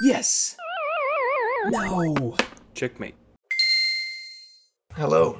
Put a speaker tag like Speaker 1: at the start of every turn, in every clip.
Speaker 1: Yes. No.
Speaker 2: Checkmate.
Speaker 3: Hello,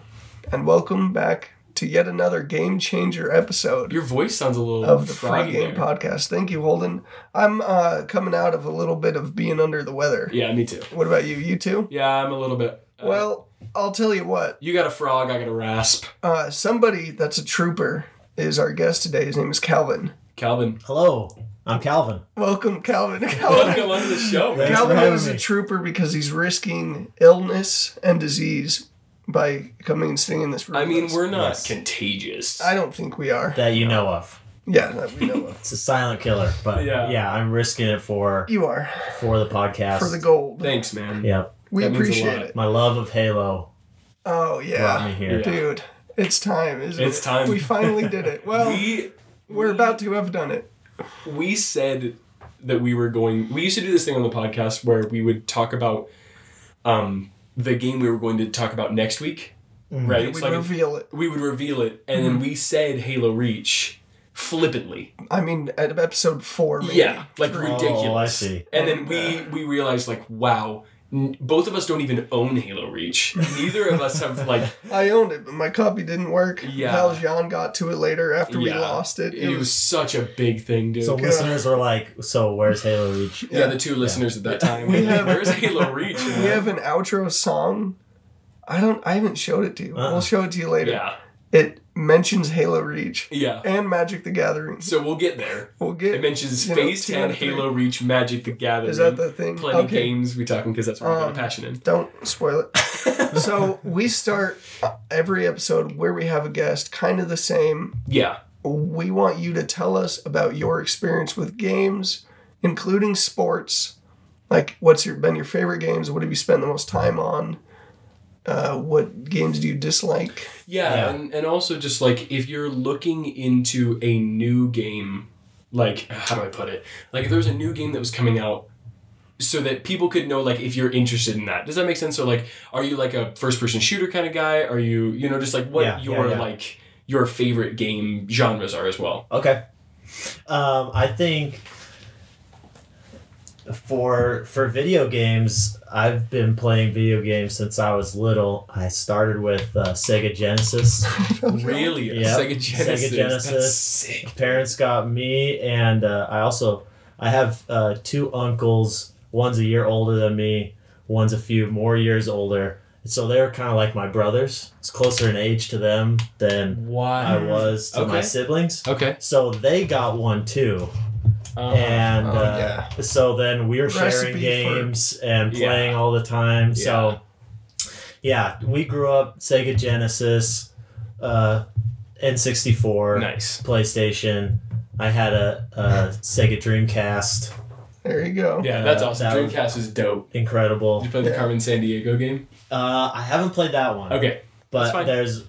Speaker 3: and welcome back to yet another game changer episode
Speaker 4: Your voice sounds a little
Speaker 3: of the Free
Speaker 4: froggy
Speaker 3: Game
Speaker 4: there.
Speaker 3: Podcast. Thank you, Holden. I'm uh, coming out of a little bit of being under the weather.
Speaker 4: Yeah, me too.
Speaker 3: What about you? You too?
Speaker 4: Yeah, I'm a little bit. uh,
Speaker 3: Well, I'll tell you what.
Speaker 4: you got a frog, I got a rasp.
Speaker 3: Uh, somebody that's a trooper is our guest today. His name is Calvin.
Speaker 4: Calvin,
Speaker 5: Hello, I'm Calvin.
Speaker 3: Welcome, Calvin.
Speaker 4: welcome
Speaker 3: Calvin.
Speaker 4: onto the show, man.
Speaker 5: Thanks for
Speaker 3: Calvin
Speaker 5: having
Speaker 3: is a
Speaker 5: me.
Speaker 3: trooper because he's risking illness and disease by coming and sitting in this room.
Speaker 4: I mean,
Speaker 3: with us.
Speaker 4: we're not
Speaker 5: Yes.
Speaker 4: contagious.
Speaker 3: I don't think we are.
Speaker 5: That you know of.
Speaker 3: Yeah, that we know of.
Speaker 5: It's a silent killer, but
Speaker 4: Yeah.
Speaker 5: yeah, I'm risking it for
Speaker 3: You are
Speaker 5: for the podcast.
Speaker 3: for the gold.
Speaker 4: Thanks, man.
Speaker 5: Yep.
Speaker 3: We
Speaker 4: That means a
Speaker 3: appreciate
Speaker 4: lot.
Speaker 3: it.
Speaker 5: My love of Halo
Speaker 3: Oh
Speaker 5: brought me
Speaker 3: yeah,
Speaker 5: here.
Speaker 4: Yeah.
Speaker 3: dude, it's time, isn't it?
Speaker 4: It's time.
Speaker 3: We finally did it. Well,
Speaker 4: we
Speaker 3: we, are about to have done it.
Speaker 4: we said that we were going. We used to do this thing on the podcast where we would talk about um, the game we were going to talk about next week. Right?
Speaker 3: We
Speaker 4: It's like if-
Speaker 3: reveal it.
Speaker 4: we would reveal it, and then we said Halo Reach flippantly.
Speaker 3: I mean, at episode four, maybe.
Speaker 4: Yeah, like
Speaker 5: Oh,
Speaker 4: ridiculous.
Speaker 5: I see.
Speaker 4: And then we we realized like, wow, n- both of us don't even own Halo Reach. Neither of us have like,
Speaker 3: I owned it, but my copy didn't work.
Speaker 4: Yeah.
Speaker 3: Valjean got to it later after we
Speaker 4: Yeah.
Speaker 3: lost it.
Speaker 4: it, was such a big thing, dude.
Speaker 5: So listeners were like, "So where's Halo Reach?"
Speaker 4: yeah, the two listeners at that time.
Speaker 3: We have-
Speaker 4: Where's Halo Reach?
Speaker 3: We have an outro song. I don't. I haven't showed it to you.
Speaker 5: Uh-uh.
Speaker 3: We'll show it to you later.
Speaker 4: Uh-huh. yeah,
Speaker 3: It mentions Halo Reach
Speaker 4: yeah.
Speaker 3: and Magic the Gathering.
Speaker 4: So we'll get there.
Speaker 3: We'll get.
Speaker 4: It mentions
Speaker 3: you know,
Speaker 4: Phase
Speaker 3: two
Speaker 4: Ten,
Speaker 3: and three.
Speaker 4: Halo Reach, Magic the Gathering.
Speaker 3: Is that the thing?
Speaker 4: plenty games we talking because that's what we're
Speaker 3: Um,
Speaker 4: passionate.
Speaker 3: Don't spoil it. so we start uh, every episode where we have a guest, kind of the same.
Speaker 4: Yeah,
Speaker 3: We want you to tell us about your experience with games, including sports. Like, what's your been your favorite games? What have you spent the most time on? Uh, what games do you dislike?
Speaker 4: yeah,
Speaker 5: Yeah.
Speaker 4: And, and also just like if you're looking into a new game, like how do I put it? Like if there's a new game that was coming out, so that people could know like if you're interested in that. Does that make sense? So like, are you like a first person shooter kind of guy? Are you you know just like what
Speaker 5: Yeah, yeah,
Speaker 4: your
Speaker 5: yeah.
Speaker 4: like your favorite game genres are as well?
Speaker 5: Okay. Um, I think for for video games, I've been playing video games since I was little. I started with uh, Sega Genesis.
Speaker 4: Really,
Speaker 5: Yeah.
Speaker 4: Sega Genesis.
Speaker 5: Sega
Speaker 4: That's
Speaker 5: Genesis.
Speaker 4: sick.
Speaker 5: parents got me and uh, i also i have uh, two uncles one's a year older than me one's a few more years older so they're kind of like my brothers it's closer in age to them than
Speaker 4: Why?
Speaker 5: i
Speaker 3: Mm-hmm.
Speaker 5: was to my
Speaker 4: Okay.
Speaker 5: siblings
Speaker 4: Okay.
Speaker 5: so they got one too
Speaker 4: Uh,
Speaker 5: and
Speaker 3: oh,
Speaker 5: uh,
Speaker 3: yeah.
Speaker 5: so then we were sharing
Speaker 3: Recipe for-
Speaker 5: games and
Speaker 4: Yeah.
Speaker 5: playing all the time so yeah we grew up sega genesis uh, n64
Speaker 4: nice.
Speaker 5: PlayStation. I had a, a Sega Dreamcast.
Speaker 3: There you go.
Speaker 4: Yeah, that's
Speaker 5: Uh,
Speaker 4: awesome.
Speaker 5: that was-
Speaker 4: Dreamcast is dope. Did
Speaker 5: Incredible.
Speaker 4: you play the
Speaker 3: Yeah.
Speaker 4: Carmen San Diego game?
Speaker 5: Uh, I haven't played that one.
Speaker 4: Okay. that's
Speaker 5: but
Speaker 4: fine.
Speaker 5: there's,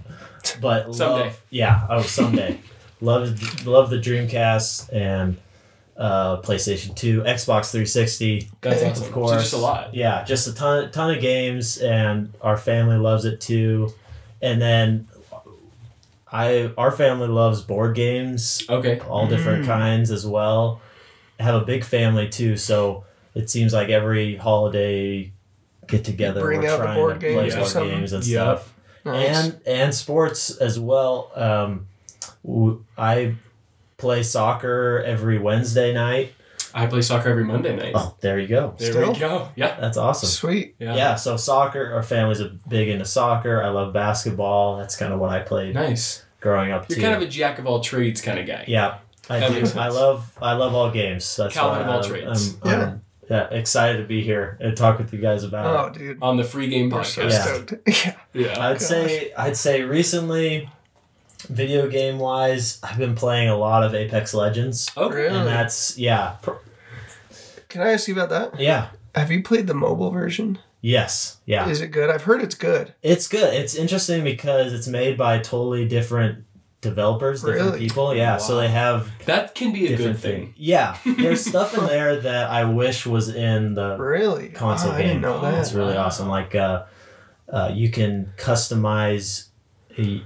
Speaker 5: but
Speaker 4: Someday.
Speaker 5: love- yeah. Oh, someday. love love the Dreamcast and uh, PlayStation Two, Xbox Three Sixty.
Speaker 4: That's
Speaker 3: Okay.
Speaker 4: awesome.
Speaker 5: Of course,
Speaker 4: So just a lot.
Speaker 5: Yeah, just a ton ton of games, and our family loves it too. And then, I our family loves board games.
Speaker 4: Okay.
Speaker 5: all different
Speaker 3: Mm.
Speaker 5: kinds as well. I have a big family too, so it seems like every holiday get together
Speaker 3: You bring
Speaker 5: we're
Speaker 3: out the
Speaker 5: trying
Speaker 3: board
Speaker 5: to play
Speaker 3: games
Speaker 4: or
Speaker 5: board
Speaker 3: something.
Speaker 5: games and
Speaker 4: Yeah.
Speaker 5: stuff,
Speaker 3: Nice.
Speaker 5: and and sports as well. Um, w- I play soccer every Wednesday night.
Speaker 4: I play soccer every Monday night.
Speaker 5: Oh, there you go.
Speaker 4: there
Speaker 3: still?
Speaker 4: we go. Yeah.
Speaker 5: That's awesome.
Speaker 3: Sweet.
Speaker 5: Yeah. so soccer. Our family's a big into soccer. I love basketball. That's kind of what I played
Speaker 4: Nice.
Speaker 5: growing up
Speaker 4: You're
Speaker 5: too.
Speaker 4: kind of a jack of all trades kind of guy.
Speaker 5: Yeah, I
Speaker 4: That
Speaker 5: do.
Speaker 4: makes
Speaker 5: I
Speaker 4: sense.
Speaker 5: love I love all games. That's
Speaker 4: Calvin
Speaker 5: why
Speaker 4: of all
Speaker 5: I'm-
Speaker 4: trades.
Speaker 5: I'm, I'm, yeah, excited to be here and talk with you guys about.
Speaker 3: Oh, dude.
Speaker 4: On the free game
Speaker 3: We're so
Speaker 4: podcast.
Speaker 5: uh, Yeah.
Speaker 3: stoked. Yeah.
Speaker 4: Yeah.
Speaker 5: it. I'd
Speaker 3: Oh, gosh.
Speaker 5: say I'd say recently, video game wise, I've been playing a lot of Apex Legends,
Speaker 4: Okay.
Speaker 3: Really?
Speaker 5: Oh, and that's yeah, pr-
Speaker 3: Can I ask you about that?
Speaker 5: yeah,
Speaker 3: Have you played the mobile version?
Speaker 5: yes, yeah.
Speaker 3: Is it good? I've heard it's good.
Speaker 5: It's good. It's interesting because it's made by totally different developers, different
Speaker 3: Really?
Speaker 5: people. Yeah, so
Speaker 4: Wow.
Speaker 5: they have
Speaker 4: That can be a
Speaker 5: different
Speaker 4: good thing.
Speaker 5: thing. Yeah, there's stuff in there that I wish was in the
Speaker 3: Really?
Speaker 5: console
Speaker 3: Oh,
Speaker 5: game.
Speaker 3: I didn't know that.
Speaker 5: It's really awesome. Like uh, uh, you can customize, y-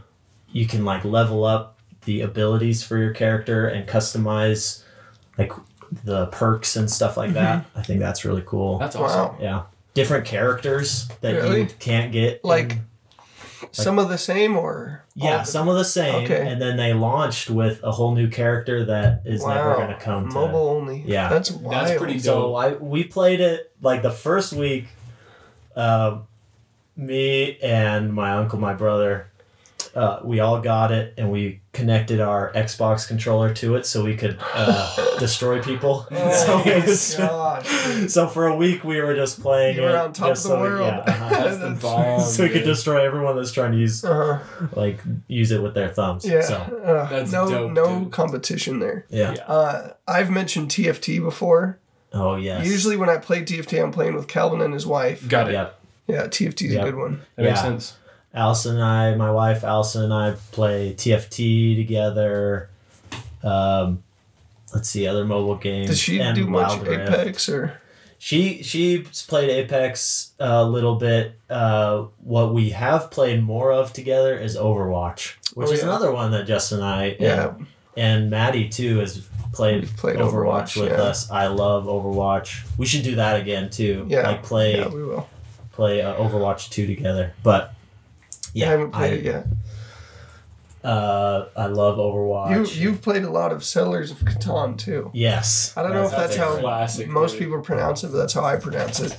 Speaker 5: you can like level up the abilities for your character and customize like the perks and stuff like
Speaker 3: Mm-hmm.
Speaker 5: that. I think that's really cool.
Speaker 4: That's awesome.
Speaker 3: Wow.
Speaker 5: Yeah, different characters that
Speaker 3: Really?
Speaker 5: you can't get.
Speaker 3: Like,
Speaker 5: in-
Speaker 3: some of the same or all
Speaker 5: yeah,
Speaker 3: the-
Speaker 5: some of the same.
Speaker 3: Okay.
Speaker 5: And then they launched with a whole new character that is never going to come to
Speaker 3: mobile only.
Speaker 5: Yeah.
Speaker 3: that's wild.
Speaker 4: That's pretty dope.
Speaker 5: So I we played it like the first week. Uh, me and my uncle, my brother, uh, we all got it, and we connected our Xbox controller to it so we could uh, destroy people. so,
Speaker 3: Oh
Speaker 5: it
Speaker 3: my
Speaker 5: was-
Speaker 3: gosh.
Speaker 5: so for a week we were just playing.
Speaker 3: You were
Speaker 5: it
Speaker 3: on top of
Speaker 5: just
Speaker 3: the
Speaker 5: so we-
Speaker 3: world.
Speaker 5: yeah, uh-huh.
Speaker 4: That's the
Speaker 3: That's-
Speaker 4: bomb.
Speaker 5: so we could
Speaker 4: dude.
Speaker 5: destroy everyone that's trying to use
Speaker 3: Uh,
Speaker 5: like use it with their thumbs.
Speaker 3: yeah.
Speaker 5: So
Speaker 3: Uh,
Speaker 4: That's
Speaker 3: no
Speaker 4: dope,
Speaker 3: no
Speaker 4: dude.
Speaker 3: competition there.
Speaker 5: yeah.
Speaker 3: Uh, I've mentioned TFT before.
Speaker 5: Oh yes.
Speaker 3: Usually when I play TFT, I'm playing with Calvin and his wife.
Speaker 4: Got it.
Speaker 5: Yeah.
Speaker 3: Yeah, TFT is
Speaker 5: Yeah.
Speaker 3: a good one.
Speaker 4: That makes
Speaker 5: Yeah.
Speaker 4: sense.
Speaker 5: Allison and I, my wife Allison and I play TFT together. Um, let's see other mobile games.
Speaker 3: Does she
Speaker 5: and
Speaker 3: do much
Speaker 5: Wild Rift.
Speaker 3: Apex or?
Speaker 5: She she's played Apex a little bit. Uh, what we have played more of together is Overwatch, which
Speaker 3: Oh,
Speaker 5: is
Speaker 3: yeah.
Speaker 5: another one that Justin and I
Speaker 3: Yeah.
Speaker 5: and, and Maddie too has played,
Speaker 3: We've played
Speaker 5: Overwatch,
Speaker 3: Overwatch,
Speaker 5: with
Speaker 3: yeah.
Speaker 5: us. I love Overwatch. We should do that again too.
Speaker 3: Yeah.
Speaker 5: like play
Speaker 3: Yeah, we will.
Speaker 5: play uh, Overwatch two together. But yeah,
Speaker 3: I haven't played
Speaker 5: I-
Speaker 3: it yet.
Speaker 5: Uh, I love
Speaker 3: You
Speaker 5: Overwatch.
Speaker 3: you've played a lot of Settlers of Catan too.
Speaker 5: yes.
Speaker 3: I don't know if that's,
Speaker 4: That's a
Speaker 3: how
Speaker 4: classic,
Speaker 3: most
Speaker 4: dude.
Speaker 3: people pronounce it, but that's how I pronounce it.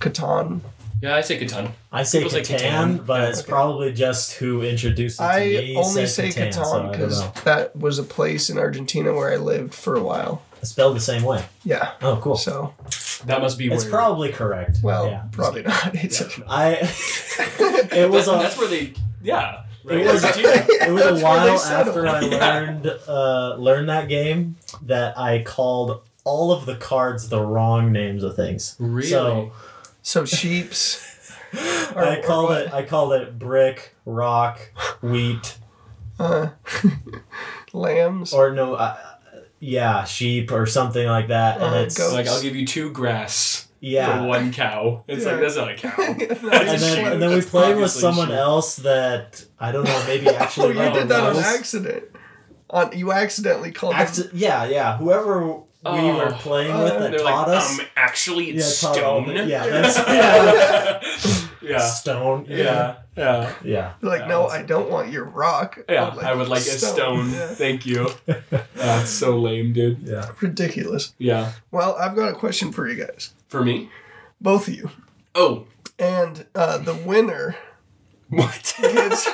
Speaker 3: Catan.
Speaker 4: Yeah, I say Catan.
Speaker 5: I say
Speaker 4: people say
Speaker 5: Catan,
Speaker 4: Catan.
Speaker 5: but it's
Speaker 3: Okay.
Speaker 5: probably just who introduced it to
Speaker 3: I
Speaker 5: me.
Speaker 3: only
Speaker 5: said
Speaker 3: say
Speaker 5: Catan, so I
Speaker 3: Catan
Speaker 5: don't
Speaker 3: because
Speaker 5: know.
Speaker 3: that was a place in Argentina where I lived for a while.
Speaker 5: It's spelled the same way.
Speaker 3: Yeah.
Speaker 5: Oh, cool.
Speaker 3: So,
Speaker 4: That must be
Speaker 5: it's
Speaker 4: where.
Speaker 5: probably correct.
Speaker 3: well,
Speaker 5: yeah.
Speaker 3: probably not. It's
Speaker 5: I. it was
Speaker 4: that's,
Speaker 5: a.
Speaker 4: that's where they. Yeah. Right.
Speaker 5: It was-
Speaker 4: Argentina.
Speaker 3: That's
Speaker 5: It was a
Speaker 3: where they
Speaker 5: while
Speaker 3: settled.
Speaker 5: after I
Speaker 4: Yeah.
Speaker 5: learned uh, learned that game that I called all of the cards the wrong names of things. So
Speaker 4: Really?
Speaker 3: so sheeps. Or-
Speaker 5: I
Speaker 3: or
Speaker 5: called
Speaker 3: what?
Speaker 5: it. I called it brick, rock, wheat,
Speaker 3: Uh, lambs.
Speaker 5: or no, uh, yeah, sheep or something like that. And
Speaker 3: Uh,
Speaker 5: it's
Speaker 3: goats.
Speaker 4: like I'll give you two grass
Speaker 5: yeah.
Speaker 4: for one cow. It's like
Speaker 3: Yeah.
Speaker 4: that's not a cow.
Speaker 3: That's
Speaker 5: And then,
Speaker 3: sheep.
Speaker 5: and then we
Speaker 4: That's
Speaker 5: played with
Speaker 4: obviously
Speaker 5: someone
Speaker 4: sheep.
Speaker 5: else that I don't know. Maybe
Speaker 3: Oh,
Speaker 5: actually
Speaker 3: you did that on
Speaker 5: was-
Speaker 3: accident. On you accidentally called them-
Speaker 5: acci- yeah, yeah. Whoever we
Speaker 4: Oh.
Speaker 5: were playing with
Speaker 3: Uh,
Speaker 5: that
Speaker 4: They're
Speaker 5: taught
Speaker 4: like,
Speaker 5: us.
Speaker 4: um, actually,
Speaker 5: yeah,
Speaker 4: it's
Speaker 5: taught all
Speaker 4: stone.
Speaker 5: the- yeah, that's- yeah.
Speaker 4: yeah.
Speaker 5: Stone.
Speaker 4: Yeah. Yeah.
Speaker 5: Yeah.
Speaker 3: like,
Speaker 4: Yeah,
Speaker 3: no,
Speaker 4: that's-
Speaker 3: I don't want your rock.
Speaker 4: Yeah.
Speaker 3: I'd
Speaker 4: I would like a stone.
Speaker 3: Yeah.
Speaker 4: Thank you. That's so lame, dude.
Speaker 5: Yeah.
Speaker 3: Ridiculous.
Speaker 4: Yeah.
Speaker 3: Well, I've got a question for you guys,
Speaker 4: For me.
Speaker 3: both of you,
Speaker 4: Oh.
Speaker 3: and uh, the winner
Speaker 4: What?
Speaker 3: gets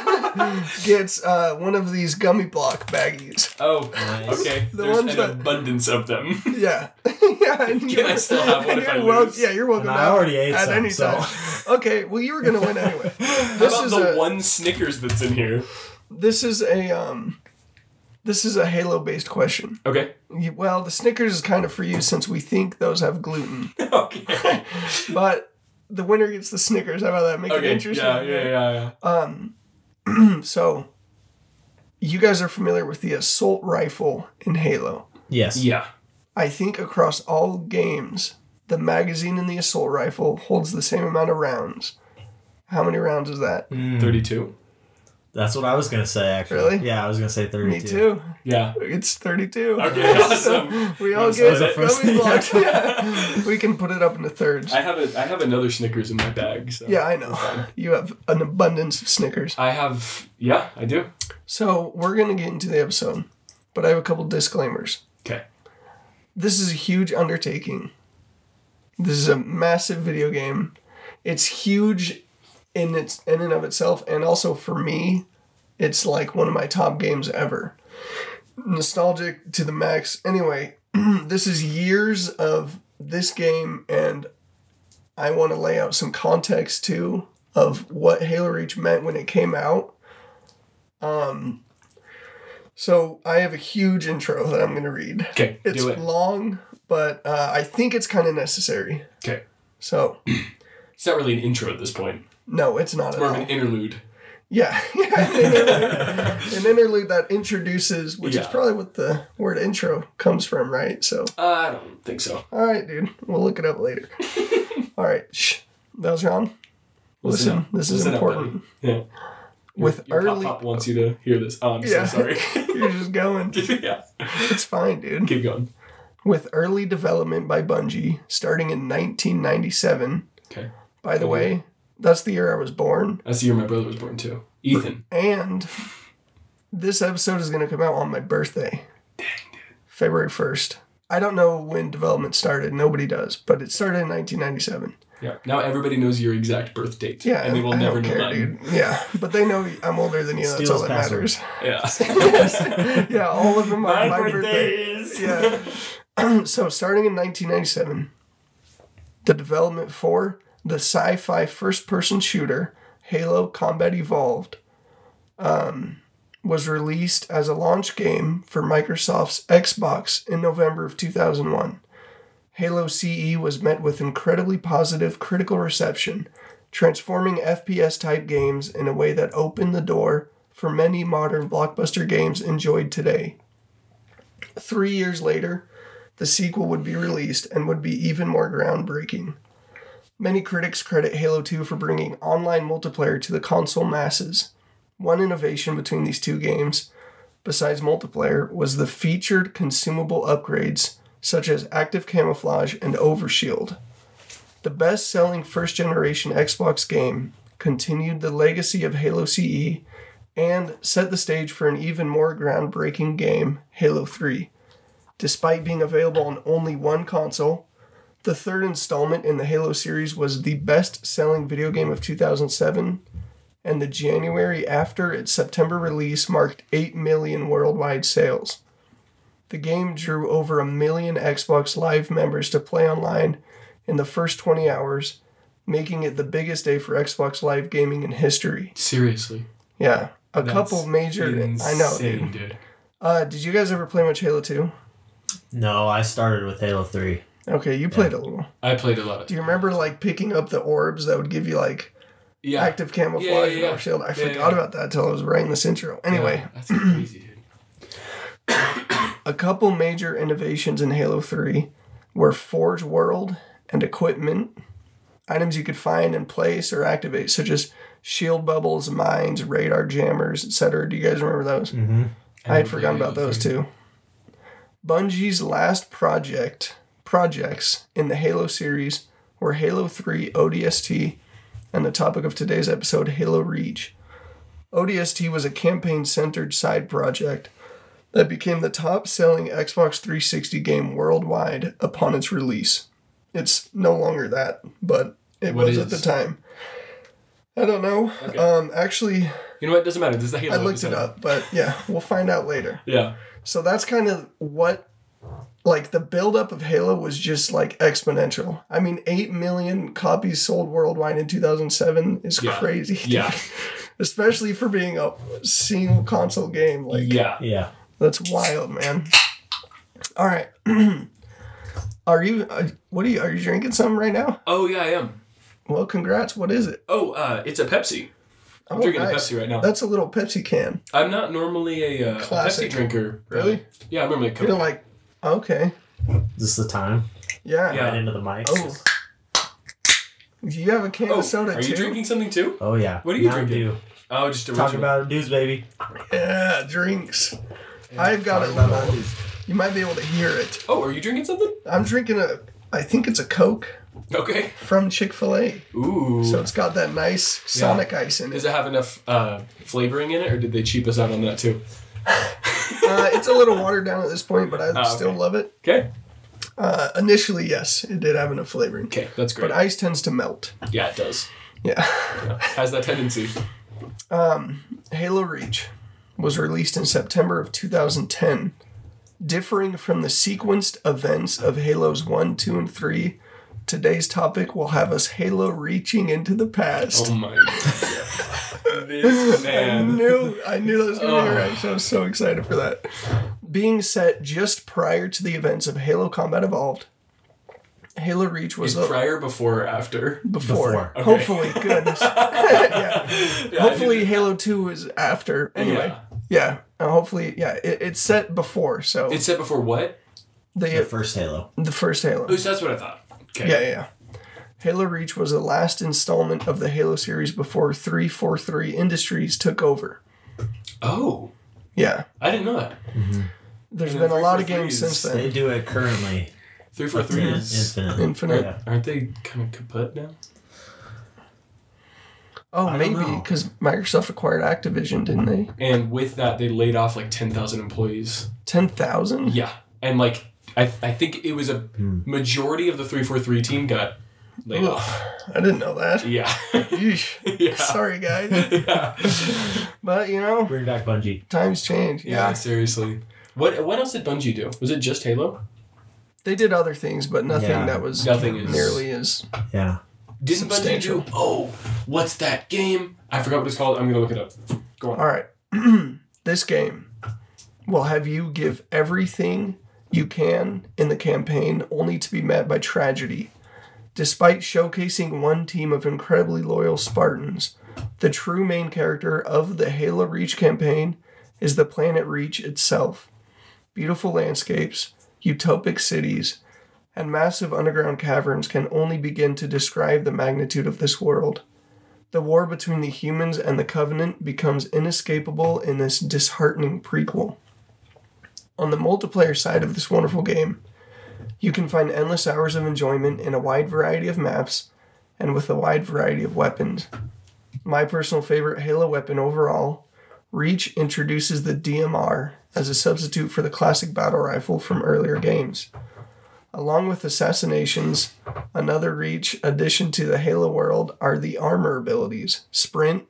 Speaker 3: gets uh, one of these gummy block baggies.
Speaker 4: oh.
Speaker 5: Nice.
Speaker 4: Okay.
Speaker 3: The
Speaker 4: There's
Speaker 3: ones
Speaker 4: an
Speaker 3: that-
Speaker 4: abundance of them.
Speaker 3: Yeah, yeah. and
Speaker 4: Can I
Speaker 3: you're-
Speaker 4: still have one
Speaker 3: and
Speaker 4: if I
Speaker 3: you're wel-
Speaker 4: lose?
Speaker 3: yeah, you're welcome.
Speaker 5: And I
Speaker 3: to have
Speaker 5: already
Speaker 3: it
Speaker 5: ate
Speaker 3: at
Speaker 5: some,
Speaker 3: any
Speaker 5: so-
Speaker 3: time. Okay, well, you were gonna win anyway.
Speaker 4: How
Speaker 3: This
Speaker 4: about
Speaker 3: is
Speaker 4: the
Speaker 3: a
Speaker 4: one Snickers that's in here?
Speaker 3: this is a um, this is a Halo based question.
Speaker 4: Okay.
Speaker 3: You- Well, the Snickers is kind of for you since we think those have gluten,
Speaker 4: Okay.
Speaker 3: but the winner gets the Snickers. How about that? Make it
Speaker 4: Okay.
Speaker 3: interesting.
Speaker 4: Yeah, yeah, yeah, yeah.
Speaker 3: So, you guys are familiar with the assault rifle in Halo.
Speaker 5: Yes.
Speaker 4: Yeah.
Speaker 3: I think across all games, the magazine in the assault rifle holds the same amount of rounds. How many rounds is that?
Speaker 4: 32.
Speaker 5: That's what I was gonna say. Actually.
Speaker 3: Really?
Speaker 5: Yeah, I was gonna say
Speaker 3: Me
Speaker 5: thirty-two.
Speaker 3: too.
Speaker 4: Yeah.
Speaker 3: It's 32.
Speaker 4: Okay, awesome.
Speaker 3: We all
Speaker 5: That was
Speaker 3: get
Speaker 5: the first
Speaker 3: gummy
Speaker 5: thing.
Speaker 3: blocks. Yeah. We can put it up into thirds.
Speaker 4: I have a I have another Snickers in my bag. So.
Speaker 3: yeah, I know. You have an abundance of Snickers.
Speaker 4: I have yeah, I do.
Speaker 3: So we're gonna get into the episode, but I have a couple disclaimers.
Speaker 4: Okay.
Speaker 3: This is a huge undertaking. This is a massive video game. It's huge in its in and of itself, and also for me, it's like one of my top games ever. Nostalgic to the max. Anyway, this is years of this game, and I want to lay out some context too of what Halo Reach meant when it came out. Um, So I have a huge intro that I'm going to read.
Speaker 4: Okay,
Speaker 3: It's
Speaker 4: do it.
Speaker 3: long, but uh, I think it's kind of necessary.
Speaker 4: Okay.
Speaker 3: So
Speaker 4: It's not really an intro at this point.
Speaker 3: no, it's not at
Speaker 4: More of
Speaker 3: all.
Speaker 4: an interlude.
Speaker 3: Yeah, an interlude, an interlude that introduces, which is
Speaker 4: Yeah.
Speaker 3: probably what the word intro comes from, right? So
Speaker 4: Uh, I don't think so.
Speaker 3: all right, dude, we'll look it up later. all right, shh, that was wrong. Listen,
Speaker 4: up.
Speaker 3: this is
Speaker 4: Listen up,
Speaker 3: important.
Speaker 4: buddy. yeah. Your-
Speaker 3: With
Speaker 4: your
Speaker 3: early-
Speaker 4: pop pop wants you to hear this. Oh, I'm
Speaker 3: Yeah.
Speaker 4: so sorry.
Speaker 3: You're just going.
Speaker 4: yeah.
Speaker 3: It's fine, dude.
Speaker 4: Keep going.
Speaker 3: with early development by Bungie starting in 1997.
Speaker 4: Okay.
Speaker 3: By the way, that's the year I was born.
Speaker 4: That's the year my brother was born too. Ethan.
Speaker 3: And this episode is going to come out on my birthday. Dang, dude. February 1st. I don't know when development started. Nobody does, but it started in 1997.
Speaker 4: Yeah. Now everybody knows your exact birth date.
Speaker 3: Yeah,
Speaker 4: And they will
Speaker 3: I
Speaker 4: never
Speaker 3: don't
Speaker 4: know
Speaker 3: care,
Speaker 4: mine.
Speaker 3: dude. Yeah, but they know I'm older than you. That's
Speaker 5: Steal
Speaker 3: all
Speaker 5: his
Speaker 3: that
Speaker 5: password.
Speaker 3: matters.
Speaker 4: Yeah.
Speaker 3: Yeah, all of them are
Speaker 5: My,
Speaker 3: my
Speaker 5: birthday,
Speaker 3: birthday.
Speaker 5: is.
Speaker 3: Yeah. so starting in 1997, the development for the sci-fi first-person shooter Halo Combat Evolved um, was released as a launch game for Microsoft's Xbox in November of 2001. Halo CE was met with incredibly positive critical reception, transforming FPS type games in a way that opened the door for many modern blockbuster games enjoyed today. Three years later, the sequel would be released and would be even more groundbreaking. Many critics credit Halo 2 for bringing online multiplayer to the console masses. One innovation between these two games, besides multiplayer, was the featured consumable upgrades such as active camouflage and overshield. The best selling first generation Xbox game continued the legacy of Halo CE and set the stage for an even more groundbreaking game, Halo 3. Despite being available on only one console, the third installment in the Halo series was the best selling video game of 2007, and the January after its September release marked 8 million worldwide sales. The game drew over a million Xbox Live members to play online in the first 20 hours, making it the biggest day for Xbox Live gaming in history.
Speaker 4: Seriously.
Speaker 3: Yeah, a
Speaker 4: That's
Speaker 3: couple major. I know.
Speaker 4: Insane,
Speaker 3: Dude.
Speaker 4: dude.
Speaker 3: Uh, did you guys ever play much Halo Two?
Speaker 5: No, I started with Halo Three.
Speaker 3: Okay, you played a little.
Speaker 4: I played a lot of
Speaker 3: Do you remember like picking up the orbs that would give you like
Speaker 4: Yeah.
Speaker 3: active camouflage
Speaker 4: Yeah, yeah,
Speaker 3: and
Speaker 4: yeah.
Speaker 3: our shield? I
Speaker 4: Yeah,
Speaker 3: forgot
Speaker 4: yeah.
Speaker 3: about that till I was writing this intro.
Speaker 4: Yeah,
Speaker 3: Anyway,
Speaker 4: that's crazy, dude.
Speaker 3: a couple major innovations in Halo 3 were Forge World and equipment, items you could find and place or activate, such as shield bubbles, mines, radar jammers, etc. Do you guys remember those?
Speaker 5: Mm-hmm.
Speaker 3: I had
Speaker 4: don't
Speaker 3: forgotten
Speaker 4: believe
Speaker 3: about those
Speaker 4: anything.
Speaker 3: too. Bungie's last project projects in the Halo series were Halo 3 ODST and the topic of today's episode Halo Reach. ODST was a campaign-centered side project that became the top-selling Xbox 360 game worldwide upon its release. It's no longer that, but it
Speaker 4: What
Speaker 3: was
Speaker 4: is?
Speaker 3: at the time. I don't know.
Speaker 4: Okay.
Speaker 3: Um, actually,
Speaker 4: You know what? It doesn't matter. This is the Halo
Speaker 3: I looked it
Speaker 4: episode.
Speaker 3: up, but yeah, we'll find out later.
Speaker 4: Yeah.
Speaker 3: So that's kind of what like the buildup of Halo was just like exponential. I mean, eight million copies sold worldwide in 2007 is
Speaker 4: Yeah.
Speaker 3: crazy,
Speaker 4: Yeah.
Speaker 3: especially for being a single console game. Like,
Speaker 4: yeah.
Speaker 5: Yeah.
Speaker 3: that's wild, man. All right, are you? Uh, what are you? Are you drinking something right now?
Speaker 4: Oh, yeah, I am.
Speaker 3: Well, congrats. What is it?
Speaker 4: Oh, uh, it's a Pepsi. I'm
Speaker 3: Oh,
Speaker 4: drinking
Speaker 3: nice.
Speaker 4: a Pepsi right now.
Speaker 3: That's a little Pepsi can.
Speaker 4: I'm not normally a, uh, a Pepsi
Speaker 3: Classic.
Speaker 4: drinker.
Speaker 3: Really?
Speaker 4: Yeah, I'm normally a Coke.
Speaker 3: You're like, okay,
Speaker 5: Is this the time?
Speaker 3: yeah.
Speaker 4: Yeah.
Speaker 5: Right into the mic.
Speaker 3: Oh, do you have a can
Speaker 4: oh,
Speaker 3: of soda
Speaker 4: are
Speaker 3: too?
Speaker 4: you drinking something too?
Speaker 5: Oh, yeah.
Speaker 4: What are you
Speaker 5: Mountain
Speaker 4: drinking? Oh, just
Speaker 5: Dew.
Speaker 4: original.
Speaker 5: Talk about it, dudes, baby.
Speaker 3: Yeah, drinks. I've got
Speaker 5: Talk
Speaker 3: it.
Speaker 5: about
Speaker 3: Luna.
Speaker 5: it, dudes.
Speaker 3: You might be able to hear it.
Speaker 4: Oh, are you drinking something?
Speaker 3: I'm drinking a. I think it's a Coke
Speaker 4: Okay.
Speaker 3: from Chick Fil A.
Speaker 4: Ooh.
Speaker 3: So it's got that nice Sonic ice in
Speaker 4: Does
Speaker 3: it.
Speaker 4: it have enough uh, flavoring in it, or did they cheap us out on that too?
Speaker 3: uh, it's a little watered down at this point, but I
Speaker 4: okay.
Speaker 3: still love it.
Speaker 4: Okay.
Speaker 3: Uh, initially, yes, it did have enough flavoring,
Speaker 4: Okay, that's great.
Speaker 3: but ice tends to melt.
Speaker 4: yeah, it does.
Speaker 3: Yeah.
Speaker 4: Yeah. Has that tendency.
Speaker 3: Halo Reach was released in September of 2010, differing from the sequenced events of Halos 1, 2, and 3. Today's topic will have us Halo reaching into the past.
Speaker 4: Oh my god. this
Speaker 3: I
Speaker 4: man.
Speaker 3: knew I knew that was gonna be your reaction. I was so excited for that. Being set just prior to the events of Halo Combat Evolved, Halo Reach was
Speaker 4: Is
Speaker 3: the
Speaker 4: prior before or after?
Speaker 3: before.
Speaker 5: Before, okay.
Speaker 3: Hopefully, goodness. yeah.
Speaker 4: Yeah,
Speaker 3: Hopefully, Halo Two is after. Anyway,
Speaker 4: Yeah.
Speaker 3: yeah. Uh, hopefully, yeah. It, it's set before, so
Speaker 4: It's set before what?
Speaker 5: The
Speaker 3: the
Speaker 5: first Halo.
Speaker 3: the first Halo.
Speaker 4: Oh, so that's what I thought. Okay.
Speaker 3: Yeah, yeah, yeah. Halo Reach was the last installment of the Halo series before 343 Industries took over.
Speaker 4: Oh,
Speaker 3: Yeah.
Speaker 4: I didn't know that.
Speaker 3: There's
Speaker 4: And
Speaker 3: been a
Speaker 4: three
Speaker 3: lot
Speaker 4: for
Speaker 3: of games
Speaker 4: threes.
Speaker 3: since
Speaker 5: They
Speaker 3: then.
Speaker 5: do it currently.
Speaker 4: Three for three
Speaker 5: Yeah,
Speaker 4: is
Speaker 5: Infinite.
Speaker 3: Infinite.
Speaker 5: Yeah.
Speaker 4: aren't they kind of kaput now?
Speaker 3: Oh,
Speaker 5: I don't
Speaker 3: maybe
Speaker 5: know.
Speaker 3: because Microsoft acquired Activision, didn't they?
Speaker 4: And with that, they laid off like ten thousand employees.
Speaker 3: Ten thousand.
Speaker 4: Yeah, and like I, I think it was a majority of the three four three team got laid off.
Speaker 3: I didn't know that.
Speaker 4: Yeah,
Speaker 3: Yeesh.
Speaker 4: Yeah.
Speaker 3: Sorry, guys.
Speaker 4: yeah,
Speaker 3: But you know,
Speaker 5: Bring back Bungie.
Speaker 3: times change.
Speaker 4: yeah. Seriously, what what else did Bungie do? Was it just Halo?
Speaker 3: They did other things, but nothing
Speaker 5: Yeah.
Speaker 3: that was
Speaker 4: Nothing is-
Speaker 3: nearly as
Speaker 5: Yeah.
Speaker 4: Didn't Bungie
Speaker 3: Substantial.
Speaker 4: do? Oh, what's that game? I forgot what it's called. I'm gonna look it up. Go on.
Speaker 3: All right. this game will have you give everything you can in the campaign only to be met by tragedy. Despite showcasing one team of incredibly loyal Spartans, the true main character of the Halo Reach campaign is the planet Reach itself. Beautiful landscapes, utopic cities, and massive underground caverns can only begin to describe the magnitude of this world. The war between the humans and the Covenant becomes inescapable in this disheartening prequel. On the multiplayer side of this wonderful game, you can find endless hours of enjoyment in a wide variety of maps and with a wide variety of weapons. My personal favorite Halo weapon overall, Reach introduces the DMR as a substitute for the classic battle rifle from earlier games. Along with assassinations, Another reach addition to the Halo world are the armor abilities Sprint,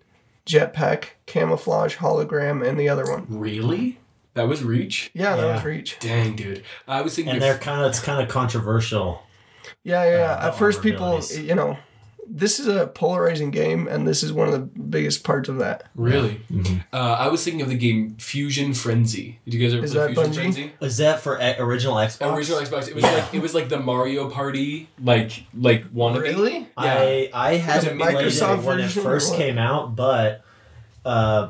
Speaker 3: Jetpack, Camouflage, Hologram, and the other one.
Speaker 4: Really? That was Reach.
Speaker 3: Yeah, that
Speaker 5: Yeah.
Speaker 3: was Reach.
Speaker 4: Dang, dude. I was thinking. of-
Speaker 5: And they're kind of, it's kind of controversial.
Speaker 3: Yeah, yeah. yeah.
Speaker 5: the
Speaker 3: At first,
Speaker 5: armor
Speaker 3: people,
Speaker 5: abilities.
Speaker 3: you know, this is a polarizing game, and this is one of the biggest parts of that.
Speaker 4: really. Uh, I was thinking of the game Fusion Frenzy. Did you guys ever
Speaker 3: Is
Speaker 4: play
Speaker 3: that
Speaker 4: Fusion
Speaker 3: Bungie?
Speaker 4: Frenzy?
Speaker 5: Is that for e- original Xbox?
Speaker 4: Original Xbox. It was like it was like the Mario Party, like like wannabe.
Speaker 3: Really?
Speaker 5: I I hadn't
Speaker 4: Was it
Speaker 5: played
Speaker 3: Microsoft
Speaker 5: it when it
Speaker 3: version or
Speaker 5: first
Speaker 3: what?
Speaker 5: came out, but uh,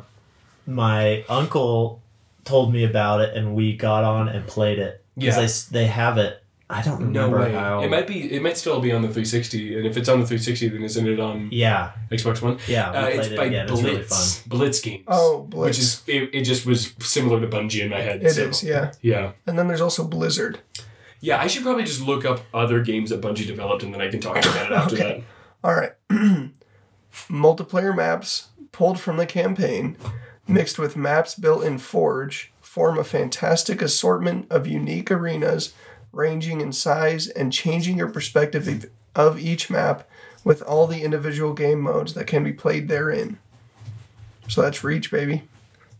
Speaker 5: my uncle told me about it, and we got on and played it
Speaker 4: Yeah.
Speaker 5: because they have it. I don't
Speaker 4: No
Speaker 5: remember
Speaker 4: way.
Speaker 5: how.
Speaker 4: It might be. It might still be on the 360, and if it's on the 360, then isn't it on
Speaker 5: yeah,
Speaker 4: Xbox One?
Speaker 5: yeah. We
Speaker 4: Uh,
Speaker 5: played
Speaker 4: it's
Speaker 5: it
Speaker 4: by
Speaker 5: again.
Speaker 4: Blitz.
Speaker 5: It's really fun.
Speaker 4: Blitz Games.
Speaker 3: Oh, Blitz.
Speaker 4: Which is it, it? Just was similar to Bungie in my head.
Speaker 3: It is,
Speaker 4: so,
Speaker 3: yeah.
Speaker 4: Yeah.
Speaker 3: And then there's also Blizzard.
Speaker 4: Yeah. I should probably just look up other games that Bungie developed, and then I can talk about it after
Speaker 3: Okay. All right. Multiplayer maps pulled from the campaign, mixed with maps built in Forge, form a fantastic assortment of unique arenas, ranging in size and changing your perspective of- of each map with all the individual game modes that can be played therein. So that's Reach, baby.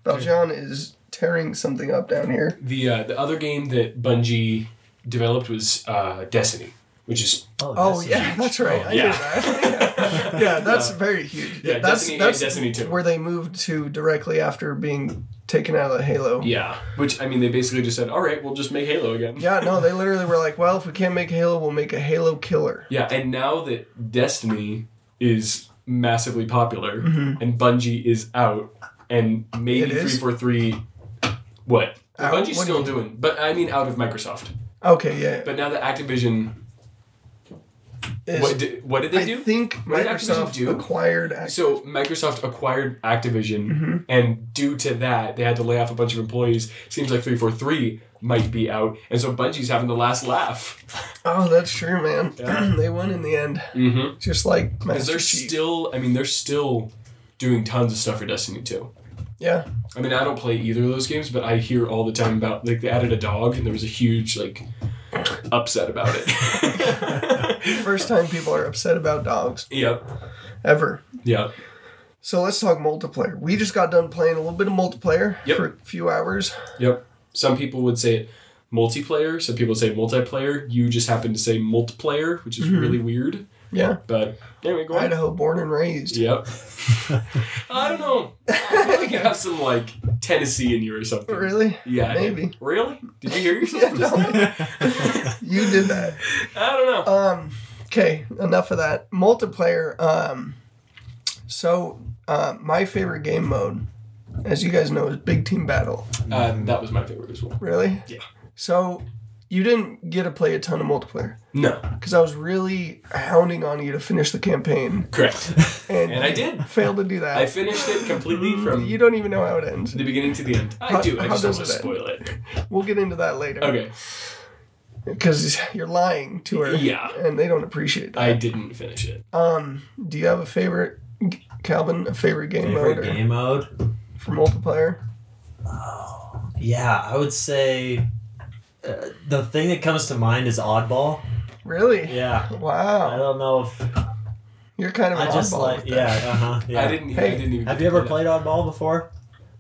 Speaker 3: Valjean is tearing something up down here.
Speaker 4: that. The uh, the other game that Bungie developed was uh, Destiny, which is
Speaker 3: Oh
Speaker 5: that's
Speaker 3: yeah,
Speaker 5: huge.
Speaker 3: that's right. I
Speaker 4: yeah.
Speaker 3: did that. yeah. that's very huge.
Speaker 4: yeah,
Speaker 3: that's
Speaker 4: Destiny and
Speaker 3: that's
Speaker 4: Destiny 2.
Speaker 3: where they moved to directly after being taken out of the Halo.
Speaker 4: yeah. Which I mean, they basically just said, "All right, we'll just make Halo again."
Speaker 3: Yeah, no, they literally were like, well, if we can't make Halo, we'll make a Halo killer.
Speaker 4: Yeah, and now that Destiny is massively popular and Bungie is out and maybe
Speaker 3: Mm-hmm. It is?
Speaker 4: 343 what?
Speaker 3: Out,
Speaker 4: Bungie's
Speaker 3: what do
Speaker 4: still
Speaker 3: you
Speaker 4: doing, but I mean out of Microsoft.
Speaker 3: Okay, yeah.
Speaker 4: But now that Activision
Speaker 3: Is-
Speaker 4: what did, what did they
Speaker 3: I
Speaker 4: do?
Speaker 3: think
Speaker 4: What did Activision
Speaker 3: Microsoft
Speaker 4: do?
Speaker 3: acquired. Ac-
Speaker 4: so Microsoft acquired Activision
Speaker 3: Mm-hmm.
Speaker 4: and due to that they had to lay off a bunch of employees. Seems like 343 might be out and so Bungie's having the last laugh.
Speaker 3: oh, that's true, man. they won in the end,
Speaker 4: Mhm.
Speaker 3: just like
Speaker 4: Because
Speaker 3: Master
Speaker 4: they're
Speaker 3: Chief.
Speaker 4: still, I mean, they're still doing tons of stuff for Destiny 2.
Speaker 3: Yeah.
Speaker 4: I mean, I don't play either of those games, but I hear all the time about, like, they added a dog and there was a huge, like, upset about it.
Speaker 3: First time people are upset about dogs
Speaker 4: yep.
Speaker 3: ever.
Speaker 4: Yep.
Speaker 3: So let's talk multiplayer. We just got done playing a little bit of multiplayer
Speaker 4: Yep.
Speaker 3: for a few hours.
Speaker 4: Yep. Some people would say it multiplayer, some people say multiplayer. You just happen to say multiplayer, which
Speaker 3: Mm-hmm.
Speaker 4: is really weird.
Speaker 3: Yeah.
Speaker 4: But anyway, go on.
Speaker 3: Idaho, born and raised.
Speaker 4: Yep. I don't know. I feel like you have some, like, Tennessee in you or something.
Speaker 3: Really?
Speaker 4: Yeah.
Speaker 3: Maybe.
Speaker 4: Really? Did you hear yourself? just now?
Speaker 3: You did that.
Speaker 4: I don't know.
Speaker 3: Um, okay, enough of that. Multiplayer. Um, so uh, my favorite game mode, as you guys know, is Big Team Battle.
Speaker 4: Uh, that was my favorite as well.
Speaker 3: Really?
Speaker 4: Yeah.
Speaker 3: So you didn't get to play a ton of multiplayer
Speaker 4: No.
Speaker 3: because I was really hounding on you to finish the campaign,
Speaker 4: Correct.
Speaker 3: and,
Speaker 4: And I did.
Speaker 3: failed to do that.
Speaker 4: I finished it completely from
Speaker 3: you don't even know how it ends.
Speaker 4: the beginning to the end. I
Speaker 3: How-
Speaker 4: do. I
Speaker 3: how
Speaker 4: just don't
Speaker 3: does
Speaker 4: want to
Speaker 3: it end?
Speaker 4: spoil it.
Speaker 3: We'll get into that later.
Speaker 4: Okay.
Speaker 3: Because you're lying to her.
Speaker 4: Yeah.
Speaker 3: And they don't appreciate that.
Speaker 4: I didn't finish it.
Speaker 3: um, do you have a favorite, Calvin, a favorite game mode
Speaker 5: Favorite
Speaker 3: or-
Speaker 5: game mode?
Speaker 3: for multiplayer?
Speaker 5: Yeah, I would say uh, the thing that comes to mind is Oddball.
Speaker 3: Really?
Speaker 5: Yeah. I
Speaker 3: Wow.
Speaker 5: don't know if
Speaker 3: You're kind of an
Speaker 5: I just
Speaker 3: oddball
Speaker 5: like
Speaker 3: with
Speaker 5: yeah,
Speaker 3: that.
Speaker 5: uh huh. Yeah.
Speaker 4: I didn't. I
Speaker 3: Hey,
Speaker 4: didn't even.
Speaker 5: Have
Speaker 4: get
Speaker 5: you
Speaker 4: to
Speaker 5: ever
Speaker 4: play
Speaker 5: played Oddball before?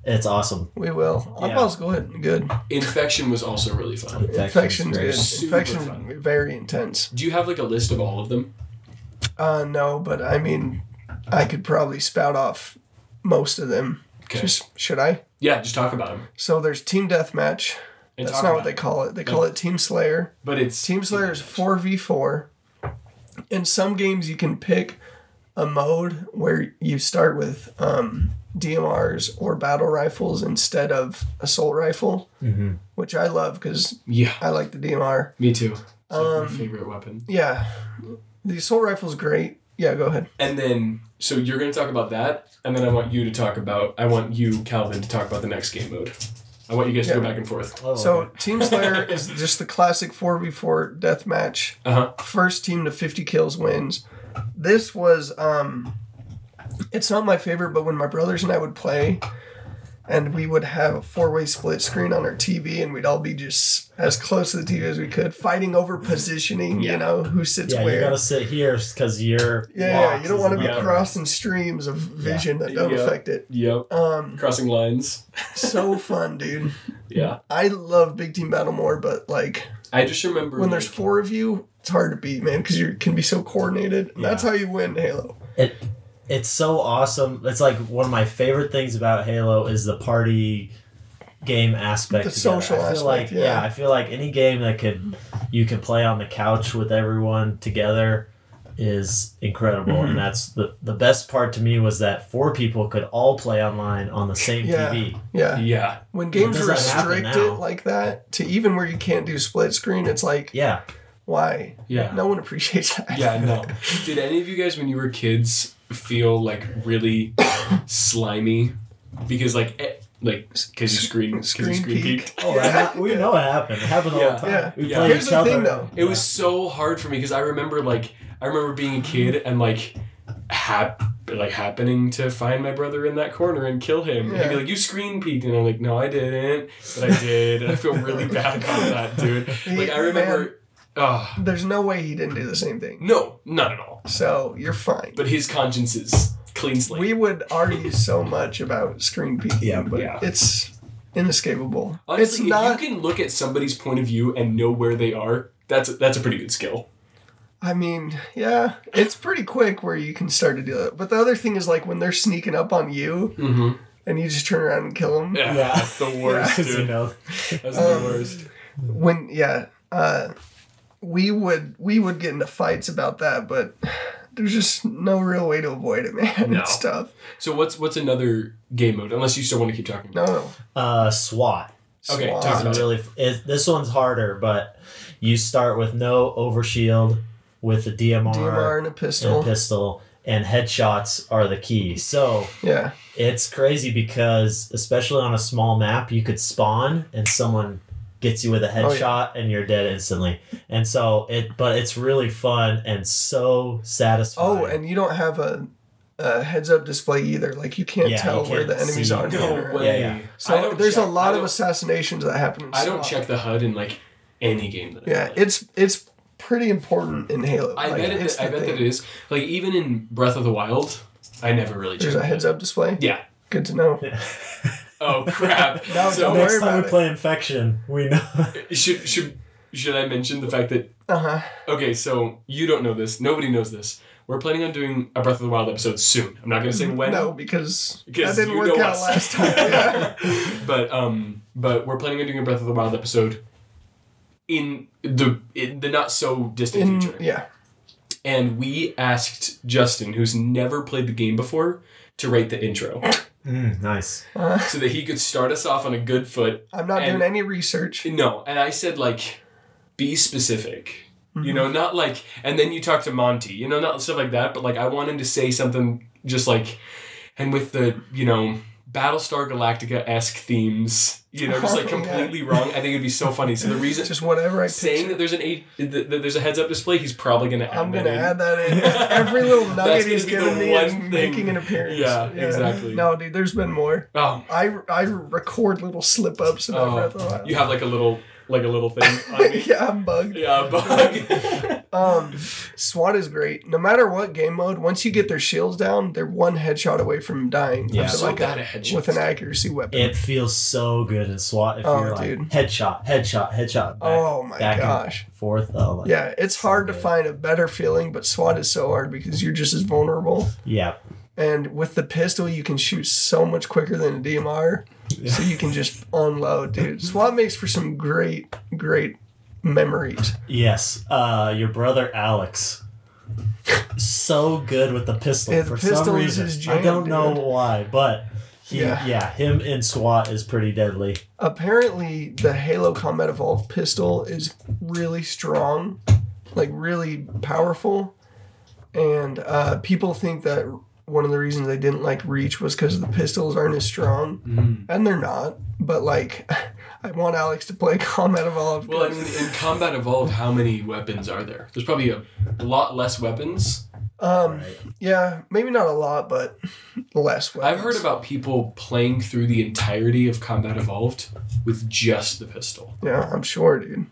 Speaker 5: It's awesome.
Speaker 3: We will.
Speaker 5: Yeah.
Speaker 3: Oddball's good. Good.
Speaker 4: that. Infection was also really fun.
Speaker 3: Infection's good.
Speaker 5: great.
Speaker 4: Super
Speaker 3: Infection
Speaker 4: fun.
Speaker 3: very intense.
Speaker 4: Do you have like a list of all of them?
Speaker 3: Uh, no, but I mean, I could probably spout off most of them.
Speaker 4: Okay.
Speaker 3: Just should I?
Speaker 4: yeah, just talk about them.
Speaker 3: So there's team deathmatch.
Speaker 4: And
Speaker 3: That's
Speaker 4: talk
Speaker 3: not
Speaker 4: about
Speaker 3: what they
Speaker 4: them.
Speaker 3: call it. They call it team slayer.
Speaker 4: But it's
Speaker 3: Team Slayer is 4v4. In some games, you can pick a mode where you start with um, DMRs or battle rifles instead of assault rifle,
Speaker 5: Mhm.
Speaker 3: which I love because
Speaker 4: Yeah,
Speaker 3: I like the DMR.
Speaker 4: me too. It's like
Speaker 3: Um,
Speaker 4: my favorite weapon.
Speaker 3: Yeah, the assault rifle's great. Yeah, go ahead.
Speaker 4: And then, so you're going to talk about that, and then I want you to talk about. I want you, Calvin, to talk about the next game mode. I want you guys to go
Speaker 3: Yeah.
Speaker 4: back and forth.
Speaker 5: Oh,
Speaker 3: So,
Speaker 5: okay.
Speaker 3: Team Slayer is just the classic 4v4 deathmatch.
Speaker 4: Uh huh.
Speaker 3: first team to 50 kills wins. This was um it's not my favorite, but when my brothers and I would play and we would have a four-way split screen on our TV and we'd all be just as close to the TV as we could, fighting over positioning,
Speaker 4: Yeah.
Speaker 3: you know, who sits
Speaker 5: yeah,
Speaker 3: where.
Speaker 5: you gotta sit here because you're
Speaker 3: yeah, yeah,
Speaker 5: locked
Speaker 3: you don't
Speaker 5: is
Speaker 3: want to be
Speaker 5: another-
Speaker 3: crossing streams of vision that don't
Speaker 4: Yeah.
Speaker 3: affect it.
Speaker 4: Yep.
Speaker 3: Um
Speaker 4: Crossing lines.
Speaker 3: so fun, dude.
Speaker 4: Yeah.
Speaker 3: I love Big Team Battle more, but like
Speaker 4: I just remember
Speaker 3: when there's
Speaker 4: like,
Speaker 3: four of you, it's hard to beat, man, because you can be so coordinated. And That's
Speaker 5: Yeah.
Speaker 3: how you win Halo.
Speaker 5: It, it's so awesome. It's like one of my favorite things about Halo is the party game aspect.
Speaker 3: The
Speaker 5: to it.
Speaker 3: social
Speaker 5: I feel
Speaker 3: aspect,
Speaker 5: like
Speaker 3: yeah.
Speaker 5: I feel like any game that could you can play on the couch with everyone together is incredible,
Speaker 3: Mm-hmm.
Speaker 5: and that's the the best part to me was that four people could all play online on the same
Speaker 3: Yeah.
Speaker 5: TV.
Speaker 3: Yeah.
Speaker 4: Yeah.
Speaker 3: when games
Speaker 5: does that happen
Speaker 3: restrict
Speaker 5: now?
Speaker 3: it like that to even where you can't do split screen it's like
Speaker 5: Yeah,
Speaker 3: why
Speaker 4: Yeah.
Speaker 3: no one appreciates that
Speaker 4: Yeah, no. Did any of you guys, when you were kids, feel like really slimy? Because like, eh, like, because you screen, because you
Speaker 3: screen
Speaker 4: screen
Speaker 3: peek.
Speaker 4: peeked.
Speaker 5: oh,
Speaker 3: Yeah.
Speaker 5: that- we know it happened. It happened all
Speaker 4: Yeah.
Speaker 5: the time.
Speaker 3: Yeah.
Speaker 5: We
Speaker 4: Yeah.
Speaker 5: play
Speaker 3: Here's
Speaker 5: each
Speaker 3: the
Speaker 5: other.
Speaker 3: thing, though.
Speaker 4: It was so hard for me because I remember like I remember being a kid and like hap like happening to find my brother in that corner and kill him. And he'd be
Speaker 3: Yeah.
Speaker 4: like, "You screen peeked," and I'm like, "No, I didn't, but I did." And I feel really bad about that, dude. Like I
Speaker 3: Yeah,
Speaker 4: remember, ah,
Speaker 3: there's no way he didn't do the same thing
Speaker 4: no, not at all.
Speaker 3: so you're fine
Speaker 4: But his conscience is clean slate.
Speaker 3: we would argue so much about screen peeking
Speaker 5: Yeah.
Speaker 3: but
Speaker 4: Yeah.
Speaker 3: it's inescapable
Speaker 4: Honestly,
Speaker 3: it's
Speaker 4: if
Speaker 3: not
Speaker 4: you can look at somebody's point of view and know where they are, that's that's a pretty good skill.
Speaker 3: i mean yeah it's pretty quick where you can start to do it but the other thing is like when they're sneaking up on you
Speaker 4: Mm-hmm.
Speaker 3: and you just turn around and kill them
Speaker 4: Yeah,
Speaker 5: Yeah.
Speaker 4: that's the worst,
Speaker 5: 'Cause, you
Speaker 4: dude.
Speaker 5: know,
Speaker 4: That's
Speaker 3: Um,
Speaker 4: the worst.
Speaker 3: when yeah uh we would we would get into fights about that but there's just no real way to avoid it man
Speaker 4: No.
Speaker 3: it's tough
Speaker 4: So what's what's another game mode? Unless you still want to keep talking.
Speaker 3: no no
Speaker 5: uh, SWAT.
Speaker 4: Okay,
Speaker 3: Swan.
Speaker 4: talk about
Speaker 5: It's
Speaker 4: it.
Speaker 5: really it, this one's harder, but you start with no overshield with the DMR,
Speaker 3: DMR and a
Speaker 5: and
Speaker 3: pistol
Speaker 5: a pistol, and headshots are the key. So
Speaker 3: yeah
Speaker 5: it's crazy because especially on a small map, you could spawn and someone gets you with a
Speaker 3: Oh, yeah.
Speaker 5: headshot and you're dead instantly. And so it, but it's really fun and so satisfying.
Speaker 3: oh and you don't have a, a heads up display either like you can't
Speaker 5: Yeah,
Speaker 3: tell
Speaker 5: you
Speaker 3: where
Speaker 5: can't
Speaker 3: the enemies
Speaker 5: see.
Speaker 3: are
Speaker 4: No
Speaker 3: Yeah.
Speaker 4: way.
Speaker 5: Yeah, yeah.
Speaker 4: I
Speaker 3: so
Speaker 4: don't
Speaker 3: there's
Speaker 4: check-
Speaker 3: a lot
Speaker 4: I
Speaker 3: of
Speaker 4: don't-
Speaker 3: assassinations that happen in
Speaker 4: I don't
Speaker 3: SWAT.
Speaker 4: check the HUD in like any game that. I
Speaker 3: yeah
Speaker 4: play.
Speaker 3: it's it's pretty important in halo
Speaker 4: I
Speaker 3: Like,
Speaker 4: bet
Speaker 3: it's
Speaker 4: it. I
Speaker 3: the
Speaker 4: bet that
Speaker 3: thing.
Speaker 4: it is. Like even in Breath of the Wild, I never really
Speaker 3: there's
Speaker 4: checked.
Speaker 3: a heads up display
Speaker 4: Yeah.
Speaker 3: good to know
Speaker 4: Oh crap.
Speaker 3: No,
Speaker 4: so
Speaker 3: don't worry
Speaker 5: next time
Speaker 3: about
Speaker 5: we
Speaker 3: it.
Speaker 5: play Infection, we know.
Speaker 4: should should should I mention the fact that
Speaker 3: uh-huh
Speaker 4: Okay, so you don't know this. Nobody knows this. We're planning on doing a Breath of the Wild episode soon. I'm not going to say when.
Speaker 3: no because that
Speaker 4: because
Speaker 3: didn't
Speaker 4: you
Speaker 3: work
Speaker 4: know
Speaker 3: out
Speaker 4: us.
Speaker 3: last time yeah.
Speaker 4: but um, but we're planning on doing a Breath of the Wild episode in the in the not so distant
Speaker 3: In-
Speaker 4: future.
Speaker 3: yeah
Speaker 4: And we asked Justin, who's never played the game before, to rate the intro
Speaker 5: Mm, nice.
Speaker 4: so that he could start us off on a good foot.
Speaker 3: Uh, i'm not
Speaker 4: And-
Speaker 3: doing any research
Speaker 4: No, and I said like be specific. You
Speaker 3: Mm-hmm.
Speaker 4: know, not like, and then you talk to Monty, you know, not stuff like that, but like, I want him to say something just like, and with the, you know, Battlestar Galactica esque themes, you know, just like
Speaker 3: Oh, Yeah.
Speaker 4: completely wrong. I think it'd be so funny. So the reason,
Speaker 3: Just whatever I
Speaker 4: saying that there's an eight, that that there's a heads up display, he's probably gonna add
Speaker 3: I'm
Speaker 4: that
Speaker 3: gonna
Speaker 4: in.
Speaker 3: add that in. Every little
Speaker 4: That's
Speaker 3: nugget
Speaker 4: gonna
Speaker 3: he's
Speaker 4: be
Speaker 3: giving
Speaker 4: the
Speaker 3: me is
Speaker 4: one thing.
Speaker 3: making an appearance.
Speaker 4: Yeah, exactly.
Speaker 3: No, dude, there's been more.
Speaker 4: Oh,
Speaker 3: I, I record little slip ups and
Speaker 4: oh,
Speaker 3: everything. like
Speaker 4: you have like a little, like a little thing on me.
Speaker 3: that. yeah, I'm bugged.
Speaker 4: Yeah, bug.
Speaker 3: Um, SWAT is great. No matter what game mode, once you get their shields down, they're one headshot away from dying.
Speaker 5: Yeah.
Speaker 3: With,
Speaker 4: so
Speaker 3: like
Speaker 4: bad
Speaker 3: a-
Speaker 4: at headshots.
Speaker 3: with an accuracy weapon.
Speaker 5: It feels so good in SWAT if
Speaker 3: Mm. Oh,
Speaker 5: you're like
Speaker 3: dude.
Speaker 5: headshot, headshot, headshot. Back,
Speaker 3: oh my
Speaker 5: back
Speaker 3: gosh.
Speaker 5: and forth. Oh, like, yeah,
Speaker 3: Yeah, it's hard to
Speaker 5: good.
Speaker 3: find a better feeling, but SWAT is so hard because you're just as vulnerable.
Speaker 5: yeah,
Speaker 3: And with the pistol, you can shoot so much quicker than a DMR. So you can just unload, dude. SWAT makes for some great, great memories.
Speaker 5: yes. Uh, your brother Alex, so good with the pistol
Speaker 3: Yeah, the
Speaker 5: for some
Speaker 3: pistol is
Speaker 5: reason.
Speaker 3: his
Speaker 5: I
Speaker 3: jam,
Speaker 5: don't know
Speaker 3: dude.
Speaker 5: why, but he, yeah.
Speaker 3: Yeah.
Speaker 5: him in SWAT is pretty deadly.
Speaker 3: Apparently, the Halo Combat Evolved pistol is really strong, like really powerful. And uh, people think that one of the reasons they didn't like Reach was because the pistols aren't as strong.
Speaker 4: Mm.
Speaker 3: And they're not. But like, I want Alex to play Combat Evolved.
Speaker 4: Well, I mean, in Combat Evolved, how many weapons are there? There's probably a lot less weapons.
Speaker 3: um,
Speaker 5: Right.
Speaker 3: Yeah, maybe not a lot, but less. Weapons.
Speaker 4: I've heard about people playing through the entirety of Combat Evolved with just the pistol.
Speaker 3: Yeah, I'm sure, dude.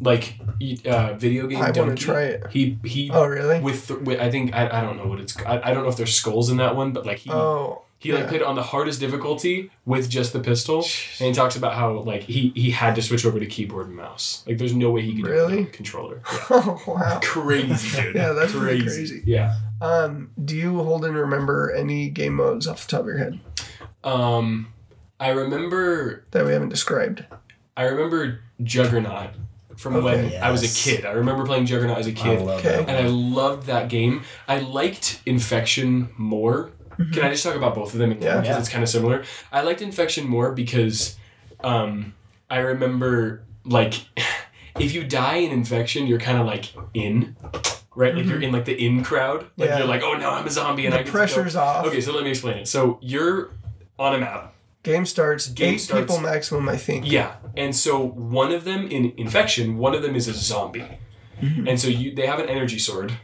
Speaker 4: Like, y- uh, video game
Speaker 3: I wanna
Speaker 4: Donkey.
Speaker 3: try it.
Speaker 4: He he.
Speaker 3: Oh, really?
Speaker 4: With, the- with I think I, I don't know what it's I, I don't know if there's skulls in that one but like he
Speaker 3: oh,
Speaker 4: he like
Speaker 3: yeah.
Speaker 4: played it on the hardest difficulty with just the pistol and he talks about how like he he had to switch over to keyboard and mouse like there's no way he could do it
Speaker 3: Really?
Speaker 4: with a controller
Speaker 3: oh, wow.
Speaker 4: crazy dude
Speaker 3: Yeah, that's pretty crazy.
Speaker 4: yeah
Speaker 3: Um, do you hold and remember any game modes off the top of your head
Speaker 4: Um, I remember,
Speaker 3: that we haven't described?
Speaker 4: I remember Juggernaut from
Speaker 3: Okay. Oh,
Speaker 4: when I was
Speaker 5: Yes.
Speaker 4: a kid. I remember playing Juggernaut as a
Speaker 5: I
Speaker 4: kid,
Speaker 5: love
Speaker 3: Okay.
Speaker 5: that.
Speaker 4: and I loved that game. I liked Infection more. Can I just talk about both of them?
Speaker 3: Mm-hmm. Yeah.
Speaker 4: because it's kind of similar. I liked Infection more because, um, I remember like, if you die in Infection, you're kind of like in, right? Like you're in like the in crowd. Like
Speaker 3: Mm-hmm. Yeah.
Speaker 4: you're like, oh no, I'm a zombie, and I
Speaker 3: The
Speaker 4: get to go."
Speaker 3: pressure's off.
Speaker 4: Okay, so let me explain it. So you're on a map.
Speaker 3: Game starts.
Speaker 4: Game
Speaker 3: eight
Speaker 4: starts-
Speaker 3: people maximum, I think.
Speaker 4: Yeah, and so one of them in infection, one of them is a zombie,
Speaker 3: Mm-hmm.
Speaker 4: and so you they have an energy sword,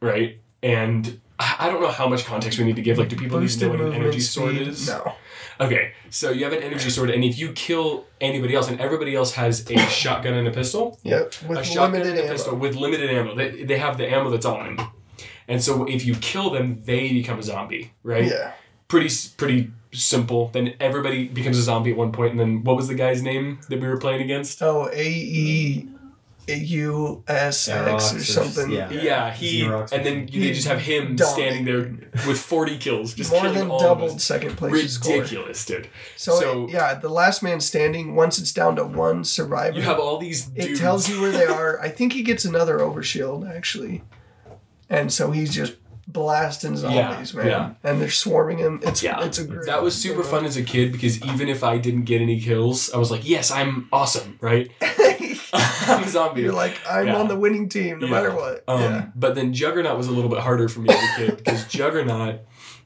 Speaker 4: right? And I I don't know how much context we need to give. Like, do people need to
Speaker 3: Boosted
Speaker 4: know what an
Speaker 3: movement
Speaker 4: energy sword
Speaker 3: speed.
Speaker 4: is?
Speaker 3: No.
Speaker 4: Okay, so you have an energy sword, and if you kill anybody else, and everybody else has a shotgun and a pistol,
Speaker 3: Yep.
Speaker 4: a
Speaker 3: With
Speaker 4: shotgun
Speaker 3: limited
Speaker 4: and a
Speaker 3: ammo.
Speaker 4: pistol with limited ammo, they, they have the ammo that's on them, and so if you kill them, they become a zombie, right?
Speaker 3: Yeah.
Speaker 4: pretty pretty simple. Then everybody becomes a zombie at one point, and then what was the guy's name that we were playing against?
Speaker 3: Oh, A E U S X
Speaker 5: Xerox
Speaker 3: or
Speaker 5: is-
Speaker 3: something.
Speaker 5: yeah.
Speaker 4: Yeah, he
Speaker 5: Xerox.
Speaker 4: and then you, they just have him
Speaker 3: Dumb.
Speaker 4: standing there with forty kills, just
Speaker 3: More
Speaker 4: killing
Speaker 3: than
Speaker 4: all
Speaker 3: doubled
Speaker 4: Of us.
Speaker 3: second place score.
Speaker 4: Ridiculous, dude.
Speaker 3: So,
Speaker 4: So-
Speaker 3: it- yeah, the last man standing. Once it's down to one survivor,
Speaker 4: You have all these.
Speaker 3: it
Speaker 4: Dudes.
Speaker 3: tells you where they are. I think he gets another overshield actually, and so he's just blasting zombies, man.
Speaker 4: yeah.
Speaker 3: And they're swarming him. It's
Speaker 4: Yeah,
Speaker 3: it's a great,
Speaker 4: that was super fun as a kid because even if I didn't get any kills, I was like, "Yes, I'm awesome, right? I'm a zombie."
Speaker 3: You're like, I'm
Speaker 4: Yeah.
Speaker 3: on the winning team, no
Speaker 4: Yeah.
Speaker 3: matter what.
Speaker 4: Um,
Speaker 3: yeah.
Speaker 4: But then Juggernaut was a little bit harder for me as a kid because Juggernaut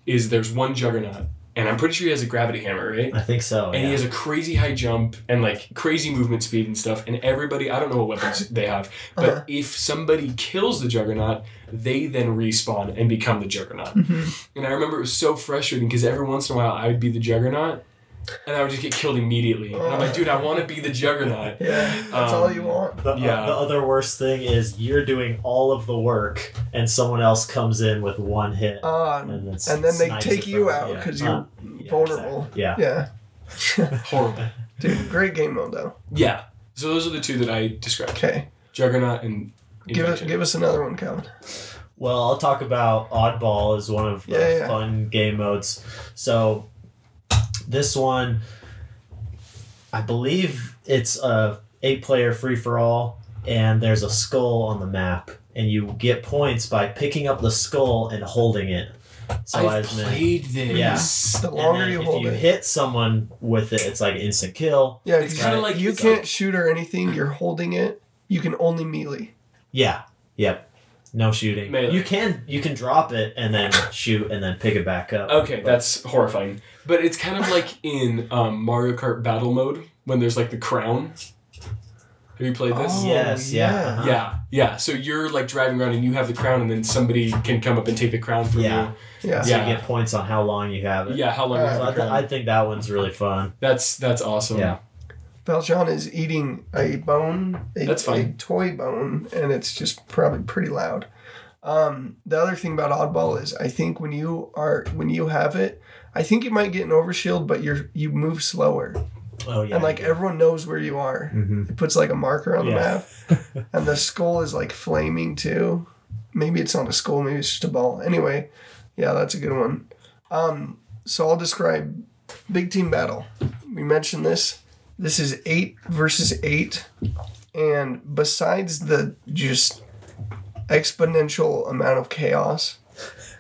Speaker 4: is there's one Juggernaut, and I'm pretty sure he has a gravity hammer, right?
Speaker 5: I think
Speaker 3: Oh,
Speaker 5: so.
Speaker 4: And
Speaker 5: yeah.
Speaker 4: he has a crazy high jump and like crazy movement speed and stuff. And everybody, I don't know what weapons they have, but
Speaker 3: Uh-huh.
Speaker 4: if somebody kills the Juggernaut, they then respawn and become the Juggernaut.
Speaker 3: Mm-hmm.
Speaker 4: And I remember it was so frustrating because every once in a while I would be the Juggernaut and I would just get killed immediately. And
Speaker 3: Oh.
Speaker 4: I'm like, dude, I want to be the Juggernaut.
Speaker 3: Yeah, that's all
Speaker 4: um,
Speaker 3: you want.
Speaker 5: The, uh,
Speaker 4: Yeah.
Speaker 5: the other worst thing is you're doing all of the work and someone else comes in with one hit.
Speaker 3: Um,
Speaker 5: and then,
Speaker 3: and then they
Speaker 5: snipes
Speaker 3: take
Speaker 5: it
Speaker 3: you
Speaker 5: from-
Speaker 3: out
Speaker 5: yeah.
Speaker 3: 'cause
Speaker 5: Uh,
Speaker 3: you're
Speaker 5: yeah,
Speaker 3: vulnerable.
Speaker 5: exactly. Yeah.
Speaker 3: Yeah,
Speaker 4: Horrible.
Speaker 3: dude, great game mode though.
Speaker 4: Yeah. So those are the two that I described
Speaker 3: Okay,
Speaker 4: Juggernaut and.
Speaker 3: give us
Speaker 4: Infection.
Speaker 3: give us another one, Calvin.
Speaker 5: Well, I'll talk about Oddball as one of the
Speaker 3: Yeah, yeah.
Speaker 5: fun game modes. So this one, I believe it's a eight player free for all, and there's a skull on the map, and you get points by picking up the skull and holding it. So
Speaker 4: I've
Speaker 5: as many-
Speaker 4: played this.
Speaker 3: The
Speaker 5: and
Speaker 3: longer
Speaker 5: then
Speaker 3: you
Speaker 5: if
Speaker 3: hold
Speaker 5: you
Speaker 3: it.
Speaker 5: hit someone with it, it's like instant kill.
Speaker 3: yeah,
Speaker 4: It's
Speaker 3: it's
Speaker 4: kinda
Speaker 3: you,
Speaker 4: like-
Speaker 3: you
Speaker 4: it's
Speaker 3: can't
Speaker 4: like-
Speaker 3: shoot or anything. You're holding it. You can only melee.
Speaker 5: Yeah. Yep. No shooting.
Speaker 4: Melee.
Speaker 5: You can you can drop it and then shoot and then pick it back up.
Speaker 4: Okay,
Speaker 5: But-
Speaker 4: that's horrifying. But it's kind of like in um, Mario Kart Battle Mode when there's like the crown. Have you played this?
Speaker 3: Oh,
Speaker 5: Yes, yeah, uh-huh.
Speaker 4: Yeah, yeah. So you're like driving around and you have the crown, and then somebody can come up and take the crown from
Speaker 5: Yeah.
Speaker 3: yeah.
Speaker 5: so
Speaker 4: yeah.
Speaker 5: you get points on how long you have
Speaker 4: you.
Speaker 5: it.
Speaker 4: Yeah, how long?
Speaker 3: Uh,
Speaker 4: you have
Speaker 5: So
Speaker 4: the
Speaker 5: I, th-
Speaker 4: crown.
Speaker 5: I think that one's really fun.
Speaker 4: that's that's awesome.
Speaker 5: Yeah.
Speaker 3: Valjean is eating a bone, a,
Speaker 4: That's fine.
Speaker 3: a toy bone, and it's just probably pretty loud. Um, the other thing about oddball is I think when you are when you have it, I think you might get an overshield, but you're you move slower.
Speaker 5: Oh yeah.
Speaker 3: and like everyone knows where you are.
Speaker 5: hmm
Speaker 3: It puts like a marker on
Speaker 5: Yeah.
Speaker 3: the map. and the skull is like flaming too. Maybe it's not a skull, maybe it's just a ball. Anyway, yeah, that's a good one. Um, so I'll describe big team battle. We mentioned this. This is eight versus eight. And besides the just exponential amount of chaos,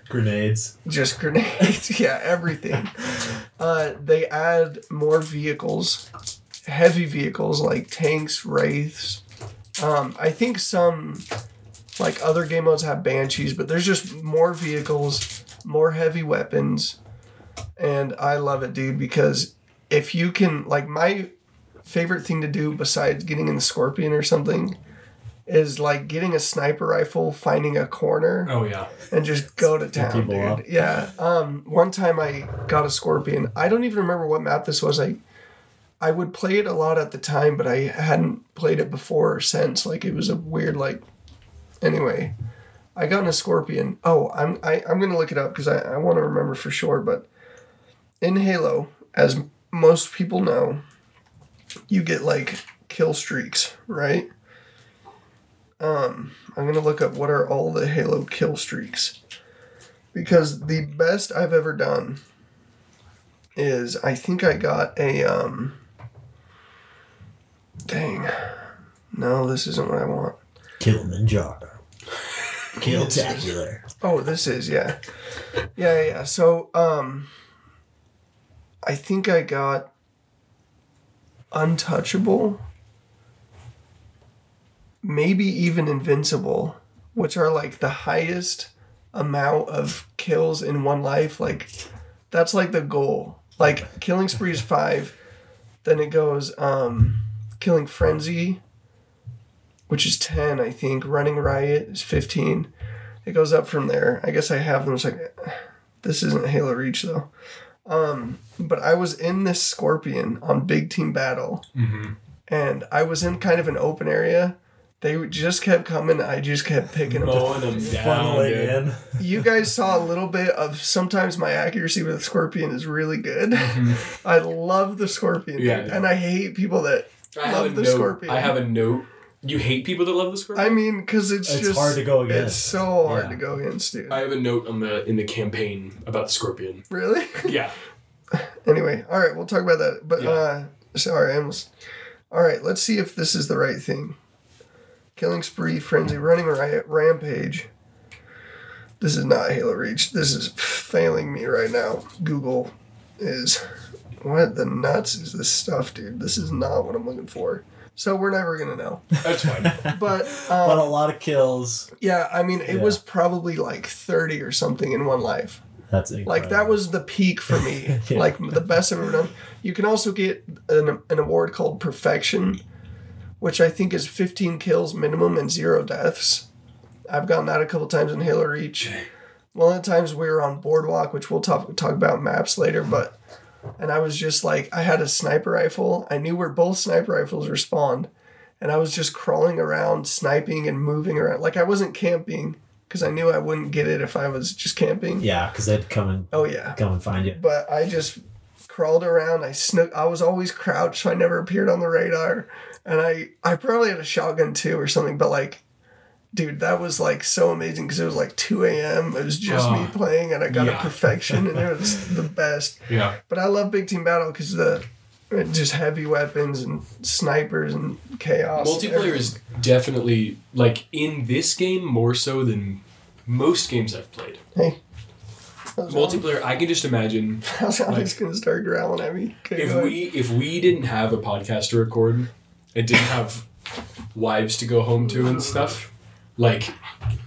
Speaker 5: Grenades.
Speaker 3: just grenades yeah everything uh, they add more vehicles heavy vehicles like tanks wraiths um, i think some like other game modes have banshees but there's just more vehicles more heavy weapons and i love it dude because if you can like my favorite thing to do besides getting in the scorpion or something is like getting a sniper rifle finding a corner
Speaker 4: Oh yeah.
Speaker 3: and just go to town,
Speaker 5: people
Speaker 3: dude.
Speaker 5: up.
Speaker 3: Yeah. Um. One time I got a scorpion. I don't even remember what map this was. I, I would play it a lot at the time, but I hadn't played it before or since. Like it was a weird like. Anyway, I got in a scorpion. Oh, I'm I, I'm gonna look it up because I I want to remember for sure. But in Halo, as m- most people know, you get like kill streaks, right? Um, I'm gonna look up what are all the Halo kill streaks because the best I've ever done is I think I got a um. Dang, no, this isn't what I want.
Speaker 5: Kilimanjaro. Kill tacular.
Speaker 3: Oh, this is yeah, yeah, yeah, yeah. So, um, I think I got untouchable, maybe even invincible, which are like the highest amount of kills in one life. Like, that's like the goal. Like, killing spree is five, then it goes, um, killing frenzy, which is ten, I think. Running riot is fifteen it goes up from there. I guess I have them. It's like this isn't Halo Reach though. Um, but I was in this Scorpion on Big Team Battle,
Speaker 4: Mm-hmm.
Speaker 3: and I was in kind of an open area. They just kept coming. I just kept picking them. up.
Speaker 4: Mowing them Oh, down,
Speaker 5: Funneling
Speaker 4: dude.
Speaker 5: in.
Speaker 3: You guys saw a little bit of sometimes my accuracy with Scorpion is really good. I love the Scorpion,
Speaker 4: Yeah,
Speaker 3: dude,
Speaker 4: I know.
Speaker 3: and I hate people that.
Speaker 4: I have
Speaker 3: Love
Speaker 4: a
Speaker 3: the
Speaker 4: note.
Speaker 3: scorpion.
Speaker 4: I have a note. You hate people that love the scorpion.
Speaker 3: I mean, because it's,
Speaker 5: It's
Speaker 3: just
Speaker 5: hard to go
Speaker 3: It's
Speaker 5: against.
Speaker 3: so hard
Speaker 5: Yeah.
Speaker 3: to go against, dude.
Speaker 4: I have a note on the in the campaign about the scorpion.
Speaker 3: really?
Speaker 4: Yeah.
Speaker 3: Anyway, all right, we'll talk about that. But
Speaker 4: Yeah.
Speaker 3: uh sorry, I almost. All right, let's see if this is the right thing. Killing spree, frenzy, running riot, rampage. This is not Halo Reach. This is failing me right now. Google is what the nuts is this stuff, dude? This is not what I'm looking for. So we're never gonna know.
Speaker 4: That's fine.
Speaker 3: But
Speaker 5: But a
Speaker 3: um,
Speaker 5: lot of kills.
Speaker 3: yeah, I mean, it
Speaker 5: Yeah.
Speaker 3: was probably like 30 or something in one life.
Speaker 5: That's incredible.
Speaker 3: Like that was the peak for me.
Speaker 5: Yeah.
Speaker 3: Like the best I've ever done. You can also get an, an award called Perfection, which I think is 15 kills minimum and zero deaths. I've gotten that a couple times in Halo Reach. One of the times we were on Boardwalk, which we'll talk talk about maps later, but and I was just like I had a sniper rifle. I knew where both sniper rifles were spawned, and I was just crawling around, sniping and moving around. Like I wasn't camping because I knew I wouldn't get it if I was just camping.
Speaker 5: Yeah, because they'd come and
Speaker 3: Oh yeah
Speaker 5: come and find you.
Speaker 3: but I just crawled around. I snook. I was always crouched, so I never appeared on the radar. And I, I probably had a shotgun too or something. But like, dude, that was like so amazing because it was like two a.m. It was just me
Speaker 4: Oh,
Speaker 3: playing, and I got
Speaker 4: yeah.
Speaker 3: a perfection, and it was the best.
Speaker 4: Yeah.
Speaker 3: But I love big team battle because the just heavy weapons and snipers and chaos.
Speaker 4: Multiplayer is definitely like in this game more so than most games I've played.
Speaker 3: Hey.
Speaker 4: Multiplayer, I can just imagine
Speaker 3: How's Alex gonna start growling at me? Okay, go
Speaker 4: if
Speaker 3: ahead.
Speaker 4: we if we didn't have a podcast to record and didn't have wives to go home to and stuff, like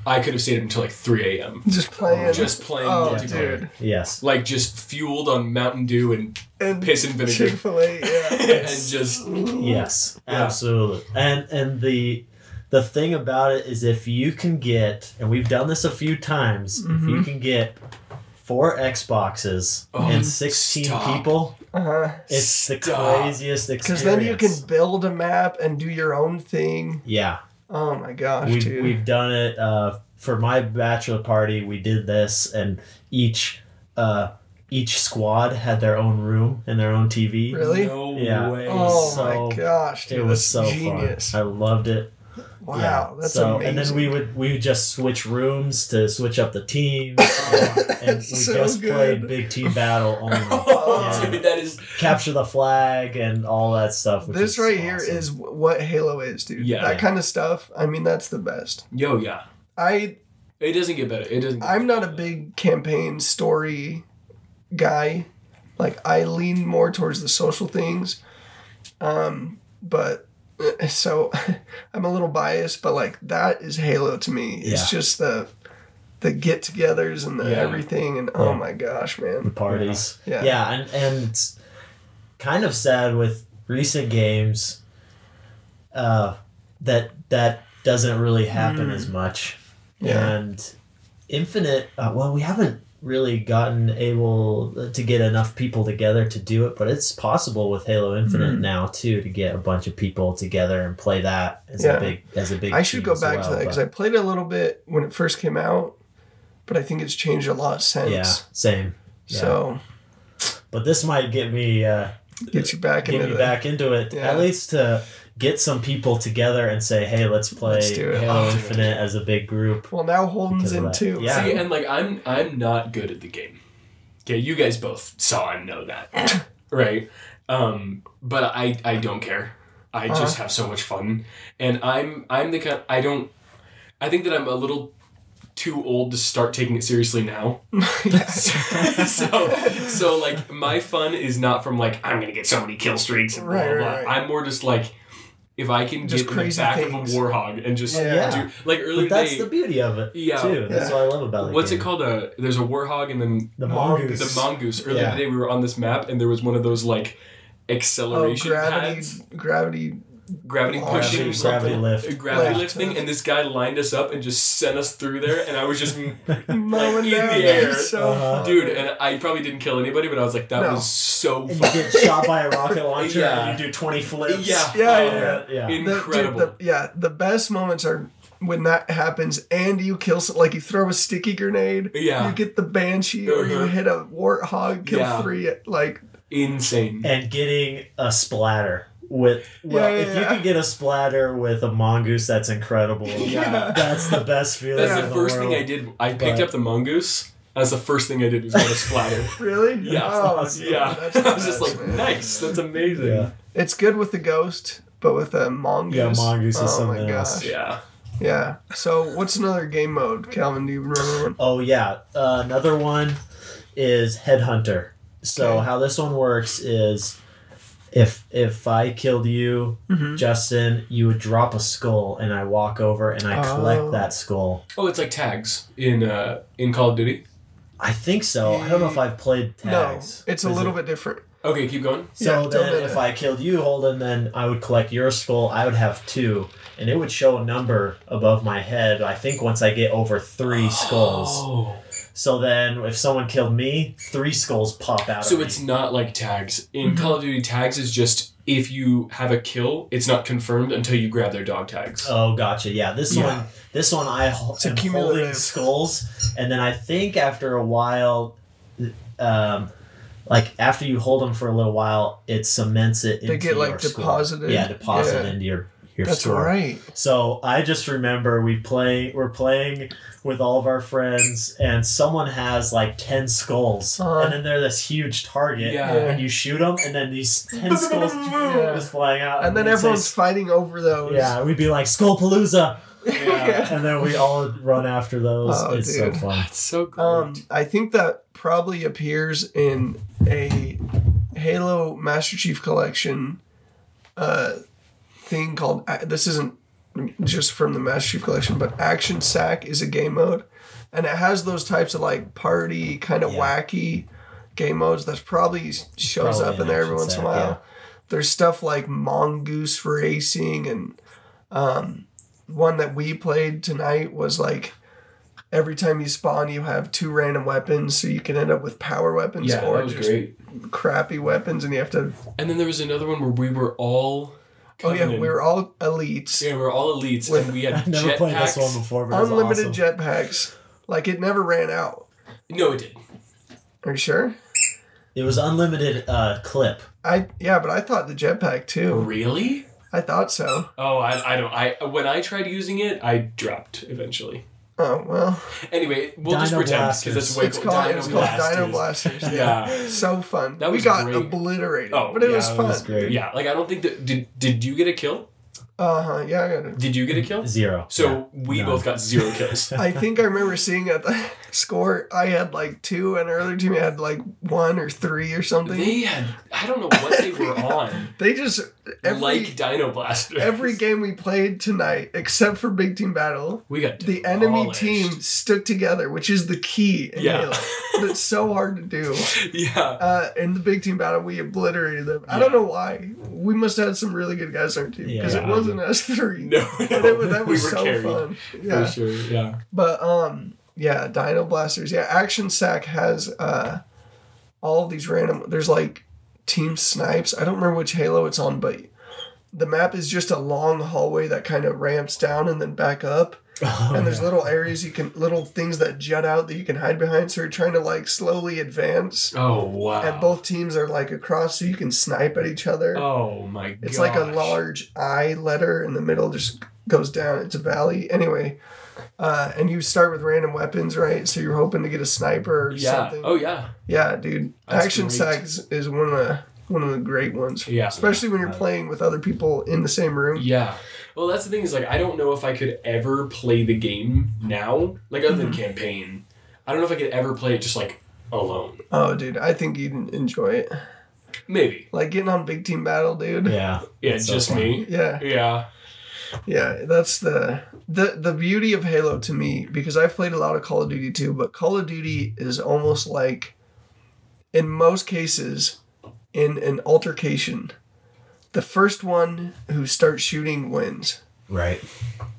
Speaker 4: I could have stayed up until like three a.m.
Speaker 3: just playing,
Speaker 4: Just playing
Speaker 3: Oh,
Speaker 4: multiplayer.
Speaker 3: dude,
Speaker 5: Yes.
Speaker 4: Like just fueled on Mountain Dew and
Speaker 3: and
Speaker 4: piss and
Speaker 3: Chick
Speaker 4: vinegar,
Speaker 3: Fil A. Yeah,
Speaker 4: and just
Speaker 5: Yes.
Speaker 4: Yeah.
Speaker 5: Absolutely. And and the the thing about it is if you can get and we've done this a few times, if you can get four Xboxes
Speaker 4: Oh,
Speaker 5: and sixteen
Speaker 4: stop.
Speaker 5: people,
Speaker 3: uh huh.
Speaker 5: it's
Speaker 4: Stop.
Speaker 5: the craziest experience.
Speaker 3: Because then you can build a map and do your own thing.
Speaker 5: Yeah.
Speaker 3: Oh my gosh,
Speaker 5: we've,
Speaker 3: dude.
Speaker 5: we've done it uh, for my bachelor party we did this and each uh, each squad had their own room and their own tv
Speaker 3: Really?
Speaker 4: no
Speaker 5: Yeah.
Speaker 4: way.
Speaker 3: oh
Speaker 5: so-
Speaker 3: my gosh, dude.
Speaker 5: it was
Speaker 3: that's
Speaker 5: so
Speaker 3: genius.
Speaker 5: fun i loved it
Speaker 3: Wow,
Speaker 5: yeah.
Speaker 3: that's
Speaker 5: so
Speaker 3: amazing.
Speaker 5: and then we would we would just switch rooms to switch up the teams and, and we
Speaker 3: So
Speaker 5: just
Speaker 3: good.
Speaker 5: played big team battle only
Speaker 4: Oh, dude, that is
Speaker 5: capture the flag and all that stuff which
Speaker 3: this
Speaker 5: is
Speaker 3: right here
Speaker 5: awesome.
Speaker 3: is w- what Halo is, dude.
Speaker 4: Yeah.
Speaker 3: that
Speaker 5: Yeah.
Speaker 3: kind of stuff. I mean, that's the best.
Speaker 4: yo yeah.
Speaker 3: I
Speaker 4: It doesn't get better. It doesn't. Get
Speaker 3: I'm not a big campaign story guy. Like I lean more towards the social things. Um, but eh, so I'm a little biased, but like that is Halo to me. It's
Speaker 5: Yeah.
Speaker 3: just the the get-togethers and the
Speaker 4: Yeah.
Speaker 3: everything and oh
Speaker 5: Yeah.
Speaker 3: my gosh,
Speaker 5: the
Speaker 3: man.
Speaker 5: parties.
Speaker 3: Yeah.
Speaker 5: Yeah. and and it's kind of sad with recent games uh, that that doesn't really happen as much.
Speaker 3: Mm. Yeah.
Speaker 5: And Infinite, uh, well, we haven't really gotten able to get enough people together to do it, but it's possible with Halo Infinite
Speaker 3: Mm.
Speaker 5: now too to get a bunch of people together and play that as
Speaker 3: Yeah.
Speaker 5: a big as a big.
Speaker 3: I should
Speaker 5: team
Speaker 3: go
Speaker 5: as
Speaker 3: back
Speaker 5: well,
Speaker 3: to that because
Speaker 5: but-
Speaker 3: I played a little bit when it first came out, but I think it's changed a lot since.
Speaker 5: yeah, same. Yeah.
Speaker 3: So
Speaker 5: But this might get me. Uh,
Speaker 3: get you back
Speaker 5: get
Speaker 3: into
Speaker 5: me
Speaker 3: the-
Speaker 5: back into it.
Speaker 3: Yeah.
Speaker 5: At least to get some people together and say, "Hey, let's play
Speaker 3: Let's do it."
Speaker 5: Halo
Speaker 4: Oh, dude.
Speaker 5: Infinite as a big group."
Speaker 3: Well, now Holden's
Speaker 5: Because of
Speaker 3: in
Speaker 5: that.
Speaker 3: too.
Speaker 5: Yeah.
Speaker 4: See, and like I'm I'm not good at the game. Okay, you guys both saw and know that. right? Um, but I I don't care. I
Speaker 3: Uh-huh.
Speaker 4: just have so much fun. And I'm I'm the kind I don't I think that I'm a little too old to start taking it seriously now.
Speaker 3: Oh,
Speaker 4: so so like my fun is not from like I'm gonna get so many kill streaks and blah
Speaker 3: Right,
Speaker 4: blah blah.
Speaker 3: right, right.
Speaker 4: I'm more just like if I can
Speaker 3: Just
Speaker 4: get in the
Speaker 3: crazy
Speaker 4: back
Speaker 3: things.
Speaker 4: of a warhog and just
Speaker 3: Yeah.
Speaker 4: do like earlier
Speaker 5: But that's
Speaker 4: day
Speaker 5: the beauty of it,
Speaker 4: Yeah.
Speaker 5: too. That's
Speaker 3: Yeah.
Speaker 5: what I love about it.
Speaker 4: What's it called? Uh, there's a warhog and then
Speaker 5: The
Speaker 3: Mon-
Speaker 5: mongoose.
Speaker 4: the mongoose. Earlier
Speaker 5: Yeah.
Speaker 4: today, we were on this map, and there was one of those like
Speaker 3: Oh,
Speaker 4: acceleration
Speaker 3: gravity,
Speaker 4: pads,
Speaker 3: gravity. Oh,
Speaker 4: gravity pushing,
Speaker 5: Gravity,
Speaker 3: Pushing
Speaker 5: gravity
Speaker 3: something.
Speaker 5: lift.
Speaker 4: gravity
Speaker 3: Lift.
Speaker 4: lift thing, and this guy lined us up and just sent us through there, and I was just,
Speaker 3: Mowing
Speaker 4: in
Speaker 3: down.
Speaker 4: the
Speaker 3: there.
Speaker 4: air.
Speaker 3: So
Speaker 5: Uh-huh.
Speaker 3: fun.
Speaker 4: dude, and I probably didn't kill anybody, but I was like, that
Speaker 3: No.
Speaker 4: was so
Speaker 5: And
Speaker 4: fun.
Speaker 5: you get shot by a rocket launcher
Speaker 4: Yeah.
Speaker 5: and you do twenty flips.
Speaker 4: Yeah,
Speaker 3: Yeah,
Speaker 4: Oh,
Speaker 5: yeah, yeah.
Speaker 3: The- dude,
Speaker 4: incredible.
Speaker 3: the- yeah, the best moments are when that happens, and you kill some, like you throw a sticky grenade.
Speaker 4: Yeah.
Speaker 3: You get the banshee, or you
Speaker 4: Uh-huh.
Speaker 3: hit a warthog, kill
Speaker 4: Yeah.
Speaker 3: three. Like
Speaker 4: Insane.
Speaker 5: And getting a splatter with well,
Speaker 3: Yeah, yeah,
Speaker 5: if you
Speaker 3: yeah.
Speaker 5: can get a splatter with a mongoose, that's incredible.
Speaker 4: Yeah.
Speaker 5: That's the best feeling.
Speaker 4: That's
Speaker 5: in
Speaker 4: the first
Speaker 5: world.
Speaker 4: thing I did. I picked
Speaker 5: But-
Speaker 4: up the mongoose. That's the first thing I did was go to splatter.
Speaker 3: really?
Speaker 4: Yeah.
Speaker 3: Oh,
Speaker 5: That's
Speaker 3: dude,
Speaker 4: yeah,
Speaker 3: that's the
Speaker 4: I was just
Speaker 3: best,
Speaker 4: like,
Speaker 3: man.
Speaker 4: nice. That's amazing.
Speaker 5: Yeah.
Speaker 3: It's good with the ghost, but with a mongoose.
Speaker 5: Yeah, mongoose is
Speaker 3: oh, my
Speaker 5: something else.
Speaker 3: gosh.
Speaker 4: yeah.
Speaker 3: Yeah. So what's another game mode, Calvin? Do you remember? One?
Speaker 5: Oh yeah, uh, another one is headhunter. So
Speaker 3: Okay.
Speaker 5: how this one works is if if I killed you,
Speaker 3: Mhm.
Speaker 5: Justin, you would drop a skull, and I walk over and I
Speaker 3: Oh.
Speaker 5: collect that skull.
Speaker 4: Oh, it's like tags in uh in Call of Duty.
Speaker 5: I think so. I don't know if I've played tags.
Speaker 3: No, it's a
Speaker 5: Is
Speaker 3: little bit
Speaker 5: it-
Speaker 3: different.
Speaker 4: Okay, keep going.
Speaker 5: So
Speaker 3: yeah, tell
Speaker 5: then,
Speaker 3: me
Speaker 5: if
Speaker 3: that.
Speaker 5: I killed you, Holden, then I would collect your skull. I would have two, and it would show a number above my head. I think once I get over three skulls.
Speaker 4: Oh,
Speaker 5: So then, if someone killed me, three skulls pop out.
Speaker 4: so
Speaker 5: of
Speaker 4: it's
Speaker 5: me.
Speaker 4: not like tags in Call of Duty. Tags is just if you have a kill, it's not confirmed until you grab their dog tags.
Speaker 5: Oh, gotcha. Yeah, this
Speaker 3: Yeah.
Speaker 5: one, this one, I ho-
Speaker 3: It's
Speaker 5: am
Speaker 3: accumulative.
Speaker 5: holding skulls, and then I think after a while, um, like after you hold them for a little while, it cements it.
Speaker 3: They
Speaker 5: into
Speaker 3: get, like,
Speaker 5: your skull.
Speaker 3: deposited.
Speaker 5: Yeah, deposited
Speaker 3: Yeah.
Speaker 5: into your your
Speaker 3: That's
Speaker 5: skull.
Speaker 3: right.
Speaker 5: So I just remember we play we're playing with all of our friends and someone has like 10 skulls
Speaker 3: Uh-huh.
Speaker 5: and then they're this huge target
Speaker 4: Yeah.
Speaker 5: and you shoot them and then these 10 skulls
Speaker 3: Yeah.
Speaker 5: just flying out
Speaker 3: And then
Speaker 5: it
Speaker 3: everyone's
Speaker 5: says-
Speaker 3: fighting over those.
Speaker 5: yeah we'd be like skullpalooza
Speaker 4: Yeah.
Speaker 5: and then we all run after those.
Speaker 3: Oh,
Speaker 5: it's so
Speaker 3: dude.
Speaker 5: fun.
Speaker 4: That's so great.
Speaker 3: Um, I think that probably appears in a Halo Master Chief Collection uh, thing called. uh, This isn't just from the Master Chief Collection, but Action Sack is a game mode, and it has those types of like party kind of
Speaker 5: Yeah.
Speaker 3: wacky game modes. That probably shows
Speaker 5: Probably
Speaker 3: up in
Speaker 5: an
Speaker 3: there every
Speaker 5: Action
Speaker 3: once in a
Speaker 5: Sack,
Speaker 3: while.
Speaker 5: yeah.
Speaker 3: There's stuff like Mongoose Racing and one that we played tonight was like every time you spawn you have two random weapons so you can end up with power weapons
Speaker 4: yeah,
Speaker 3: or
Speaker 4: that was
Speaker 3: just
Speaker 4: great.
Speaker 3: crappy weapons and you have to
Speaker 4: And then there was another one where we were all.
Speaker 3: oh yeah
Speaker 4: Covenant.
Speaker 3: we were all elites
Speaker 4: Yeah, we were all elites,
Speaker 3: With-
Speaker 4: and we had
Speaker 5: I've never played this one
Speaker 4: jetpacks.
Speaker 5: before, but
Speaker 3: unlimited
Speaker 5: it was awesome.
Speaker 3: jetpacks like it never ran out
Speaker 4: No, it did.
Speaker 3: are you sure
Speaker 5: it was unlimited uh, clip.
Speaker 3: i yeah but i thought the jetpack too
Speaker 4: Really?
Speaker 3: i thought so
Speaker 4: Oh, I, I don't. I when I tried using it, I dropped eventually.
Speaker 3: oh well
Speaker 4: Anyway, we'll just
Speaker 5: Dino
Speaker 4: pretend
Speaker 5: Blasters.
Speaker 4: because that's way
Speaker 3: it's
Speaker 4: cool.
Speaker 3: called
Speaker 4: Dino
Speaker 3: it was called
Speaker 4: Blasters.
Speaker 3: dino blasters yeah,
Speaker 4: Yeah.
Speaker 3: so fun
Speaker 4: That
Speaker 3: we
Speaker 4: was
Speaker 3: got
Speaker 4: great.
Speaker 3: obliterated
Speaker 4: Oh,
Speaker 3: but it
Speaker 4: yeah,
Speaker 3: was
Speaker 5: it
Speaker 3: fun
Speaker 5: was great.
Speaker 4: Yeah, like I don't think that did. Did you get a kill?
Speaker 3: uh-huh yeah i got it
Speaker 4: Did you get a kill?
Speaker 5: Zero.
Speaker 4: So we
Speaker 5: No.
Speaker 4: both got zero kills.
Speaker 3: I think I remember seeing at the score I had like two, and our other team had like one or three or something. They,
Speaker 4: they had. I don't know what they were on.
Speaker 3: just every
Speaker 4: like Dino Blaster.
Speaker 3: every game we played tonight, except for Big Team Battle,
Speaker 4: we got
Speaker 3: the enemy
Speaker 4: demolished.
Speaker 3: team stuck together, which is the key in
Speaker 4: Yeah.
Speaker 3: Halo. But it's so hard to do.
Speaker 4: Yeah.
Speaker 3: Uh, in the Big Team Battle, we obliterated them. I don't
Speaker 4: Yeah.
Speaker 3: know why. We must have had some really good guys on our team because it
Speaker 5: Yeah.
Speaker 3: wasn't us three.
Speaker 4: No,
Speaker 3: But it was,
Speaker 4: no,
Speaker 3: that
Speaker 4: we
Speaker 3: was
Speaker 4: were
Speaker 3: so
Speaker 4: carried.
Speaker 3: fun. Yeah.
Speaker 4: For sure. Yeah.
Speaker 3: But um, yeah, Dino Blasters. Yeah, Action Sack has uh, all these random. There's like team snipes. I don't remember which Halo it's on, but the map is just a long hallway that kind of ramps down and then back up.
Speaker 5: Oh,
Speaker 3: and there's little areas you can, little things that jut out that you can hide behind. So you're trying to like slowly advance,
Speaker 4: Oh wow.
Speaker 3: and both teams are like across, so you can snipe at each other.
Speaker 4: Oh my.
Speaker 3: It's like a
Speaker 4: gosh.
Speaker 3: large I letter in the middle, just goes down. It's a valley. Anyway, uh, and you start with random weapons, right? So you're hoping to get a sniper or
Speaker 4: Yeah.
Speaker 3: something.
Speaker 4: Oh yeah.
Speaker 3: yeah, dude.
Speaker 4: That's
Speaker 3: Action
Speaker 4: great.
Speaker 3: Sack is, is one of the one of the great ones.
Speaker 4: Yeah. Uh,
Speaker 3: Especially when you're playing with other people in the same room.
Speaker 4: Yeah. Well, that's the thing is like I don't know if I could ever play the game now, like other
Speaker 3: Mm-hmm.
Speaker 4: than campaign. I don't know if I could ever play it just like alone.
Speaker 3: Oh, dude, I think you'd enjoy it.
Speaker 4: Maybe.
Speaker 3: Like getting on big team battle, dude.
Speaker 5: yeah.
Speaker 4: Yeah,
Speaker 5: That's so
Speaker 4: just
Speaker 5: fun.
Speaker 4: me.
Speaker 3: Yeah,
Speaker 4: Yeah.
Speaker 3: yeah, that's the the the beauty of Halo to me because I've played a lot of Call of Duty too, but Call of Duty is almost like in most cases in an altercation, the first one who starts shooting wins.
Speaker 5: Right.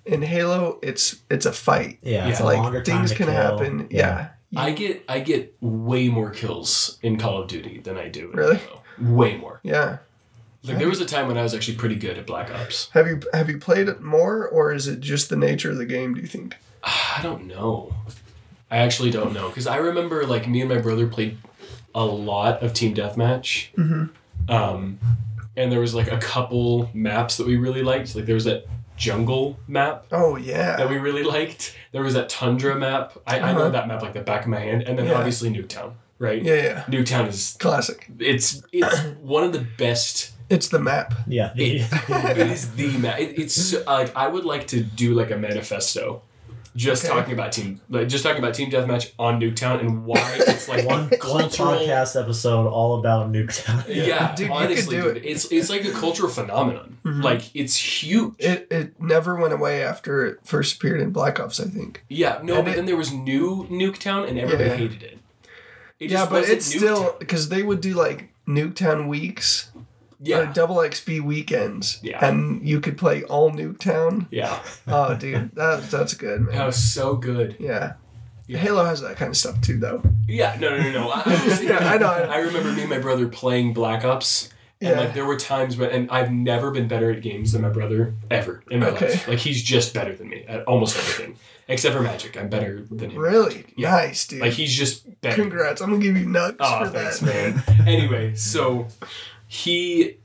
Speaker 3: In Halo, it's it's a fight.
Speaker 5: Yeah. It's
Speaker 4: Yeah.
Speaker 5: a
Speaker 3: like
Speaker 5: longer time
Speaker 3: things
Speaker 5: to
Speaker 3: can
Speaker 5: kill.
Speaker 3: happen. Yeah.
Speaker 4: I get I get way more kills in Call of Duty than I do. in
Speaker 3: Really?
Speaker 4: Halo. Way more.
Speaker 3: yeah.
Speaker 4: Like there was a time when I was actually pretty good at Black Ops.
Speaker 3: Have you have you played it more or is it just the nature of the game, do you think?
Speaker 4: Ah, I don't know. I actually don't know because I remember like me and my brother played a lot of team deathmatch. Mm-hmm. Um, and there was like a couple maps that we really liked. Like there was that jungle map
Speaker 3: Oh yeah.
Speaker 4: that we really liked. There was that tundra map. I, I know
Speaker 3: Uh-huh.
Speaker 4: that map like the back of my hand. And then
Speaker 3: Yeah.
Speaker 4: obviously Nuketown, right?
Speaker 3: yeah, yeah.
Speaker 4: Nuketown is
Speaker 3: Classic.
Speaker 4: it's it's one of the best
Speaker 3: It's the map.
Speaker 5: Yeah.
Speaker 4: it is the ma- it, it's so- like I would like to do like a manifesto, just
Speaker 3: Okay.
Speaker 4: talking about team like just talking about team deathmatch on Nuketown and why it's like
Speaker 5: one, one
Speaker 4: cultural.
Speaker 5: podcast episode all about Nuketown.
Speaker 4: Yeah,
Speaker 3: Dude, you could
Speaker 4: honestly,
Speaker 3: do Mm-hmm.
Speaker 4: dude, it's it's like a cultural phenomenon. Like it's huge.
Speaker 3: It it never went away after it first appeared in Black Ops, I think.
Speaker 4: yeah, no,
Speaker 3: and
Speaker 4: but
Speaker 3: it-
Speaker 4: then there was new Nuketown and everybody
Speaker 3: Yeah.
Speaker 4: hated it. It
Speaker 3: yeah,
Speaker 4: just
Speaker 3: but
Speaker 4: wasn't
Speaker 3: it's still
Speaker 4: Nuketown.
Speaker 3: because they would do like Nuketown weeks or
Speaker 4: yeah,
Speaker 3: double XP weekends,
Speaker 4: Yeah.
Speaker 3: and you could play all Nuketown.
Speaker 4: yeah.
Speaker 3: Oh, dude, that that's good,
Speaker 4: That
Speaker 3: man.
Speaker 4: was so good.
Speaker 3: Yeah.
Speaker 4: Yeah.
Speaker 3: Halo has that kind of stuff too, though.
Speaker 4: Yeah, no, no, no, no. I, I, was-
Speaker 3: Yeah, I know.
Speaker 4: I remember me and my brother playing Black Ops, and
Speaker 3: Yeah.
Speaker 4: like there were times when, and I've never been better at games than my brother ever in my
Speaker 3: Okay.
Speaker 4: life. Like he's just better than me at almost everything, except for Magic. I'm better than him.
Speaker 3: Really
Speaker 4: Yeah.
Speaker 3: nice, dude.
Speaker 4: Like he's just better.
Speaker 3: Congrats! I'm gonna give you nuts
Speaker 4: Aw,
Speaker 3: for
Speaker 4: thanks,
Speaker 3: that.
Speaker 4: man. anyway, so he,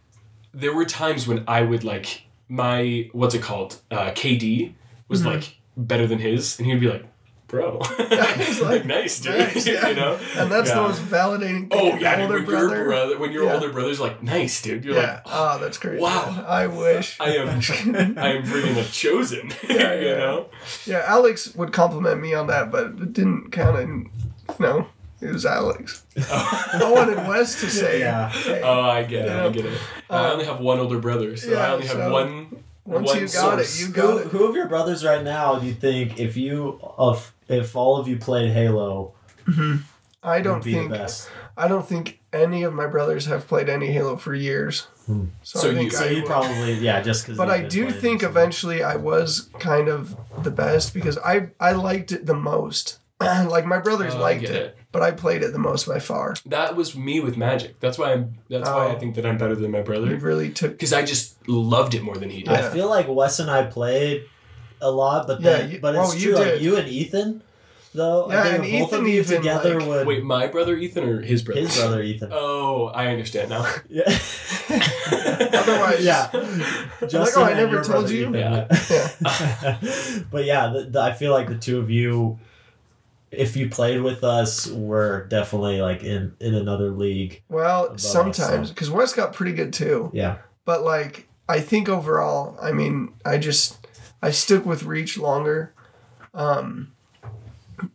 Speaker 4: there were times when I would like
Speaker 3: Mm-hmm.
Speaker 4: my what's it called, uh, KD was like better than his, and he'd be like, bro.
Speaker 3: It's like,
Speaker 4: nice, dude.
Speaker 3: nice, yeah.
Speaker 4: you know?
Speaker 3: And that's
Speaker 4: Yeah.
Speaker 3: the most validating thing.
Speaker 4: Oh
Speaker 3: Your
Speaker 4: yeah, dude,
Speaker 3: older
Speaker 4: when
Speaker 3: brother.
Speaker 4: your brother, when your
Speaker 3: Yeah.
Speaker 4: older brother's like, nice, dude. You're
Speaker 3: yeah.
Speaker 4: like,
Speaker 3: oh, that's crazy.
Speaker 4: wow.
Speaker 3: I wish.
Speaker 4: I am, I am freaking like chosen.
Speaker 3: Yeah,
Speaker 4: you
Speaker 3: yeah.
Speaker 4: know.
Speaker 3: Yeah, Alex would compliment me on that, but it didn't count. In, you know, it was Alex. I wanted Wes to say.
Speaker 5: Yeah.
Speaker 3: hey,
Speaker 4: Oh, I get it.
Speaker 3: Yeah.
Speaker 4: I get it. I only have one older brother, so I
Speaker 3: Uh, yeah,
Speaker 4: only have
Speaker 3: so
Speaker 4: one.
Speaker 3: once
Speaker 4: one
Speaker 3: you got it,
Speaker 4: source.
Speaker 3: you got
Speaker 5: Who,
Speaker 3: it.
Speaker 5: who of your brothers right now do you think if you of if all of you played Halo
Speaker 3: I don't
Speaker 5: would be
Speaker 3: think
Speaker 5: the best?
Speaker 3: I don't think any of my brothers have played any Halo for years. So,
Speaker 4: So
Speaker 3: I
Speaker 4: you-
Speaker 3: think
Speaker 4: so
Speaker 5: So
Speaker 3: I
Speaker 5: you
Speaker 3: would.
Speaker 5: probably yeah, just because.
Speaker 3: But I do think eventually I was kind of the best because I I liked it the most. like my brothers
Speaker 4: Oh, I
Speaker 3: liked
Speaker 4: get
Speaker 3: it,
Speaker 4: it.
Speaker 3: but I played it the most by far.
Speaker 4: That was me with magic. That's why I'm. That's why I
Speaker 3: Oh.
Speaker 4: think that I'm better than my
Speaker 3: We
Speaker 4: brother
Speaker 3: really took.
Speaker 4: because I just loved it more than he did.
Speaker 5: I feel like Wes and I played a lot, but
Speaker 3: Yeah,
Speaker 5: then,
Speaker 3: you-
Speaker 5: but
Speaker 3: oh,
Speaker 5: it's
Speaker 3: you
Speaker 5: true. Like
Speaker 3: did.
Speaker 5: you and Ethan, though,
Speaker 3: Yeah,
Speaker 5: I think
Speaker 3: and
Speaker 5: both
Speaker 3: Ethan
Speaker 5: of you
Speaker 3: even,
Speaker 5: together
Speaker 3: like-
Speaker 5: would
Speaker 4: Wait, my brother Ethan or his brother?
Speaker 5: his brother Ethan.
Speaker 4: Oh, I understand now.
Speaker 5: yeah.
Speaker 3: Otherwise,
Speaker 5: yeah. Justin
Speaker 3: oh, I
Speaker 5: and
Speaker 3: never
Speaker 5: your
Speaker 3: told
Speaker 5: brother
Speaker 3: you?
Speaker 5: Ethan,
Speaker 4: Yeah.
Speaker 5: but yeah, the, the, I feel like the two of you, if you played with us, were definitely like in in another league.
Speaker 3: Well,
Speaker 5: Above
Speaker 3: sometimes
Speaker 5: ourselves.
Speaker 3: because Wes got pretty good too.
Speaker 5: Yeah.
Speaker 3: But like, I think overall, I mean, I just I stuck with Reach longer. Um,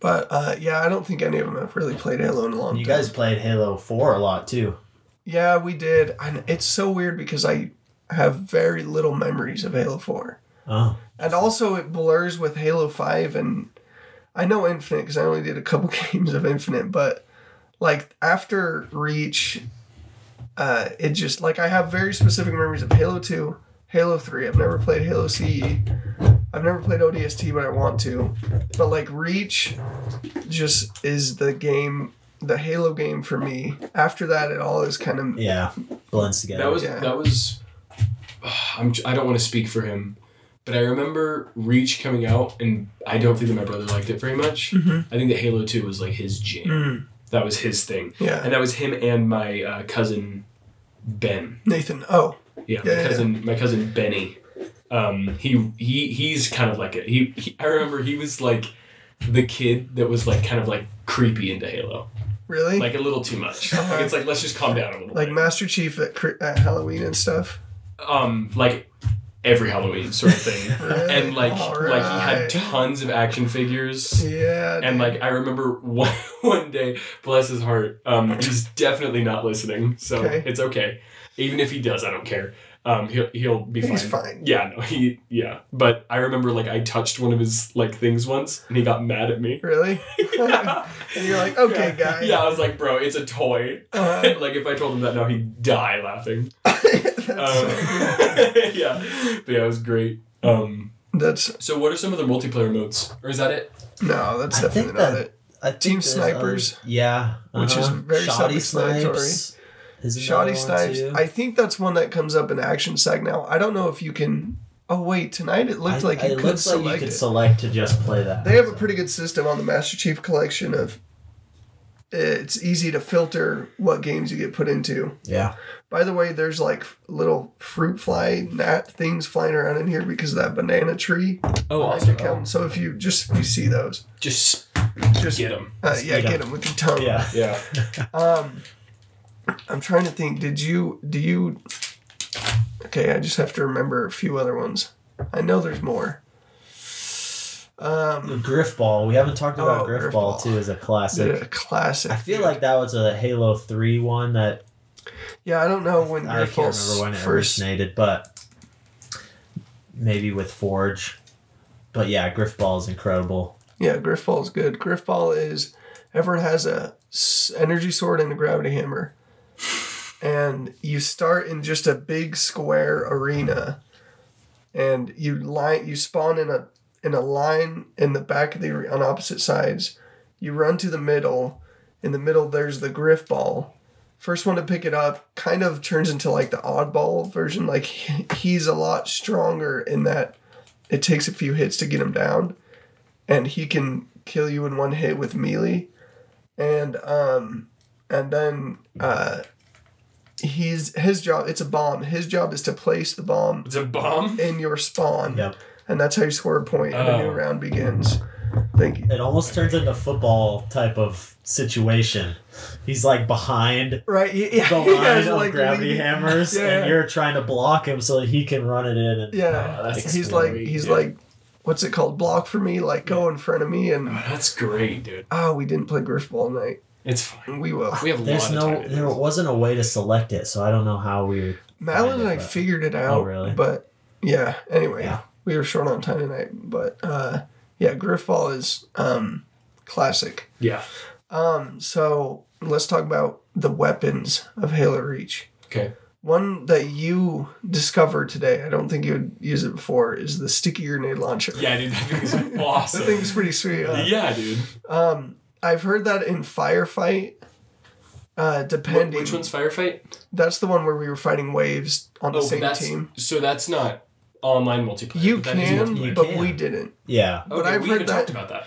Speaker 3: but uh, yeah, I don't think any of them have really played Halo in a long
Speaker 5: You
Speaker 3: time.
Speaker 5: guys played Halo Four a lot too.
Speaker 3: Yeah, we did. And it's so weird because I have very little memories of Halo 4.
Speaker 5: Oh.
Speaker 3: And also, it blurs with Halo 5. And I know Infinite because I only did a couple games of Infinite, but like after Reach, uh, it just like I have very specific memories of Halo 2, Halo 3. I've never played Halo CE. I've never played ODST, but I want to. But like Reach just is the game, the Halo game for me. After that, it all is kind of
Speaker 5: Yeah. Blends together.
Speaker 4: That was
Speaker 3: Yeah.
Speaker 4: that was. I'm, I don't want to speak for him, but I remember Reach coming out, and I don't think that my brother liked it very much. I think that Halo Two was like his jam.
Speaker 3: Mm-hmm. Mm.
Speaker 4: That was his thing,
Speaker 3: Yeah.
Speaker 4: and that was him and my uh, cousin Ben.
Speaker 3: Nathan. Oh,
Speaker 4: Yeah,
Speaker 3: Yeah,
Speaker 4: my
Speaker 3: yeah,
Speaker 4: cousin, my cousin Benny. Um, he he he's kind of like a he, he. I remember he was like the kid that was like kind of like creepy into Halo,
Speaker 3: really? Like,
Speaker 4: like a little too much. Like it's like let's just calm down a little. bit.
Speaker 3: Master Chief at, cri- at Halloween and stuff.
Speaker 4: um like every Halloween sort of thing.
Speaker 3: Really?
Speaker 4: and like like he had
Speaker 3: Alright.
Speaker 4: tons of action figures.
Speaker 3: Yeah.
Speaker 4: And
Speaker 3: dude.
Speaker 4: like I remember one one day, bless his heart, um, he's definitely not listening, so
Speaker 3: Okay.
Speaker 4: it's okay. Even if he does, I don't care. Um, he'll he'll be
Speaker 3: He's fine.
Speaker 4: Yeah, no, he yeah. But I remember like I touched one of his like things once, and he got mad at me.
Speaker 3: Really?
Speaker 4: Yeah.
Speaker 3: And you're like, okay,
Speaker 4: yeah.
Speaker 3: guy.
Speaker 4: Yeah, I was like, bro, it's a toy.
Speaker 3: Uh,
Speaker 4: like if I told him that now, he'd die laughing.
Speaker 3: that's,
Speaker 4: Um, yeah, but yeah, it was great. Um,
Speaker 3: that's
Speaker 4: so what are some of the multiplayer modes, or is that it?
Speaker 3: no, that's
Speaker 5: I
Speaker 3: definitely
Speaker 5: think
Speaker 3: not
Speaker 5: that-
Speaker 3: it.
Speaker 5: I think
Speaker 3: Team
Speaker 5: there's
Speaker 3: Snipers,
Speaker 5: other- yeah.
Speaker 3: which is
Speaker 5: uh-huh.
Speaker 3: very
Speaker 5: Shoddy
Speaker 3: self-explanatory.
Speaker 5: Snipes. Is another
Speaker 3: Shoddy
Speaker 5: one,
Speaker 3: snipes.
Speaker 5: too.
Speaker 3: I think that's one that comes up in action sag now. I don't know if you can. Oh wait, tonight it looked
Speaker 5: I-
Speaker 3: like you
Speaker 5: it
Speaker 3: could
Speaker 5: looks like
Speaker 3: select
Speaker 5: you could
Speaker 3: it.
Speaker 5: select to just play that.
Speaker 3: They have a
Speaker 5: so.
Speaker 3: pretty good system on the Master Chief collection of. It's easy to filter what games you get put into.
Speaker 5: yeah.
Speaker 3: By the way, there's like little fruit fly gnat things flying around in here because of that banana tree.
Speaker 4: Oh,
Speaker 3: I can count. So if you just if you see those,
Speaker 4: Just
Speaker 3: just
Speaker 4: get them.
Speaker 3: Uh, yeah,
Speaker 5: Speed up.
Speaker 3: get them with your tongue.
Speaker 5: Yeah.
Speaker 4: Yeah.
Speaker 3: Um, I'm trying to think. Did you? Do you? Okay, I just have to remember a few other ones. I know there's more. Um,
Speaker 5: Griffball. We haven't talked about
Speaker 3: Oh,
Speaker 5: Griffball
Speaker 3: Griffball.
Speaker 5: too as a classic.
Speaker 3: the classic.
Speaker 5: I feel like that was a Halo Three one that
Speaker 3: Yeah, I don't know when
Speaker 5: I can't remember
Speaker 3: Griffles
Speaker 5: when it
Speaker 3: first.
Speaker 5: originated, but maybe with Forge. But yeah, Griffball is incredible.
Speaker 3: Yeah, Griffball's good. Griffball is everyone has a s- energy sword and a gravity hammer, and you start in just a big square arena, and you line you spawn in a in a line in the back of the are- on opposite sides. You run to the middle. In the middle, there's the Griffball. First one to pick it up kind of turns into like the oddball version. Like he- he's a lot stronger in that it takes a few hits to get him down and he can kill you in one hit with melee and um and then uh he's his job it's a bomb his job is to place the bomb
Speaker 4: It's a bomb.
Speaker 3: in your spawn
Speaker 5: Yep.
Speaker 3: and that's how you score a point and a new
Speaker 4: Oh.
Speaker 3: round begins Thank you.
Speaker 5: It almost turns into football type of situation. He's like behind
Speaker 3: Right? Yeah. yeah,
Speaker 5: the
Speaker 3: you
Speaker 5: line
Speaker 3: guys,
Speaker 5: of
Speaker 3: like,
Speaker 5: gravity
Speaker 3: leave-
Speaker 5: hammers,
Speaker 3: Yeah.
Speaker 5: and you're trying to block him so that he can run it in. And
Speaker 3: Yeah.
Speaker 4: Oh, that's
Speaker 3: he's
Speaker 4: scary,
Speaker 3: like he's
Speaker 4: dude.
Speaker 3: like what's it called? Block for me, like go in front of me and
Speaker 4: Oh, That's great, dude.
Speaker 3: oh we didn't play Griff Ball night.
Speaker 4: It's fine.
Speaker 3: We will.
Speaker 4: We have a
Speaker 5: There's
Speaker 4: lot of
Speaker 5: no,
Speaker 4: time. to do
Speaker 5: there
Speaker 4: this.
Speaker 5: wasn't a way to select it, so I don't know how we.
Speaker 3: Madeline and I
Speaker 5: but- Oh,
Speaker 3: figured it out.
Speaker 5: really?
Speaker 3: But yeah, anyway.
Speaker 5: Yeah.
Speaker 3: We were short on time tonight. But uh yeah, Griff Ball is um classic.
Speaker 4: Yeah.
Speaker 3: Um so let's talk about the weapons of Halo Reach.
Speaker 4: Okay.
Speaker 3: One that you discovered today, I don't think you had used it before, is the sticky grenade launcher.
Speaker 4: Yeah, dude. That thing is
Speaker 3: That
Speaker 4: awesome.
Speaker 3: thing's pretty sweet. huh?
Speaker 4: yeah, dude.
Speaker 3: Um, I've heard that in firefight. Uh, depending,
Speaker 4: Which one's firefight?
Speaker 3: that's the one where we were fighting waves on the
Speaker 4: Oh,
Speaker 3: same
Speaker 4: that's
Speaker 3: team.
Speaker 4: so that's not online multiplayer.
Speaker 3: You
Speaker 4: but that is
Speaker 3: can,
Speaker 4: multiplayer.
Speaker 5: You
Speaker 3: but
Speaker 5: can.
Speaker 3: we didn't.
Speaker 5: Yeah,
Speaker 4: Okay,
Speaker 3: but I've
Speaker 4: we
Speaker 3: heard
Speaker 4: even
Speaker 3: that-
Speaker 4: talked about that.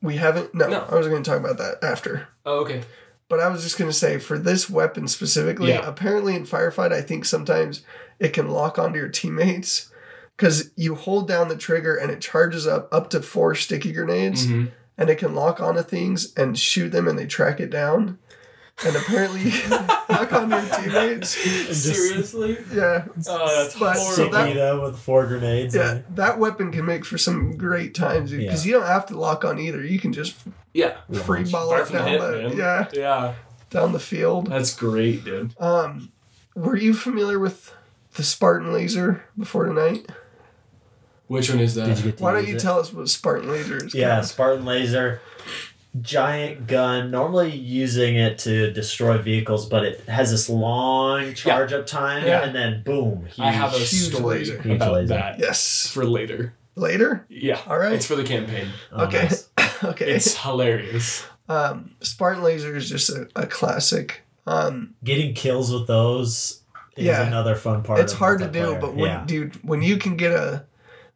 Speaker 3: We haven't. No,
Speaker 4: No.
Speaker 3: I was going to talk about that after.
Speaker 4: Oh, okay.
Speaker 3: But I was just going to say for this weapon specifically,
Speaker 4: Yeah.
Speaker 3: apparently in firefight, I think sometimes it can lock onto your teammates because you hold down the trigger and it charges up up to four sticky grenades.
Speaker 4: Mhm.
Speaker 3: and it can lock onto things and shoot them and they track it down. And apparently you can lock on your teammates.
Speaker 4: Seriously?
Speaker 3: Yeah.
Speaker 4: Oh, that's
Speaker 3: But-
Speaker 4: horrible.
Speaker 3: So that-
Speaker 5: Sticky though with four grenades.
Speaker 3: Yeah. That weapon can make for some great times because you don't have to lock on either. You can just
Speaker 4: yeah.
Speaker 5: and
Speaker 3: free
Speaker 5: launch.
Speaker 3: ball
Speaker 4: Fire
Speaker 3: it
Speaker 4: from the
Speaker 3: down
Speaker 4: hip,
Speaker 3: the,
Speaker 4: man.
Speaker 3: yeah,
Speaker 4: Yeah.
Speaker 3: down the field.
Speaker 4: That's great, dude.
Speaker 3: Um were you familiar with the Spartan laser before tonight?
Speaker 4: Which one is that?
Speaker 5: Did you get to
Speaker 3: Why don't
Speaker 5: use
Speaker 3: you
Speaker 5: it?
Speaker 3: tell us what Spartan laser is?
Speaker 5: Yeah, Spartan laser, giant gun. Normally using it to destroy vehicles, but it has this long charge up time,
Speaker 4: Yeah.
Speaker 5: and then boom. Huge.
Speaker 4: I have a
Speaker 3: Huge
Speaker 4: story
Speaker 3: laser.
Speaker 5: Huge
Speaker 4: about
Speaker 5: laser.
Speaker 4: that
Speaker 3: Yes.
Speaker 4: for later.
Speaker 3: Later?
Speaker 4: Yeah.
Speaker 3: All right.
Speaker 4: It's for the campaign.
Speaker 5: Oh,
Speaker 3: okay.
Speaker 5: nice.
Speaker 3: okay.
Speaker 4: It's hilarious.
Speaker 3: Um Spartan laser is just a, a classic. Um
Speaker 5: Getting kills with those is
Speaker 3: Yeah.
Speaker 5: another fun part.
Speaker 3: it's
Speaker 5: of
Speaker 3: hard to do,
Speaker 5: multiplayer.
Speaker 3: but when
Speaker 5: yeah.
Speaker 3: dude, when you can get a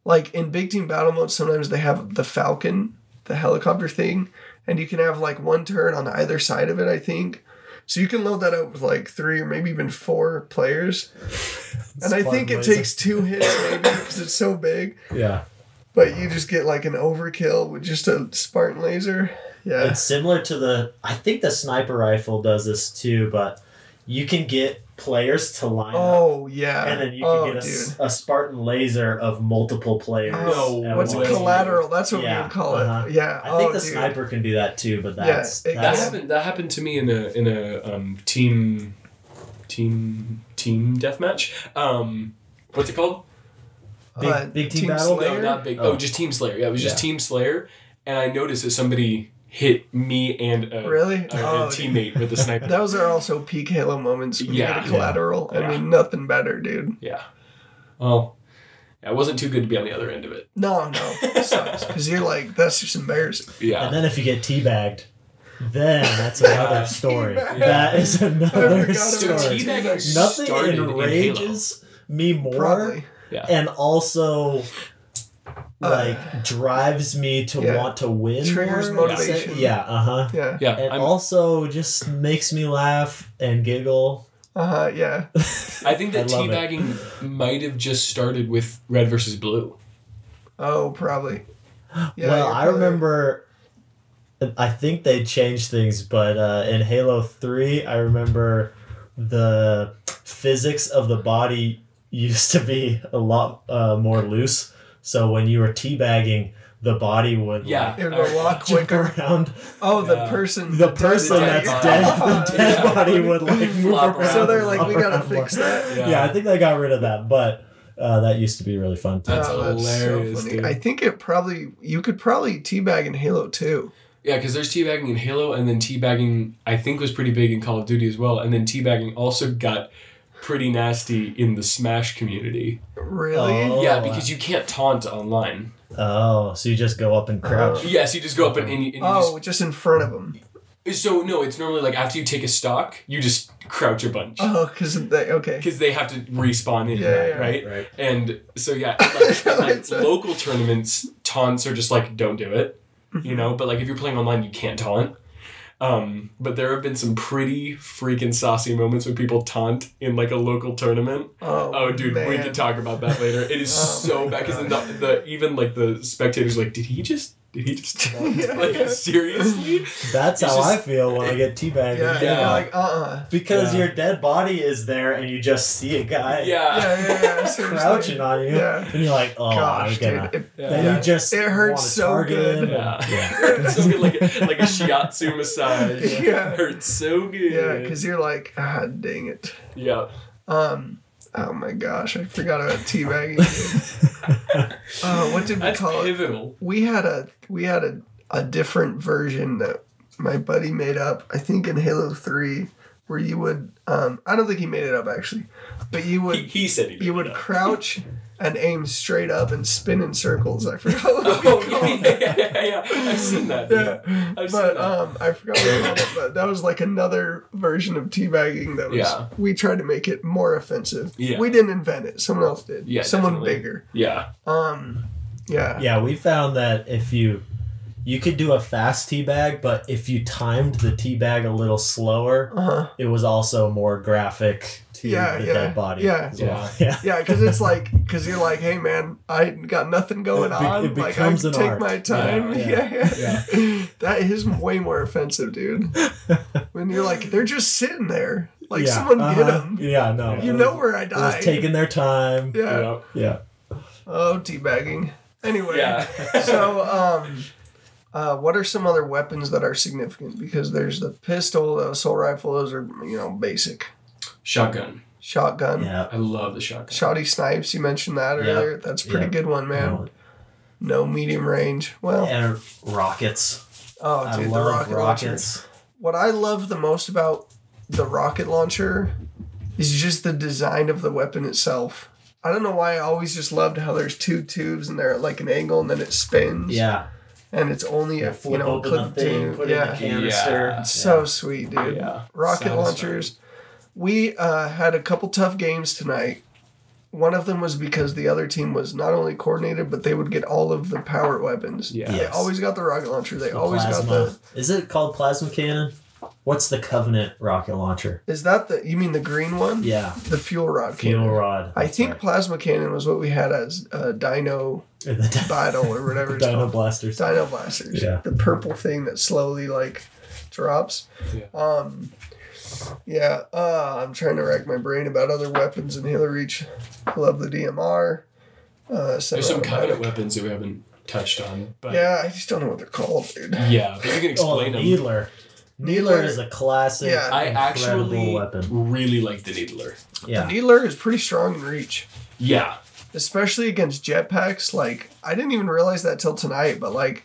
Speaker 3: like in big team battle mode, sometimes they have the Falcon, the helicopter thing, and you can have like one turret on either side of it, I think. So you can load that up with like three or maybe even four players. and I
Speaker 5: Spartan
Speaker 3: think it
Speaker 5: laser.
Speaker 3: takes two hits maybe because it's so big.
Speaker 5: yeah,
Speaker 3: But you just get like an overkill with just a Spartan laser. Yeah.
Speaker 5: it's similar to the. I think the sniper rifle does this too, but you can get players to line up.
Speaker 3: oh yeah.
Speaker 5: And then you can
Speaker 3: oh,
Speaker 5: get a,
Speaker 3: dude.
Speaker 5: s- a Spartan laser of multiple players.
Speaker 3: Oh,
Speaker 5: at
Speaker 3: what's it,
Speaker 5: once.
Speaker 4: called?
Speaker 3: collateral? That's what we
Speaker 5: Yeah,
Speaker 3: would call
Speaker 5: uh-huh.
Speaker 3: it. Yeah.
Speaker 5: I think
Speaker 3: oh,
Speaker 5: the
Speaker 3: dude.
Speaker 5: sniper can do that too, but that's
Speaker 3: it
Speaker 4: That
Speaker 3: Yeah.
Speaker 5: that's,
Speaker 4: happened. That happened to me in a in a um, team team team deathmatch. Um, what's it called?
Speaker 5: Big- big team battle?
Speaker 3: Slayer?
Speaker 4: No, not big. Oh.
Speaker 5: Oh.
Speaker 4: just Team Slayer. Yeah, it was just
Speaker 5: Yeah.
Speaker 4: Team Slayer, and I noticed that somebody hit me and a,
Speaker 3: Really?
Speaker 4: a, a
Speaker 3: Oh, dude.
Speaker 4: teammate with a sniper.
Speaker 3: Those are also peak Halo moments. When you
Speaker 4: Yeah.
Speaker 3: get a collateral.
Speaker 4: Yeah.
Speaker 3: I mean, nothing better, dude.
Speaker 4: yeah. Well, yeah, it wasn't too good to be on the other end of it.
Speaker 3: No, no, it sucks because you're like that's just embarrassing.
Speaker 4: Yeah.
Speaker 5: and then if you get teabagged, then that's another story.
Speaker 3: Teabagged.
Speaker 5: That is
Speaker 3: I
Speaker 5: another
Speaker 3: forgot
Speaker 4: so
Speaker 3: about
Speaker 5: story.
Speaker 3: teabagging.
Speaker 4: teabagging
Speaker 5: Nothing
Speaker 4: started
Speaker 5: enrages me more
Speaker 3: Probably.
Speaker 4: Uh,
Speaker 5: and also like
Speaker 3: Uh,
Speaker 5: drives me to
Speaker 3: yeah.
Speaker 5: want to win.
Speaker 3: Triggers
Speaker 5: more, I'd say.
Speaker 3: motivation.
Speaker 5: Yeah, uh-huh.
Speaker 3: Yeah.
Speaker 4: in Halo. Yeah.
Speaker 5: And
Speaker 4: I'm-
Speaker 5: also just makes me laugh and giggle.
Speaker 3: Uh huh. Yeah.
Speaker 4: I think that
Speaker 5: I love it.
Speaker 4: teabagging might have just started with Red versus Blue.
Speaker 3: Oh, probably.
Speaker 5: well,
Speaker 3: you're
Speaker 5: I
Speaker 3: probably-
Speaker 5: remember. I think they changed things, but uh, in Halo Three, I remember the physics of the body used to be a lot uh, more loose. So when you were teabagging, the body would
Speaker 4: Yeah.
Speaker 5: like,
Speaker 3: It would a lot
Speaker 5: jump
Speaker 3: quicker.
Speaker 5: around.
Speaker 3: Oh, the
Speaker 4: Yeah.
Speaker 3: person.
Speaker 5: The person
Speaker 4: dead
Speaker 5: that's
Speaker 4: body.
Speaker 5: dead, the dead
Speaker 4: Yeah.
Speaker 5: body would like move
Speaker 4: Flop
Speaker 5: around.
Speaker 4: around.
Speaker 3: So they're like,
Speaker 5: flop
Speaker 3: we gotta
Speaker 5: around
Speaker 3: fix
Speaker 5: more.
Speaker 3: that.
Speaker 5: Yeah. I think they got rid of that, but uh, that used to be really fun too.
Speaker 4: That's
Speaker 3: Oh,
Speaker 4: hilarious, dude.
Speaker 3: I think it probably you could probably teabag in Halo too.
Speaker 4: Yeah, because there's teabagging in Halo, and then teabagging I think was pretty big in Call of Duty as well, and then teabagging also got pretty nasty in the Smash community.
Speaker 3: Really?
Speaker 5: Oh,
Speaker 4: yeah,
Speaker 5: wow.
Speaker 4: because you can't taunt online.
Speaker 5: Oh, so you just go up and crouch.
Speaker 4: Yes, you just go up and, and, you, and
Speaker 3: Oh, just in front of them.
Speaker 4: you just. So no, it's normally like after you take a stock, you just crouch a bunch
Speaker 3: Oh, because they okay.
Speaker 4: because they have to respawn in,
Speaker 3: Yeah, yeah,
Speaker 4: right?
Speaker 5: right.
Speaker 4: And so yeah, like,
Speaker 3: No,
Speaker 4: like
Speaker 3: it's a-
Speaker 4: local tournaments, taunts are just like don't do it,
Speaker 3: Mm-hmm.
Speaker 4: you know. But like if you're playing online, you can't taunt. Um, but there have been some pretty freaking saucy moments when people taunt in like a local tournament.
Speaker 3: Oh,
Speaker 4: Oh, dude, we
Speaker 3: man.
Speaker 4: can talk about that later. It is
Speaker 3: Oh
Speaker 4: so bad because the, the even like the spectators are like, did he just Did he just like seriously?
Speaker 5: That's
Speaker 4: It's
Speaker 5: how I
Speaker 4: just-
Speaker 5: feel when I get teabagged.
Speaker 3: Yeah,
Speaker 4: Yeah.
Speaker 3: yeah. like, uh-uh.
Speaker 5: Because
Speaker 4: Yeah.
Speaker 5: your dead body is there and you just see a guy
Speaker 4: Yeah.
Speaker 3: Yeah, yeah, yeah. seriously.
Speaker 5: crouching on you.
Speaker 3: Yeah.
Speaker 5: And you're like, oh,
Speaker 3: Gosh,
Speaker 5: I'm gonna.
Speaker 3: dude. It,
Speaker 5: Then
Speaker 3: Yeah.
Speaker 5: you just
Speaker 3: It hurts
Speaker 5: wanna
Speaker 3: so
Speaker 5: target
Speaker 3: good.
Speaker 5: him.
Speaker 4: Yeah.
Speaker 5: Yeah.
Speaker 4: It's so good, like like a shiatsu massage.
Speaker 3: Yeah.
Speaker 4: Hurts so good.
Speaker 3: yeah, because you're like, ah, dang it.
Speaker 4: yeah.
Speaker 3: Um, oh my gosh, I forgot about teabagging. uh, what did we
Speaker 4: That's
Speaker 3: call it?
Speaker 4: pivotal.
Speaker 3: we had a we had a, a different version that my buddy made up i think in halo 3 where you would um i don't think he made it up actually but you
Speaker 4: He,
Speaker 3: would
Speaker 4: he said he did
Speaker 3: you would
Speaker 4: it.
Speaker 3: crouch and aim straight up and spin in circles i forgot what we
Speaker 4: Oh
Speaker 3: called
Speaker 4: yeah, yeah, yeah, yeah. I've seen that.
Speaker 3: Yeah.
Speaker 4: I've seen
Speaker 3: but
Speaker 4: that.
Speaker 3: um, I forgot what we called it, but that was like another version of teabagging that was
Speaker 4: Yeah.
Speaker 3: we tried to make it more offensive.
Speaker 4: Yeah.
Speaker 3: We didn't invent it, someone else did.
Speaker 4: Yeah,
Speaker 3: someone
Speaker 4: definitely.
Speaker 3: bigger.
Speaker 4: yeah.
Speaker 3: Um yeah.
Speaker 5: Yeah, we found that if you you could do a fast tea bag, but if you timed the tea bag a little slower,
Speaker 3: Uh-huh.
Speaker 5: it was also more graphic to
Speaker 3: Yeah,
Speaker 5: the
Speaker 3: yeah,
Speaker 5: dead body.
Speaker 3: yeah.
Speaker 5: as well. yeah.
Speaker 3: Yeah, because it's like, because you're like, hey man, I ain't got nothing going
Speaker 5: It be-
Speaker 3: on.
Speaker 5: it
Speaker 3: like, I
Speaker 5: becomes
Speaker 3: can
Speaker 5: an
Speaker 3: take
Speaker 5: art.
Speaker 3: my time.
Speaker 5: Yeah,
Speaker 3: Yeah,
Speaker 5: yeah,
Speaker 3: yeah. that is way more offensive, dude. when you're like, they're just sitting there, like
Speaker 5: Yeah,
Speaker 3: someone get
Speaker 5: uh-huh.
Speaker 3: them.
Speaker 5: Yeah, no.
Speaker 3: You
Speaker 5: it
Speaker 3: know
Speaker 5: was-
Speaker 3: where I
Speaker 5: it was
Speaker 3: died.
Speaker 5: taking their time.
Speaker 3: yeah.
Speaker 4: Yeah.
Speaker 5: Yeah.
Speaker 3: Oh, teabagging. Anyway.
Speaker 4: Yeah.
Speaker 3: so, um, uh, what are some other weapons that are significant? Because there's the pistol, the assault rifle. Those are you know basic.
Speaker 4: Shotgun.
Speaker 3: Shotgun.
Speaker 5: Yeah.
Speaker 4: I love the shotgun.
Speaker 3: Shotty snipes. You mentioned that
Speaker 5: Yeah.
Speaker 3: earlier. That's a pretty
Speaker 5: Yeah.
Speaker 3: good one, man. No medium range. Well,
Speaker 5: And rockets.
Speaker 3: oh,
Speaker 5: I
Speaker 3: dude, the
Speaker 5: love
Speaker 3: rocket launcher.
Speaker 5: rockets.
Speaker 3: What I love the most about the rocket launcher is just the design of the weapon itself. I don't know why I always just loved how there's two tubes and they're at like an angle and then it spins.
Speaker 5: Yeah.
Speaker 3: And it's only if you
Speaker 5: Flip
Speaker 3: know
Speaker 5: open the
Speaker 3: clip
Speaker 5: thing,
Speaker 3: to
Speaker 5: put in the
Speaker 3: yeah.
Speaker 5: canister.
Speaker 4: Yeah.
Speaker 3: It's so sweet, dude.
Speaker 4: Yeah.
Speaker 3: Rocket
Speaker 4: Satisfying.
Speaker 3: launchers. We uh, had a couple tough games tonight. One of them was because the other team was not only coordinated, but they would get all of the powered weapons.
Speaker 4: Yeah.
Speaker 3: They
Speaker 5: Yes.
Speaker 3: always got the rocket launcher. They
Speaker 5: The
Speaker 3: always
Speaker 5: plasma.
Speaker 3: got
Speaker 5: Is it called plasma cannon? What's the Covenant rocket launcher?
Speaker 3: the. Is that the? You mean the green one?
Speaker 5: Yeah.
Speaker 3: The fuel rod.
Speaker 5: Fuel
Speaker 3: cannon.
Speaker 5: rod.
Speaker 3: I
Speaker 5: that's
Speaker 3: think
Speaker 5: right.
Speaker 3: plasma cannon was what we had as uh, Dino
Speaker 5: And the
Speaker 3: Battle or whatever it's
Speaker 5: Dino
Speaker 3: called.
Speaker 5: blasters.
Speaker 3: Dino blasters.
Speaker 5: Yeah.
Speaker 3: The purple thing that slowly like drops.
Speaker 4: Yeah.
Speaker 3: Um. Yeah. Uh, I'm trying to rack my brain about other weapons in Halo Reach. Love the DMR. Uh,
Speaker 4: There's some
Speaker 3: semi-automatic.
Speaker 4: covenant weapons that we haven't touched on, but
Speaker 3: Yeah, I just don't know what they're called, dude.
Speaker 4: yeah, but you can
Speaker 5: Oh,
Speaker 4: explain
Speaker 5: the
Speaker 4: them.
Speaker 5: needler. Needler
Speaker 3: Needler.
Speaker 5: is a classic.
Speaker 3: Yeah.
Speaker 4: I
Speaker 5: incredible
Speaker 4: actually
Speaker 5: weapon.
Speaker 4: really like the needler.
Speaker 3: The
Speaker 5: Yeah.
Speaker 3: Needler is pretty strong in Reach.
Speaker 4: Yeah,
Speaker 3: especially against jetpacks. Like I didn't even realize that till tonight, but like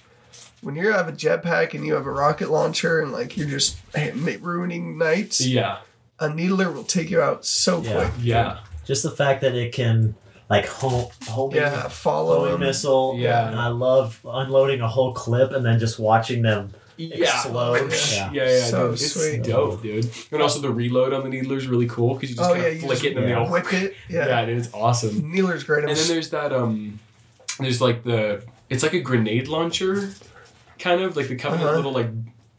Speaker 3: when you have a jetpack and you have a rocket launcher and like you're just eh, ma- ruining nights,
Speaker 4: yeah,
Speaker 3: a needler will take you out so
Speaker 5: Yeah.
Speaker 3: quick.
Speaker 4: yeah.
Speaker 5: Just the fact that it can like home homing
Speaker 3: Yeah, follow
Speaker 5: Blowing
Speaker 3: him.
Speaker 5: missile,
Speaker 4: Um, Yeah.
Speaker 5: And I love unloading a whole clip and then just watching them
Speaker 4: Yeah.
Speaker 5: explode.
Speaker 4: Yeah,
Speaker 5: Yeah.
Speaker 4: yeah,
Speaker 3: So
Speaker 4: dude, it's
Speaker 3: sweet.
Speaker 4: dope, dude. And also the reload on the needler is really cool because you just
Speaker 3: Oh
Speaker 4: kind
Speaker 3: yeah,
Speaker 4: of
Speaker 3: you
Speaker 4: flick
Speaker 3: just
Speaker 4: it and then they all
Speaker 3: whip it.
Speaker 4: Yeah,
Speaker 3: Yeah,
Speaker 4: dude, it's awesome.
Speaker 3: needler's great. I'm
Speaker 4: And then
Speaker 3: s-
Speaker 4: there's that um, there's like the it's like a grenade launcher, kind of like the covenant
Speaker 3: Uh-huh.
Speaker 4: little like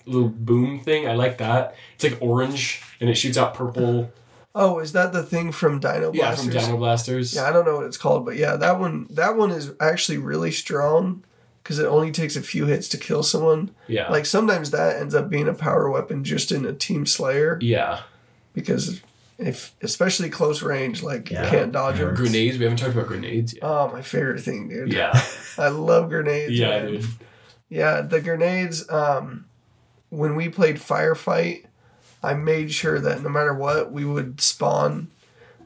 Speaker 4: little boom thing. I like that. It's like orange and it shoots out purple.
Speaker 3: oh, is that the thing from Dino
Speaker 4: Yeah,
Speaker 3: Blasters?
Speaker 4: from Dino Blasters.
Speaker 3: Yeah, I don't know what it's called, but yeah, that one that one is actually really strong because it only takes a few hits to kill someone.
Speaker 4: yeah,
Speaker 3: Like sometimes that ends up being a power weapon just in a team slayer.
Speaker 4: yeah.
Speaker 3: because if especially close range, like
Speaker 5: Yeah.
Speaker 3: you can't dodge them.
Speaker 4: Grenades. We haven't talked about grenades yet.
Speaker 3: Oh, my favorite thing, dude.
Speaker 4: Yeah,
Speaker 3: I love grenades.
Speaker 4: yeah,
Speaker 3: man.
Speaker 4: dude.
Speaker 3: Yeah, the grenades. Um, when we played firefight, I made sure that no matter what, we would spawn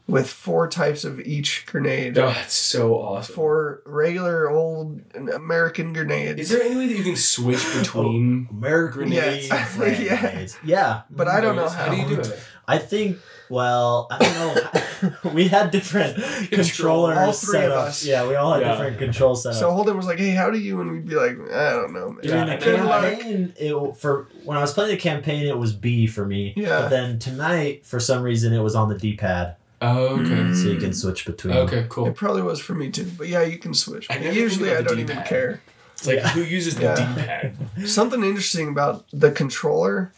Speaker 3: with four types of each grenade.
Speaker 4: Oh, that's so awesome.
Speaker 3: Four regular old American grenades.
Speaker 4: Is there any way that you can switch
Speaker 3: Oh.
Speaker 4: between?
Speaker 5: American
Speaker 3: Grenades.
Speaker 5: yeah.
Speaker 3: Yeah.
Speaker 5: Yeah.
Speaker 3: But I don't know
Speaker 4: How do you do it?
Speaker 5: I think. Well, I don't know. we had different controllers
Speaker 3: All three
Speaker 5: set
Speaker 3: of
Speaker 5: up.
Speaker 3: us.
Speaker 5: Yeah, we all had
Speaker 4: Yeah.
Speaker 5: different control setups.
Speaker 3: so Holden was like, "Hey, how do you?" And we'd be like, "I don't know, man."
Speaker 4: Yeah,
Speaker 5: During the
Speaker 4: and then,
Speaker 3: like-
Speaker 5: campaign, it, for when I was playing the campaign, it was B for me.
Speaker 3: Yeah.
Speaker 5: But then tonight, for some reason, it was on the D pad,
Speaker 4: Oh, okay.
Speaker 3: Mm.
Speaker 5: so you can switch between.
Speaker 4: Okay,
Speaker 3: It
Speaker 4: cool.
Speaker 3: probably was for me too, but yeah, you can switch.
Speaker 4: I
Speaker 3: But
Speaker 4: never
Speaker 3: Usually,
Speaker 4: think
Speaker 3: I
Speaker 4: about the
Speaker 3: don't even
Speaker 4: D-pad.
Speaker 3: care.
Speaker 4: It's like
Speaker 5: Yeah.
Speaker 4: who uses the
Speaker 3: Yeah.
Speaker 4: D-pad?
Speaker 3: something interesting about the controller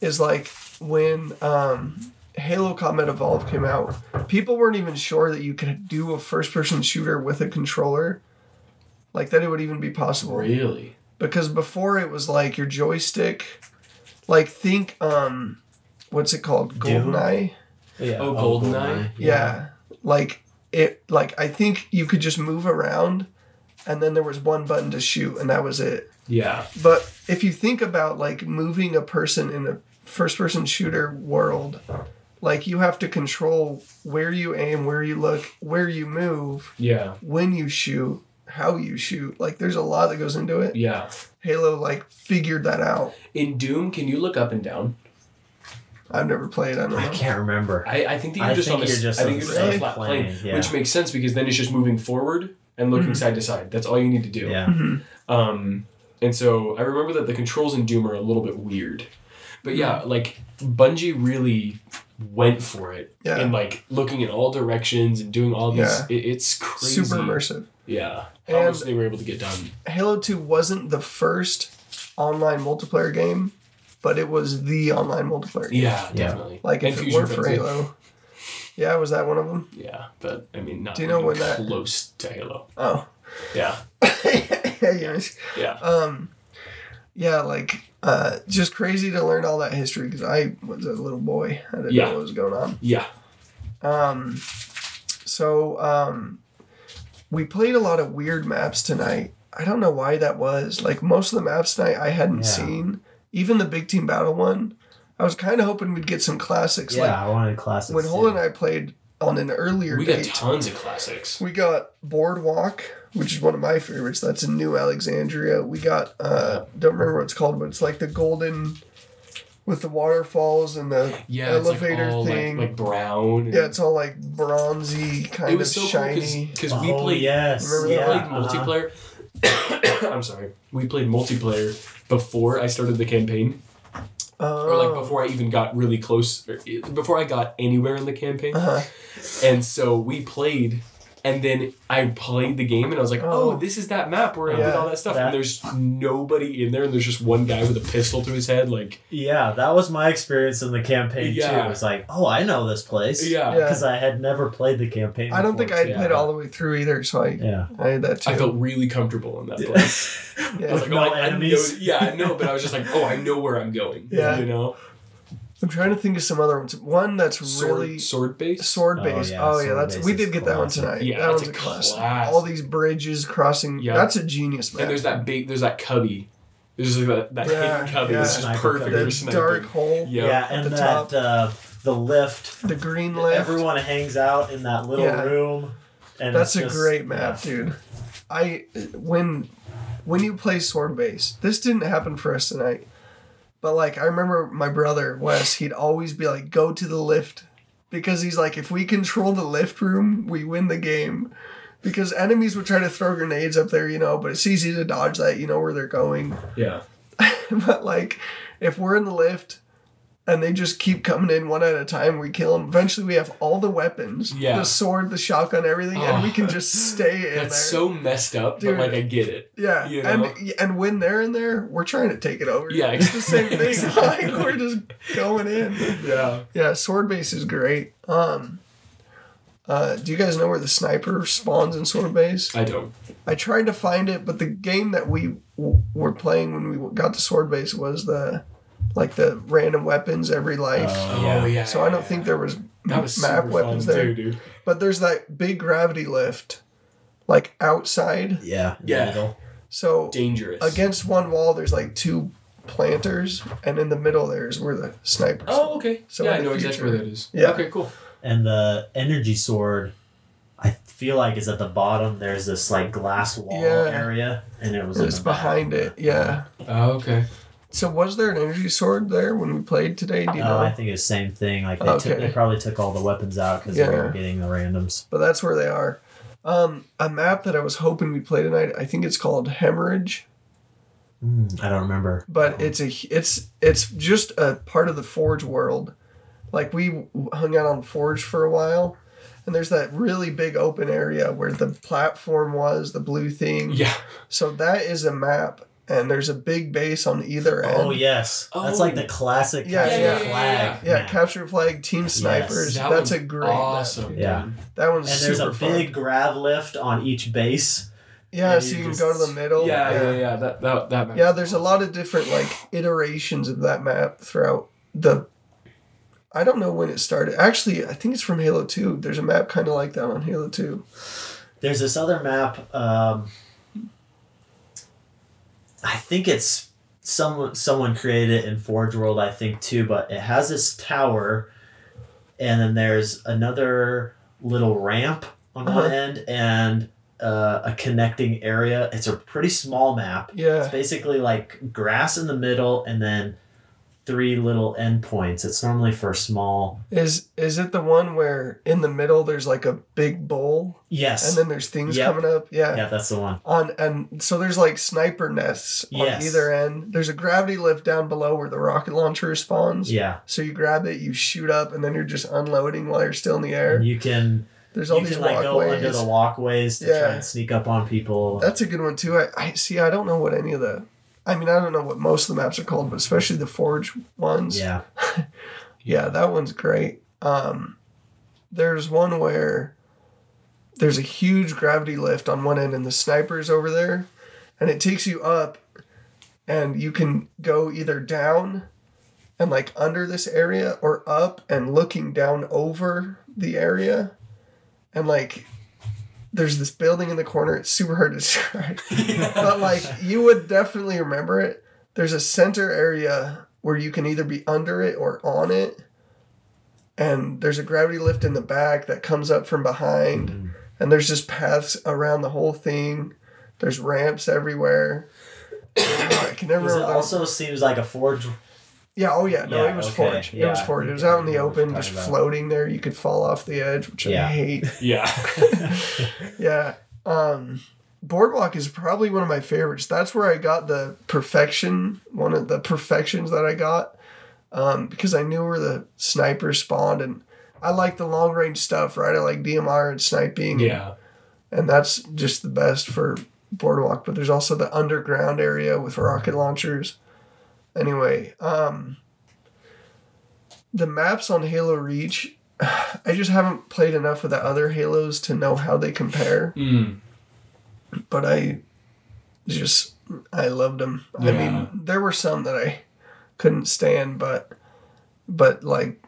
Speaker 3: is like when um, Halo Combat Evolved came out, people weren't even sure that you could do a first person shooter with a controller. Like that it would even be possible.
Speaker 4: Really?
Speaker 3: because before it was like your joystick like think um what's it called
Speaker 5: Doom?
Speaker 3: goldeneye
Speaker 5: Yeah.
Speaker 4: Oh, Goldeneye?
Speaker 3: yeah. like it like i think you could just move around and then there was one button to shoot and that was it
Speaker 4: Yeah.
Speaker 3: but if you think about like moving a person in a first person shooter world like you have to control where you aim where you look where you move
Speaker 4: Yeah.
Speaker 3: when you shoot how you shoot like there's a lot that goes into it
Speaker 4: Yeah.
Speaker 3: halo like figured that out
Speaker 4: In Doom, can you look up and down?
Speaker 3: i've never played i don't
Speaker 5: I
Speaker 3: know
Speaker 5: can't remember.
Speaker 4: I, I think that you're
Speaker 5: I
Speaker 4: just
Speaker 5: think
Speaker 4: on a,
Speaker 5: you're just
Speaker 4: I
Speaker 5: on
Speaker 4: think
Speaker 5: the
Speaker 4: you're just on a
Speaker 5: same
Speaker 4: flat plane,
Speaker 5: plane, yeah. Mm.
Speaker 4: which makes sense because then it's just moving forward and looking
Speaker 3: Mhm.
Speaker 4: side to side. That's all you need to do.
Speaker 5: Yeah.
Speaker 3: Mhm.
Speaker 4: Um, and so I remember that the controls in Doom are a little bit weird, but yeah,
Speaker 5: Mm.
Speaker 4: like Bungie really went for it
Speaker 3: Yeah.
Speaker 4: and like looking in all directions and doing all these.
Speaker 3: Yeah.
Speaker 4: It, it's crazy.
Speaker 3: super immersive
Speaker 4: Yeah. How
Speaker 3: And-
Speaker 4: much they were able to get done.
Speaker 3: Halo 2 wasn't the first online multiplayer game, but it was the online multiplayer game.
Speaker 4: Yeah,
Speaker 5: Yeah.
Speaker 4: definitely.
Speaker 3: Like, if
Speaker 4: Fusion
Speaker 3: it were for
Speaker 4: Frenzy.
Speaker 3: Halo. Yeah, was that one of them?
Speaker 4: Yeah, but I mean, not
Speaker 3: Do you know
Speaker 4: even
Speaker 3: when that-
Speaker 4: close to Halo.
Speaker 3: Oh.
Speaker 4: Yeah,
Speaker 3: yes.
Speaker 4: yeah,
Speaker 3: Um, yeah, like, uh, just crazy to learn all that history because I was a little boy. I didn't
Speaker 4: Yeah.
Speaker 3: know what was going on.
Speaker 4: yeah,
Speaker 3: Um, so, um, we played a lot of weird maps tonight. I don't know why that was. Like, most of the maps tonight I hadn't
Speaker 5: Yeah.
Speaker 3: seen. Even the big team battle one, I was kind of hoping we'd get some classics.
Speaker 5: Yeah, I wanted classics.
Speaker 3: Like, when Hole and
Speaker 5: too.
Speaker 3: I played on an earlier
Speaker 4: we got
Speaker 3: date,
Speaker 4: tons of classics.
Speaker 3: we got Boardwalk, which is one of my favorites. That's in New Alexandria. We got, uh, don't remember what it's called, but it's like the golden with the waterfalls and the
Speaker 4: Yeah, it's
Speaker 3: elevator
Speaker 4: like all
Speaker 3: thing.
Speaker 4: like, like brown. and-
Speaker 3: yeah, it's all like bronzy, kind
Speaker 4: it was
Speaker 3: of
Speaker 4: so
Speaker 3: shiny.
Speaker 4: because we
Speaker 5: oh,
Speaker 4: played
Speaker 5: yes.
Speaker 3: Remember
Speaker 4: we
Speaker 5: yeah,
Speaker 4: played
Speaker 5: uh-huh.
Speaker 4: multiplayer. I'm sorry, we played multiplayer before I started the campaign,
Speaker 3: Oh.
Speaker 4: or like before I even got really close, or e, before I got anywhere in the campaign.
Speaker 3: Uh-huh.
Speaker 4: And so we played, and then I played the game, and I was like, "Oh,
Speaker 3: Oh.
Speaker 4: this is that map where I did
Speaker 3: Yeah,
Speaker 4: all that stuff."
Speaker 5: that-
Speaker 4: And there's nobody in there, and there's just one guy with a pistol to his head, like,
Speaker 5: Yeah, that was my experience in the campaign too.
Speaker 4: Yeah.
Speaker 5: It was like, oh, I know this place.
Speaker 4: yeah.
Speaker 3: Yeah.
Speaker 5: Because I had never played the campaign.
Speaker 3: I don't think I
Speaker 5: before,
Speaker 3: had
Speaker 5: too.
Speaker 4: yeah.
Speaker 3: played all the way through either, so I,
Speaker 5: Yeah.
Speaker 3: I had that too.
Speaker 4: I felt really comfortable in that
Speaker 5: Yeah.
Speaker 4: place. I was
Speaker 3: yeah.
Speaker 5: With
Speaker 4: oh,
Speaker 5: no
Speaker 4: I- I know-
Speaker 5: enemies.
Speaker 4: yeah, I know, but I was just like, "Oh, I know where I'm going."
Speaker 3: Yeah.
Speaker 4: you know,
Speaker 3: I'm trying to think of some other ones. One that's
Speaker 4: sword
Speaker 3: really
Speaker 4: sword base.
Speaker 3: Sword
Speaker 5: Oh,
Speaker 3: base. Oh yeah,
Speaker 5: yeah, sword
Speaker 3: that's
Speaker 5: base
Speaker 3: we
Speaker 5: is
Speaker 3: did get that one
Speaker 5: classic.
Speaker 3: tonight.
Speaker 4: Yeah,
Speaker 3: that
Speaker 4: that's
Speaker 3: one's
Speaker 4: a
Speaker 3: a classic.
Speaker 4: classic.
Speaker 3: All these bridges crossing.
Speaker 4: Yeah.
Speaker 3: That's a genius map.
Speaker 4: And there's that big, there's that cubby. There's just like that, that
Speaker 3: Yeah,
Speaker 4: hidden cubby.
Speaker 3: yeah.
Speaker 4: that's just
Speaker 5: Sniper
Speaker 4: perfect
Speaker 5: cubby.
Speaker 4: for
Speaker 3: the
Speaker 4: sniping.
Speaker 3: dark hole,
Speaker 4: Yeah.
Speaker 5: yeah,
Speaker 3: the
Speaker 5: and
Speaker 3: top.
Speaker 5: that uh, the lift.
Speaker 3: the green lift.
Speaker 5: Everyone hangs out in that little
Speaker 3: Yeah.
Speaker 5: room. And
Speaker 3: that's
Speaker 5: it's
Speaker 3: a
Speaker 5: just-
Speaker 3: great map, dude. I when when you play sword base, this didn't happen for us tonight. But like I remember my brother Wes, he'd always be like, "Go to the lift," because he's like, "If we control the lift room, we win the game." Because enemies would try to throw grenades up there, you know, but it's easy to dodge that. You know where they're going.
Speaker 4: Yeah,
Speaker 3: but like if we're in the lift and they just keep coming in one at a time we kill them eventually we have all the weapons
Speaker 4: Yeah.
Speaker 3: the sword the shotgun everything and we
Speaker 4: Oh.
Speaker 3: can just stay in there
Speaker 4: that's so messed up,
Speaker 3: Dude.
Speaker 4: but like I get it.
Speaker 3: yeah
Speaker 4: you know.
Speaker 3: and and when they're in there we're trying to take it over
Speaker 4: Yeah,
Speaker 3: it's the same thing
Speaker 4: exactly.
Speaker 3: like we're just going in
Speaker 4: Yeah.
Speaker 3: yeah sword base is great um uh, do you guys know where the sniper spawns in sword base
Speaker 4: I don't.
Speaker 3: I tried to find it, but the game that we w- were playing when we got to Sword Base was the like the random weapons every life.
Speaker 5: Oh, yeah.
Speaker 3: so I don't think there was,
Speaker 4: that was
Speaker 3: map
Speaker 4: super
Speaker 3: weapons
Speaker 4: fun
Speaker 3: there.
Speaker 4: too, dude.
Speaker 3: But there's that big gravity lift, like outside.
Speaker 5: Yeah. in the
Speaker 4: Yeah.
Speaker 5: middle.
Speaker 3: So
Speaker 4: Dangerous.
Speaker 3: against one wall, there's like two planters, and in the middle there's where the snipers.
Speaker 4: Oh, okay.
Speaker 3: So
Speaker 4: yeah,
Speaker 3: in
Speaker 4: I
Speaker 3: the
Speaker 4: know exactly
Speaker 3: future-
Speaker 4: where that is.
Speaker 3: Yeah.
Speaker 4: Okay, cool.
Speaker 5: And the energy sword, I feel like, is at the bottom. There's this like glass wall
Speaker 3: Yeah.
Speaker 5: area, and it was. in
Speaker 3: It's
Speaker 5: the back.
Speaker 3: behind it, yeah.
Speaker 4: Oh, okay.
Speaker 3: So was there an energy sword there when we played today? Do you
Speaker 5: No, Oh, I
Speaker 3: know?
Speaker 5: think it's same thing. Like they took,
Speaker 3: Okay.
Speaker 5: they probably took all the weapons out because they
Speaker 3: Yeah.
Speaker 5: were getting the randoms.
Speaker 3: But that's where they are. Um, a map that I was hoping we'd play tonight. I think it's called Hemorrhage.
Speaker 5: Mm, I don't remember.
Speaker 3: but it's a it's it's just a part of the forge world like we hung out on forge for a while and there's that really big open area where the platform was the blue thing
Speaker 4: Yeah.
Speaker 3: so that is a map and there's a big base on either end
Speaker 5: Oh yes, that's
Speaker 4: Oh.
Speaker 5: like the classic
Speaker 3: Yeah,
Speaker 5: capture
Speaker 3: yeah,
Speaker 5: the
Speaker 4: yeah,
Speaker 5: flag.
Speaker 3: yeah,
Speaker 5: map.
Speaker 3: capture flag team snipers
Speaker 4: That
Speaker 3: that's
Speaker 4: one's
Speaker 3: a great
Speaker 4: awesome.
Speaker 3: map.
Speaker 5: Yeah.
Speaker 3: that one's
Speaker 5: And there's
Speaker 3: super
Speaker 5: a big grav lift on each base.
Speaker 3: fun. Yeah,
Speaker 5: And
Speaker 3: so
Speaker 5: you
Speaker 3: you can
Speaker 5: just-
Speaker 3: go to the middle.
Speaker 4: Yeah, yeah, yeah.
Speaker 3: Oh, yeah.
Speaker 4: That that that. Map.
Speaker 3: Yeah, there's a lot of different like iterations of that map throughout the. I don't know when it started. Actually, I think it's from Halo Two. There's a map kind of like that on Halo Two.
Speaker 5: There's this other map. Um, I think it's someone someone created it in Forge World. I think too, but it has this tower, and then there's another little ramp on
Speaker 3: Uh-huh.
Speaker 5: one end and uh, a connecting area. It's a pretty small map. It's
Speaker 3: Yeah,
Speaker 5: basically like grass in the middle, and then three little endpoints. It's normally for small.
Speaker 3: is is it the one where in the middle there's like a big bowl
Speaker 5: Yes.
Speaker 3: and then there's things
Speaker 5: Yep.
Speaker 3: coming up? Yeah.
Speaker 5: yeah, that's the one.
Speaker 3: On and so there's like sniper nests
Speaker 5: Yes.
Speaker 3: on either end. There's a gravity lift down below where the rocket launcher spawns.
Speaker 5: Yeah,
Speaker 3: So you grab it, you shoot up, and then you're just unloading while you're still in the air.
Speaker 5: you can
Speaker 3: There's all
Speaker 5: you
Speaker 3: these
Speaker 5: can like go
Speaker 3: walkways.
Speaker 5: under the walkways to try
Speaker 3: Yeah.
Speaker 5: and sneak up on people.
Speaker 3: That's a good one too. I, I see. I don't know what any of the. I mean, I don't know what most of the maps are called, but especially the Forge ones.
Speaker 5: yeah,
Speaker 3: Yeah, that one's great. Um, there's one where there's a huge gravity lift on one end, and the sniper's over there, and it takes you up, and you can go either down and like under this area or up and looking down over the area. And like, there's this building in the corner. It's super hard to describe. but like, you would definitely remember it. There's a center area where you can either be under it or on it. And there's a gravity lift in the back that comes up from behind.
Speaker 5: Mm-hmm.
Speaker 3: And there's just paths around the whole thing. There's ramps everywhere. I can never
Speaker 5: 'Cause it
Speaker 3: remember. the-
Speaker 5: also seems like a forge.
Speaker 3: yeah, oh yeah, no,
Speaker 5: Yeah,
Speaker 3: it was
Speaker 5: okay,
Speaker 3: forged. It was
Speaker 5: yeah.
Speaker 3: forged. It was out in the
Speaker 5: Yeah, I know what
Speaker 3: open,
Speaker 5: you're
Speaker 3: just
Speaker 5: talking about.
Speaker 3: floating there. You could fall off the edge, which
Speaker 5: Yeah.
Speaker 3: I hate.
Speaker 4: Yeah.
Speaker 3: Yeah. Um Boardwalk is probably one of my favorites. That's where I got the perfection, one of the perfections that I got. Um, because I knew where the sniper spawned and I like the long range stuff, right? I like DMR and sniping.
Speaker 4: yeah.
Speaker 3: And that's just the best for boardwalk. But there's also the underground area with rocket launchers. Anyway, um the maps on Halo Reach, I just haven't played enough of the other Halos to know how they compare
Speaker 4: Mm.
Speaker 3: but I just I loved them. I
Speaker 4: Yeah.
Speaker 3: mean, there were some that I couldn't stand, but but like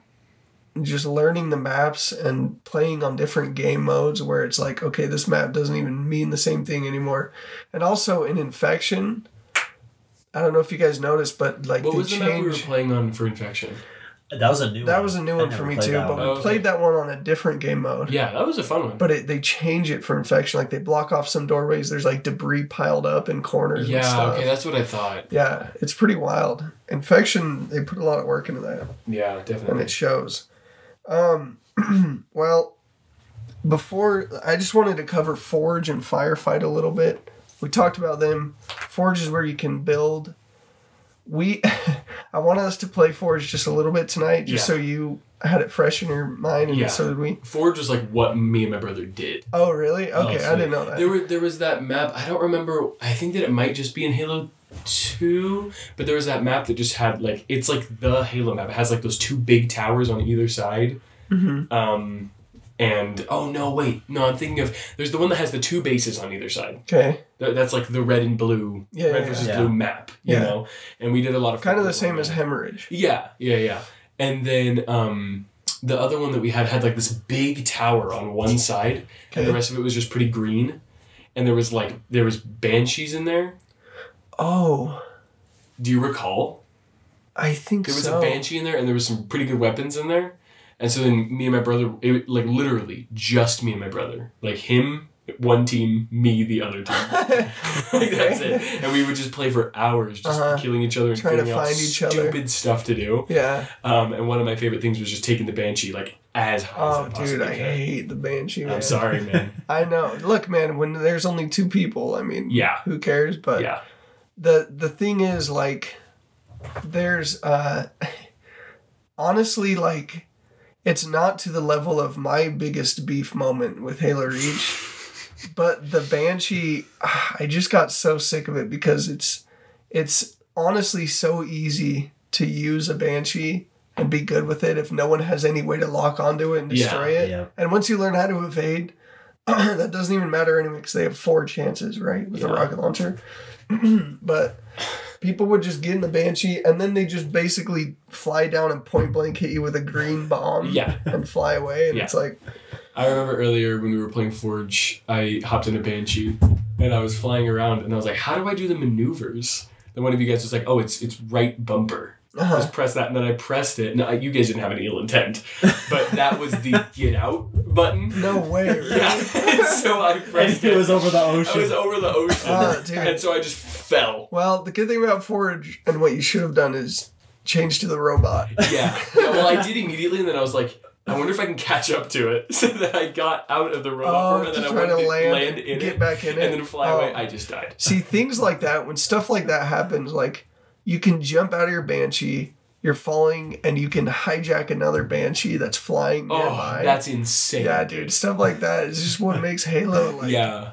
Speaker 3: just learning the maps and playing on different game modes where it's like, okay, this map doesn't even mean the same thing anymore. And also in Infection, I don't know if you guys noticed, but like
Speaker 4: What
Speaker 3: they
Speaker 4: was the map we were
Speaker 3: changed.
Speaker 4: playing on for infection?
Speaker 5: That was a new.
Speaker 3: that
Speaker 5: one.
Speaker 3: was a
Speaker 5: I
Speaker 3: new one
Speaker 5: never
Speaker 3: for me
Speaker 5: played
Speaker 3: too,
Speaker 5: that
Speaker 3: but we
Speaker 5: one.
Speaker 4: one. Okay.
Speaker 3: played that one on a different game mode.
Speaker 4: Yeah, that was a fun one.
Speaker 3: But it, they change it for infection. Like they block off some doorways. There's like debris piled up in corners. and
Speaker 4: yeah.
Speaker 3: stuff.
Speaker 4: Okay, that's what I thought.
Speaker 3: Yeah, it's pretty wild. Infection, they put a lot of work into that,
Speaker 4: Yeah,
Speaker 3: and
Speaker 4: definitely.
Speaker 3: it shows. Um, well, before I just wanted to cover Forge and Firefight a little bit. We talked about them. Forge is where you can build. We, I wanted us to play Forge just a little bit tonight, just
Speaker 4: Yeah.
Speaker 3: so you had it fresh in your mind, and
Speaker 4: Yeah.
Speaker 3: so did we.
Speaker 4: Forge was like what me and my brother did.
Speaker 3: Oh, really? Okay, I
Speaker 5: sweet.
Speaker 3: didn't know that.
Speaker 4: There were there was that map. I don't remember. I think that it might just be in Halo Two, but there was that map that just had like it's like the Halo map. It has like those two big towers on either side.
Speaker 3: Mhm.
Speaker 4: Um, and oh no, wait, no, I'm thinking of there's the one that has the two bases on either side.
Speaker 3: Okay,
Speaker 4: Th- That's like the red and blue,
Speaker 3: Yeah,
Speaker 4: red
Speaker 3: yeah,
Speaker 4: versus
Speaker 5: yeah.
Speaker 4: blue map. You
Speaker 3: Yeah.
Speaker 4: know, and we did a lot of
Speaker 3: kind of the
Speaker 4: Forge
Speaker 3: same
Speaker 4: on
Speaker 3: as
Speaker 4: that.
Speaker 3: hemorrhage.
Speaker 4: Yeah, yeah, yeah. And then um, the other one that we had had like this big tower on one side, and
Speaker 3: Okay.
Speaker 4: the rest of it was just pretty green. And there was like there was banshees in there.
Speaker 3: Oh,
Speaker 4: Do you recall?
Speaker 3: I think
Speaker 4: There was
Speaker 3: so.
Speaker 4: a banshee in there, and there was some pretty good weapons in there. And so then me and my brother, it, like literally just me and my brother, like him one team, me the other team. like that's it. And we would just play for hours, just
Speaker 3: Uh-huh.
Speaker 4: killing each other and
Speaker 3: Trying to
Speaker 4: figuring out
Speaker 3: find each other.
Speaker 4: stupid stuff to do.
Speaker 3: yeah.
Speaker 4: Um, and one of my favorite things was just taking the banshee like as high as
Speaker 3: Oh,
Speaker 4: I
Speaker 3: dude,
Speaker 4: possibly
Speaker 3: I
Speaker 4: could.
Speaker 3: hate the banshee. Man.
Speaker 4: I'm sorry, man.
Speaker 3: I know. Look, man, when there's only two people, I mean,
Speaker 4: Yeah.
Speaker 3: who cares? But
Speaker 4: yeah,
Speaker 3: the the thing is, like, there's uh, honestly, like, it's not to the level of my biggest beef moment with Halo Reach, but the banshee, ah, I just got so sick of it because it's it's honestly so easy to use a banshee and be good with it if no one has any way to lock onto it and
Speaker 4: Yeah,
Speaker 3: destroy it.
Speaker 5: yeah.
Speaker 3: And once you learn how to evade, that doesn't even matter anyway because they have four chances, right, with a
Speaker 5: Yeah.
Speaker 3: rocket launcher. but people would just get in the Banshee and then they just basically fly down and point blank hit you with a green bomb
Speaker 4: Yeah.
Speaker 3: and fly away. And
Speaker 4: Yeah.
Speaker 3: it's like,
Speaker 4: I remember earlier when we were playing Forge, I hopped in a Banshee and I was flying around and I was like, how do I do the maneuvers? Then one of you guys was like, oh, it's it's right bumper.
Speaker 3: uh
Speaker 4: Just press that, and then I pressed it. And I, you guys didn't have any ill intent, but that was the get out button.
Speaker 3: no way. really?
Speaker 4: Yeah. so I
Speaker 5: And
Speaker 4: pressed
Speaker 5: it
Speaker 4: it.
Speaker 5: was over the
Speaker 4: I
Speaker 5: ocean.
Speaker 4: was over the ocean,
Speaker 3: Ah, dude.
Speaker 4: and so I just fell.
Speaker 3: Well, the good thing about Forge and what you should have done is change to the robot.
Speaker 4: Yeah. yeah. Well, I did immediately, and then I was like, I wonder if I can catch up to it. So that I got out of the robot,
Speaker 3: Oh,
Speaker 4: for and
Speaker 3: to
Speaker 4: then I
Speaker 3: try
Speaker 4: wanted
Speaker 3: to
Speaker 4: to
Speaker 3: land,
Speaker 4: land, in
Speaker 3: get
Speaker 4: it,
Speaker 3: back in it.
Speaker 4: and then fly
Speaker 3: Oh.
Speaker 4: away. I just died.
Speaker 3: See, things like that, when stuff like that happens, like you can jump out of your banshee, you're falling, and you can hijack another banshee that's flying
Speaker 4: Oh,
Speaker 3: nearby.
Speaker 4: that's insane.
Speaker 3: yeah, dude, stuff like that is just what makes Halo like oh.
Speaker 4: yeah.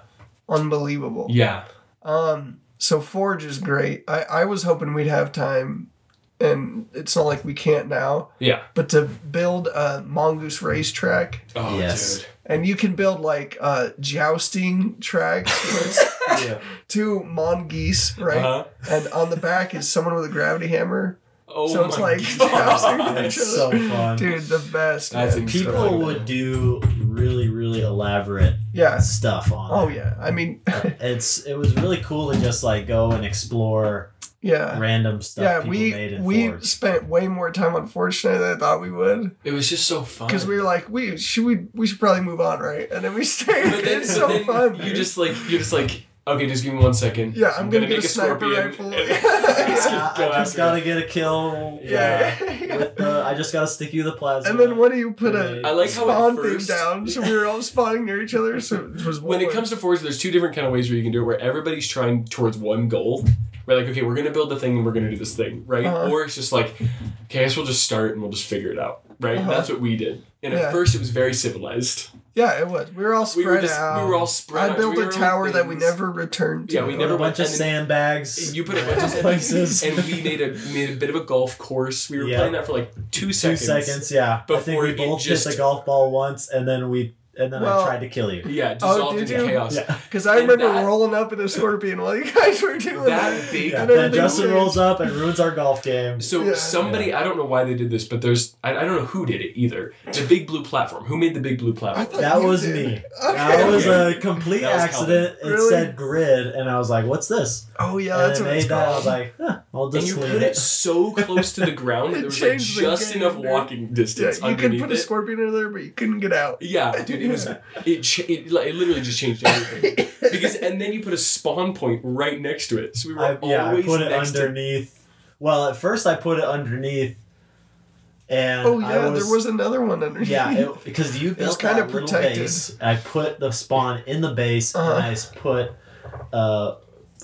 Speaker 3: unbelievable.
Speaker 4: Yeah.
Speaker 3: Um, so Forge is great. I, I was hoping we'd have time, and it's not like we can't now,
Speaker 4: Yeah.
Speaker 3: but to build a mongoose racetrack
Speaker 4: Oh,
Speaker 5: Yes.
Speaker 4: dude.
Speaker 3: and you can build like uh jousting tracks where it's
Speaker 5: yeah.
Speaker 3: two mongoose right
Speaker 4: Uh-huh.
Speaker 3: and on the back is someone with a gravity hammer
Speaker 4: Oh
Speaker 3: so it's
Speaker 4: my
Speaker 3: like jousting
Speaker 4: God.
Speaker 3: with
Speaker 5: That's
Speaker 3: each other.
Speaker 5: so fun.
Speaker 3: dude the best
Speaker 4: That's
Speaker 3: man.
Speaker 4: insane. Stuff
Speaker 5: People
Speaker 4: like
Speaker 5: would do really, really elaborate
Speaker 3: yeah
Speaker 5: stuff on
Speaker 3: oh
Speaker 5: it.
Speaker 3: yeah i mean
Speaker 5: It's it was really cool to just like go and explore
Speaker 3: yeah
Speaker 5: random stuff
Speaker 3: yeah
Speaker 5: people made
Speaker 3: we
Speaker 5: in
Speaker 3: we
Speaker 5: Forge.
Speaker 3: spent way more time on Forge tonight than i thought we would
Speaker 4: It was just so fun.
Speaker 3: because we were like we should we we should probably move on right and then we stayed
Speaker 4: But then,
Speaker 3: it's so
Speaker 4: but then
Speaker 3: fun
Speaker 4: You
Speaker 3: dude.
Speaker 4: just like you're just like okay, just give me one second.
Speaker 3: yeah i'm, gonna,
Speaker 4: make
Speaker 3: get a sniper rifle
Speaker 4: and then just
Speaker 5: Yeah,
Speaker 4: go
Speaker 5: I
Speaker 4: after
Speaker 5: just
Speaker 4: it.
Speaker 5: gotta get a kill.
Speaker 3: yeah, yeah.
Speaker 5: With the, I just gotta stick you the plasma.
Speaker 3: And then what do you put a
Speaker 5: I
Speaker 4: like how at
Speaker 3: spawn
Speaker 4: first-
Speaker 3: thing down? So we were all spawning near each other. So it was
Speaker 4: When it comes to Forge, there's two different kind of ways where you can do it. Where everybody's trying towards one goal. Right, like okay, we're gonna build the thing and we're gonna do this thing, right?
Speaker 3: Uh-huh.
Speaker 4: Or it's just like, okay, I guess we'll just start and we'll just figure it out, right?
Speaker 3: Uh-huh.
Speaker 4: That's what we did. And
Speaker 3: Yeah.
Speaker 4: at first, it was very civilized.
Speaker 3: yeah, it was. We were all spread
Speaker 4: we were just
Speaker 3: out.
Speaker 4: we were all spread.
Speaker 3: I
Speaker 4: out
Speaker 3: built
Speaker 4: doing
Speaker 3: a
Speaker 4: our own
Speaker 3: tower that we
Speaker 4: things.
Speaker 3: never returned to.
Speaker 4: Yeah, we
Speaker 5: Put
Speaker 4: never
Speaker 5: a bunch of
Speaker 4: and then-
Speaker 5: sandbags.
Speaker 4: You put a bunch of
Speaker 5: Places.
Speaker 4: and we made a made a bit of a golf course. We were
Speaker 5: Yeah.
Speaker 4: playing that for like two
Speaker 5: two
Speaker 4: seconds.
Speaker 5: seconds. yeah. I think
Speaker 4: before
Speaker 5: we
Speaker 4: it
Speaker 5: both
Speaker 4: just-
Speaker 5: hit the golf ball once, and then we and then
Speaker 3: Well-
Speaker 5: I tried to kill you.
Speaker 4: Yeah, dissolved
Speaker 3: Oh, did
Speaker 4: into
Speaker 3: you?
Speaker 4: chaos.
Speaker 5: Yeah.
Speaker 3: Because I
Speaker 4: And
Speaker 3: remember
Speaker 4: that-
Speaker 3: rolling up in a scorpion while you guys were doing
Speaker 4: That big.
Speaker 5: Yeah.
Speaker 3: And
Speaker 5: Then
Speaker 3: everything
Speaker 5: Justin
Speaker 3: changed.
Speaker 5: rolls up and ruins our golf game.
Speaker 4: So
Speaker 3: Yeah.
Speaker 4: somebody, I don't know why they did this, but there's, I, I don't know who did it either. The big blue platform. Who made the big blue
Speaker 3: I
Speaker 4: platform?
Speaker 3: thought
Speaker 5: That
Speaker 3: you
Speaker 5: was
Speaker 3: did.
Speaker 5: me.
Speaker 3: Okay.
Speaker 5: That was
Speaker 4: Okay.
Speaker 5: a complete
Speaker 4: That was
Speaker 5: accident. It
Speaker 3: Really?
Speaker 5: said grid, and I was like, "What's this?"
Speaker 3: oh yeah,
Speaker 5: and
Speaker 3: that's
Speaker 5: it
Speaker 3: what it's
Speaker 5: made that. I
Speaker 3: called.
Speaker 5: was like, huh, "I'll
Speaker 4: and
Speaker 5: just
Speaker 4: you
Speaker 5: leave
Speaker 4: put it
Speaker 5: it."
Speaker 4: so close to the ground that
Speaker 3: It
Speaker 4: there was like
Speaker 3: changed the
Speaker 4: just
Speaker 3: game,
Speaker 4: enough
Speaker 3: dude.
Speaker 4: walking
Speaker 3: yeah,
Speaker 4: distance
Speaker 3: you could
Speaker 4: underneath
Speaker 3: put a
Speaker 4: it.
Speaker 3: scorpion in there, but you couldn't get out.
Speaker 4: yeah, dude, it was it, cha- it, like, it literally just changed everything because and then you put a spawn point right next to it, so we were
Speaker 5: I, yeah, I
Speaker 4: always
Speaker 5: put it
Speaker 4: next to.
Speaker 5: underneath. Well, at first I put it underneath, and
Speaker 3: Oh
Speaker 5: I
Speaker 3: yeah,
Speaker 5: was,
Speaker 3: there was another one underneath.
Speaker 5: Yeah, it, because you
Speaker 3: was
Speaker 5: built
Speaker 3: kinda
Speaker 5: that little
Speaker 3: protected.
Speaker 5: base. I put the spawn in the base,
Speaker 3: Uh-huh.
Speaker 5: and I s- put uh,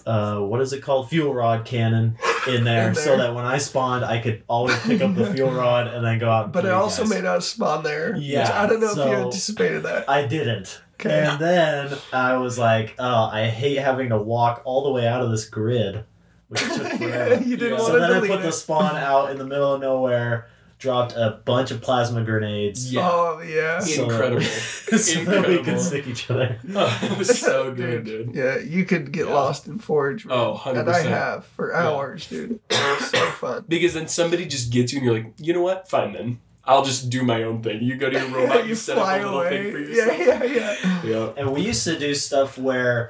Speaker 5: uh, what is it called? Fuel rod cannon in there,
Speaker 3: In there.
Speaker 5: so that when I spawned, I could always pick up the fuel rod and then go out. and
Speaker 3: but
Speaker 5: kill
Speaker 3: it
Speaker 5: you
Speaker 3: also
Speaker 5: guys.
Speaker 3: made us spawn there. which
Speaker 5: Yeah,
Speaker 3: I don't know if you
Speaker 5: so-
Speaker 3: anticipated that.
Speaker 5: I didn't.
Speaker 3: Okay.
Speaker 5: And then I was like, oh, I hate having to walk all the way out of this grid, which took forever.
Speaker 3: you didn't
Speaker 4: Yeah.
Speaker 3: want
Speaker 5: So
Speaker 3: to
Speaker 5: then I
Speaker 3: delete
Speaker 5: put
Speaker 3: it.
Speaker 5: the spawn out in the middle of nowhere, dropped a bunch of plasma grenades.
Speaker 4: Yeah,
Speaker 3: Oh yeah.
Speaker 5: Yeah. so-
Speaker 4: incredible.
Speaker 5: so that we
Speaker 4: Incredible.
Speaker 5: could stick each other.
Speaker 4: Oh, it was so good, dude.
Speaker 3: Yeah, you could get
Speaker 4: Yeah.
Speaker 3: lost in Forge. man.
Speaker 4: Oh, 100%.
Speaker 3: And I have for hours, dude. It's so fun.
Speaker 4: Because then somebody just gets you and you're like, you know what? Fine then. I'll just do my own thing. You go to your robot, you, set up a little thing for yourself.
Speaker 3: Yeah, yeah, yeah.
Speaker 4: Yeah.
Speaker 5: And we used to do stuff where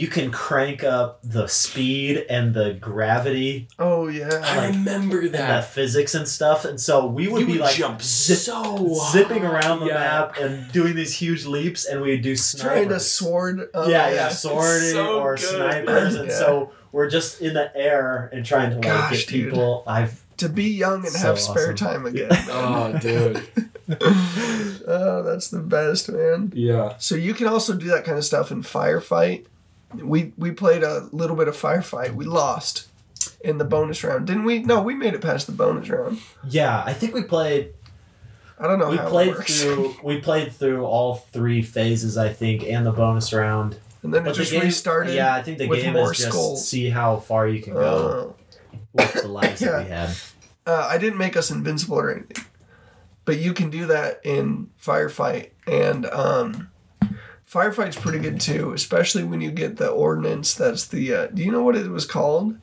Speaker 5: you can crank up the speed and the gravity
Speaker 3: Oh yeah.
Speaker 4: I
Speaker 5: Like,
Speaker 4: remember
Speaker 5: and the
Speaker 4: that.
Speaker 5: physics and stuff. And so we would
Speaker 4: you
Speaker 5: be
Speaker 4: would
Speaker 5: like
Speaker 4: jump
Speaker 5: zip-
Speaker 4: so
Speaker 5: zipping
Speaker 4: high.
Speaker 5: around the
Speaker 4: Yeah.
Speaker 5: map and doing these huge leaps, and we'd do snipers.
Speaker 3: Trying to sword. up.
Speaker 5: yeah, yeah, swording
Speaker 4: so
Speaker 5: or
Speaker 4: good.
Speaker 5: snipers, and
Speaker 3: Yeah.
Speaker 5: so we're just in the air and trying to like
Speaker 3: Gosh,
Speaker 5: get
Speaker 3: dude.
Speaker 5: people. I've
Speaker 3: To be young and
Speaker 5: So
Speaker 3: have spare
Speaker 5: awesome.
Speaker 3: time again.
Speaker 4: Oh, dude.
Speaker 3: oh, that's the best, man.
Speaker 4: Yeah.
Speaker 3: So you can also do that kind of stuff in firefight. We we played a little bit of firefight. We lost in the bonus round, didn't we? No, we made it past the bonus round.
Speaker 5: yeah, I think we played
Speaker 3: I don't know
Speaker 5: we
Speaker 3: how it
Speaker 5: played
Speaker 3: works.
Speaker 5: through we played through all three phases, I think, and the bonus round.
Speaker 3: And then it
Speaker 5: But the
Speaker 3: just
Speaker 5: game-
Speaker 3: restarted.
Speaker 5: Yeah, I think the
Speaker 3: with
Speaker 5: game
Speaker 3: more
Speaker 5: is just
Speaker 3: skulls.
Speaker 5: see how far you can go
Speaker 3: Oh.
Speaker 5: with the lives that we had.
Speaker 3: uh, I didn't make us invincible or anything, but you can do that in firefight and um, Firefight's pretty good too, especially when you get the ordnance. That's the. Uh, do you know what it was called?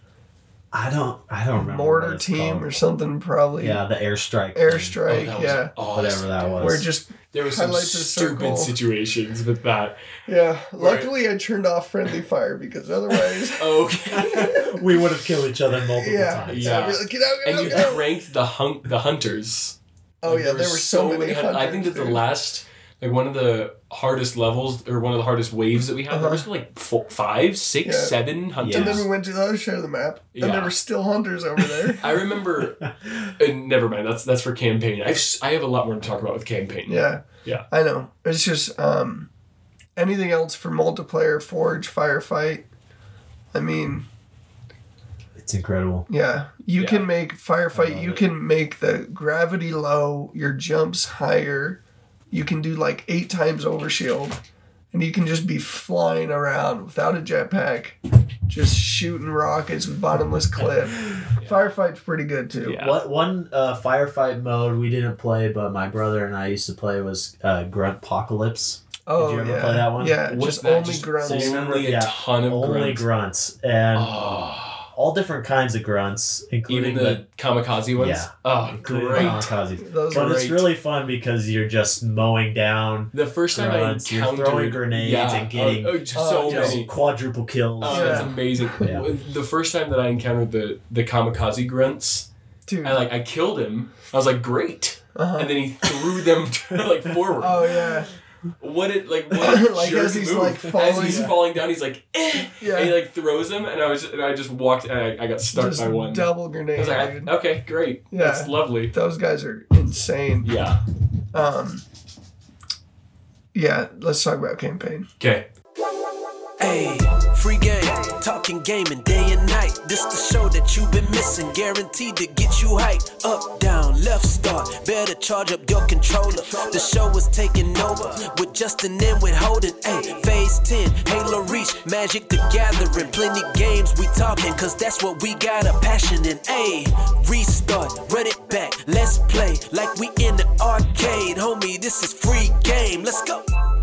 Speaker 5: I don't. I don't remember. what
Speaker 3: Mortar
Speaker 5: it's
Speaker 3: team
Speaker 5: called.
Speaker 3: or something, probably.
Speaker 5: yeah, the airstrike. thing,
Speaker 4: Oh,
Speaker 3: Airstrike.
Speaker 4: that was
Speaker 3: yeah.
Speaker 4: awesome.
Speaker 5: Whatever that was.
Speaker 3: Where just
Speaker 4: There were some
Speaker 3: Highlights a circle.
Speaker 4: stupid situations with that.
Speaker 3: yeah.
Speaker 4: Where-
Speaker 3: Luckily, I turned off friendly fire because otherwise.
Speaker 4: Okay.
Speaker 5: we would have killed each other multiple
Speaker 3: yeah.
Speaker 5: times.
Speaker 4: Yeah.
Speaker 3: Yeah. Like, get out, get
Speaker 4: and
Speaker 3: out,
Speaker 4: you
Speaker 3: get out.
Speaker 4: ranked the hun- the hunters.
Speaker 3: Oh
Speaker 4: Like,
Speaker 3: yeah, there were so many.
Speaker 4: hun- I think that the
Speaker 3: hunters,
Speaker 4: last, like one of the hardest levels or one of the hardest waves that we had, there
Speaker 3: Uh-huh.
Speaker 4: was like four, five, six,
Speaker 3: Yeah.
Speaker 4: seven
Speaker 3: dude.
Speaker 4: hunters.
Speaker 3: And then we went to the other side of the map, and
Speaker 4: Yeah.
Speaker 3: there were still hunters over there.
Speaker 4: I remember. uh, never mind. That's that's for campaign. I've s- I have a lot more to talk about with campaign.
Speaker 3: yeah.
Speaker 4: Yeah.
Speaker 3: I know. It's just um, anything else for multiplayer, forge, firefight. I mean,
Speaker 5: It's incredible.
Speaker 3: Yeah, you
Speaker 4: Yeah.
Speaker 3: can make
Speaker 5: I
Speaker 3: firefight.
Speaker 5: love
Speaker 3: You
Speaker 5: it.
Speaker 3: can make the gravity low, your jumps higher. You can do like eight times over shield, and you can just be flying around without a jetpack, just shooting rockets with bottomless clip. Firefight's pretty good too.
Speaker 4: Yeah.
Speaker 5: What one uh, firefight mode we didn't play, but my brother and I used to play was uh, Grunt Apocalypse.
Speaker 3: Oh
Speaker 5: you ever
Speaker 3: yeah,
Speaker 5: play that one?
Speaker 3: yeah.
Speaker 4: What's
Speaker 3: just
Speaker 4: that?
Speaker 3: only
Speaker 4: Just
Speaker 3: grunts.
Speaker 5: full-
Speaker 4: Only a
Speaker 5: Yeah.
Speaker 4: ton of
Speaker 5: Only
Speaker 4: grunts.
Speaker 5: grunts and
Speaker 4: Oh,
Speaker 5: all different kinds of grunts, including
Speaker 4: even the kamikaze ones.
Speaker 5: Yeah.
Speaker 4: Oh,
Speaker 5: including uh, the
Speaker 4: great.
Speaker 5: kamikaze.
Speaker 3: Those
Speaker 5: But
Speaker 3: are
Speaker 5: it's
Speaker 4: Great.
Speaker 5: really fun because you're just mowing down
Speaker 4: The first time
Speaker 5: Grunts,
Speaker 4: I
Speaker 5: you're
Speaker 4: encountered
Speaker 5: throwing grenades
Speaker 4: yeah,
Speaker 5: and getting-
Speaker 4: oh, oh, so
Speaker 3: oh,
Speaker 5: just
Speaker 4: many.
Speaker 5: quadruple kills.
Speaker 4: Oh, that's amazing.
Speaker 5: Yeah.
Speaker 4: The first time that I encountered the the kamikaze grunts,
Speaker 3: dude.
Speaker 4: I like I killed him. I was like, great,
Speaker 3: uh-huh.
Speaker 4: and then he threw them like forward.
Speaker 3: Oh yeah,
Speaker 4: What it like? What a
Speaker 3: Like,
Speaker 4: jerk
Speaker 3: as he's,
Speaker 4: move.
Speaker 3: like,
Speaker 4: as
Speaker 3: falling-
Speaker 4: he's
Speaker 3: Yeah.
Speaker 4: falling down, he's like, eh,
Speaker 3: Yeah.
Speaker 4: and he like throws them, and I was and I just walked and I, I got stuck
Speaker 3: just
Speaker 4: by one.
Speaker 3: double
Speaker 4: I
Speaker 3: grenade.
Speaker 4: was like, I-
Speaker 3: dude.
Speaker 4: okay, great,
Speaker 3: Yeah.
Speaker 4: that's lovely.
Speaker 3: Those guys are insane.
Speaker 4: Yeah.
Speaker 3: Um, yeah, let's talk about campaign.
Speaker 4: Okay.
Speaker 1: Hey, free game, talking gaming day and night. This the show that you've been missing, guaranteed to get you hyped. Up, down, left, start. Better charge up your controller. The show is taking over with Justin and with Holden. Hey, Phase 10, Halo Reach, Magic the Gathering. Plenty games we talking, cause that's what we got a passion in. Hey, restart, run it back. Let's play like we in the arcade. Homie, this is free game. Let's go.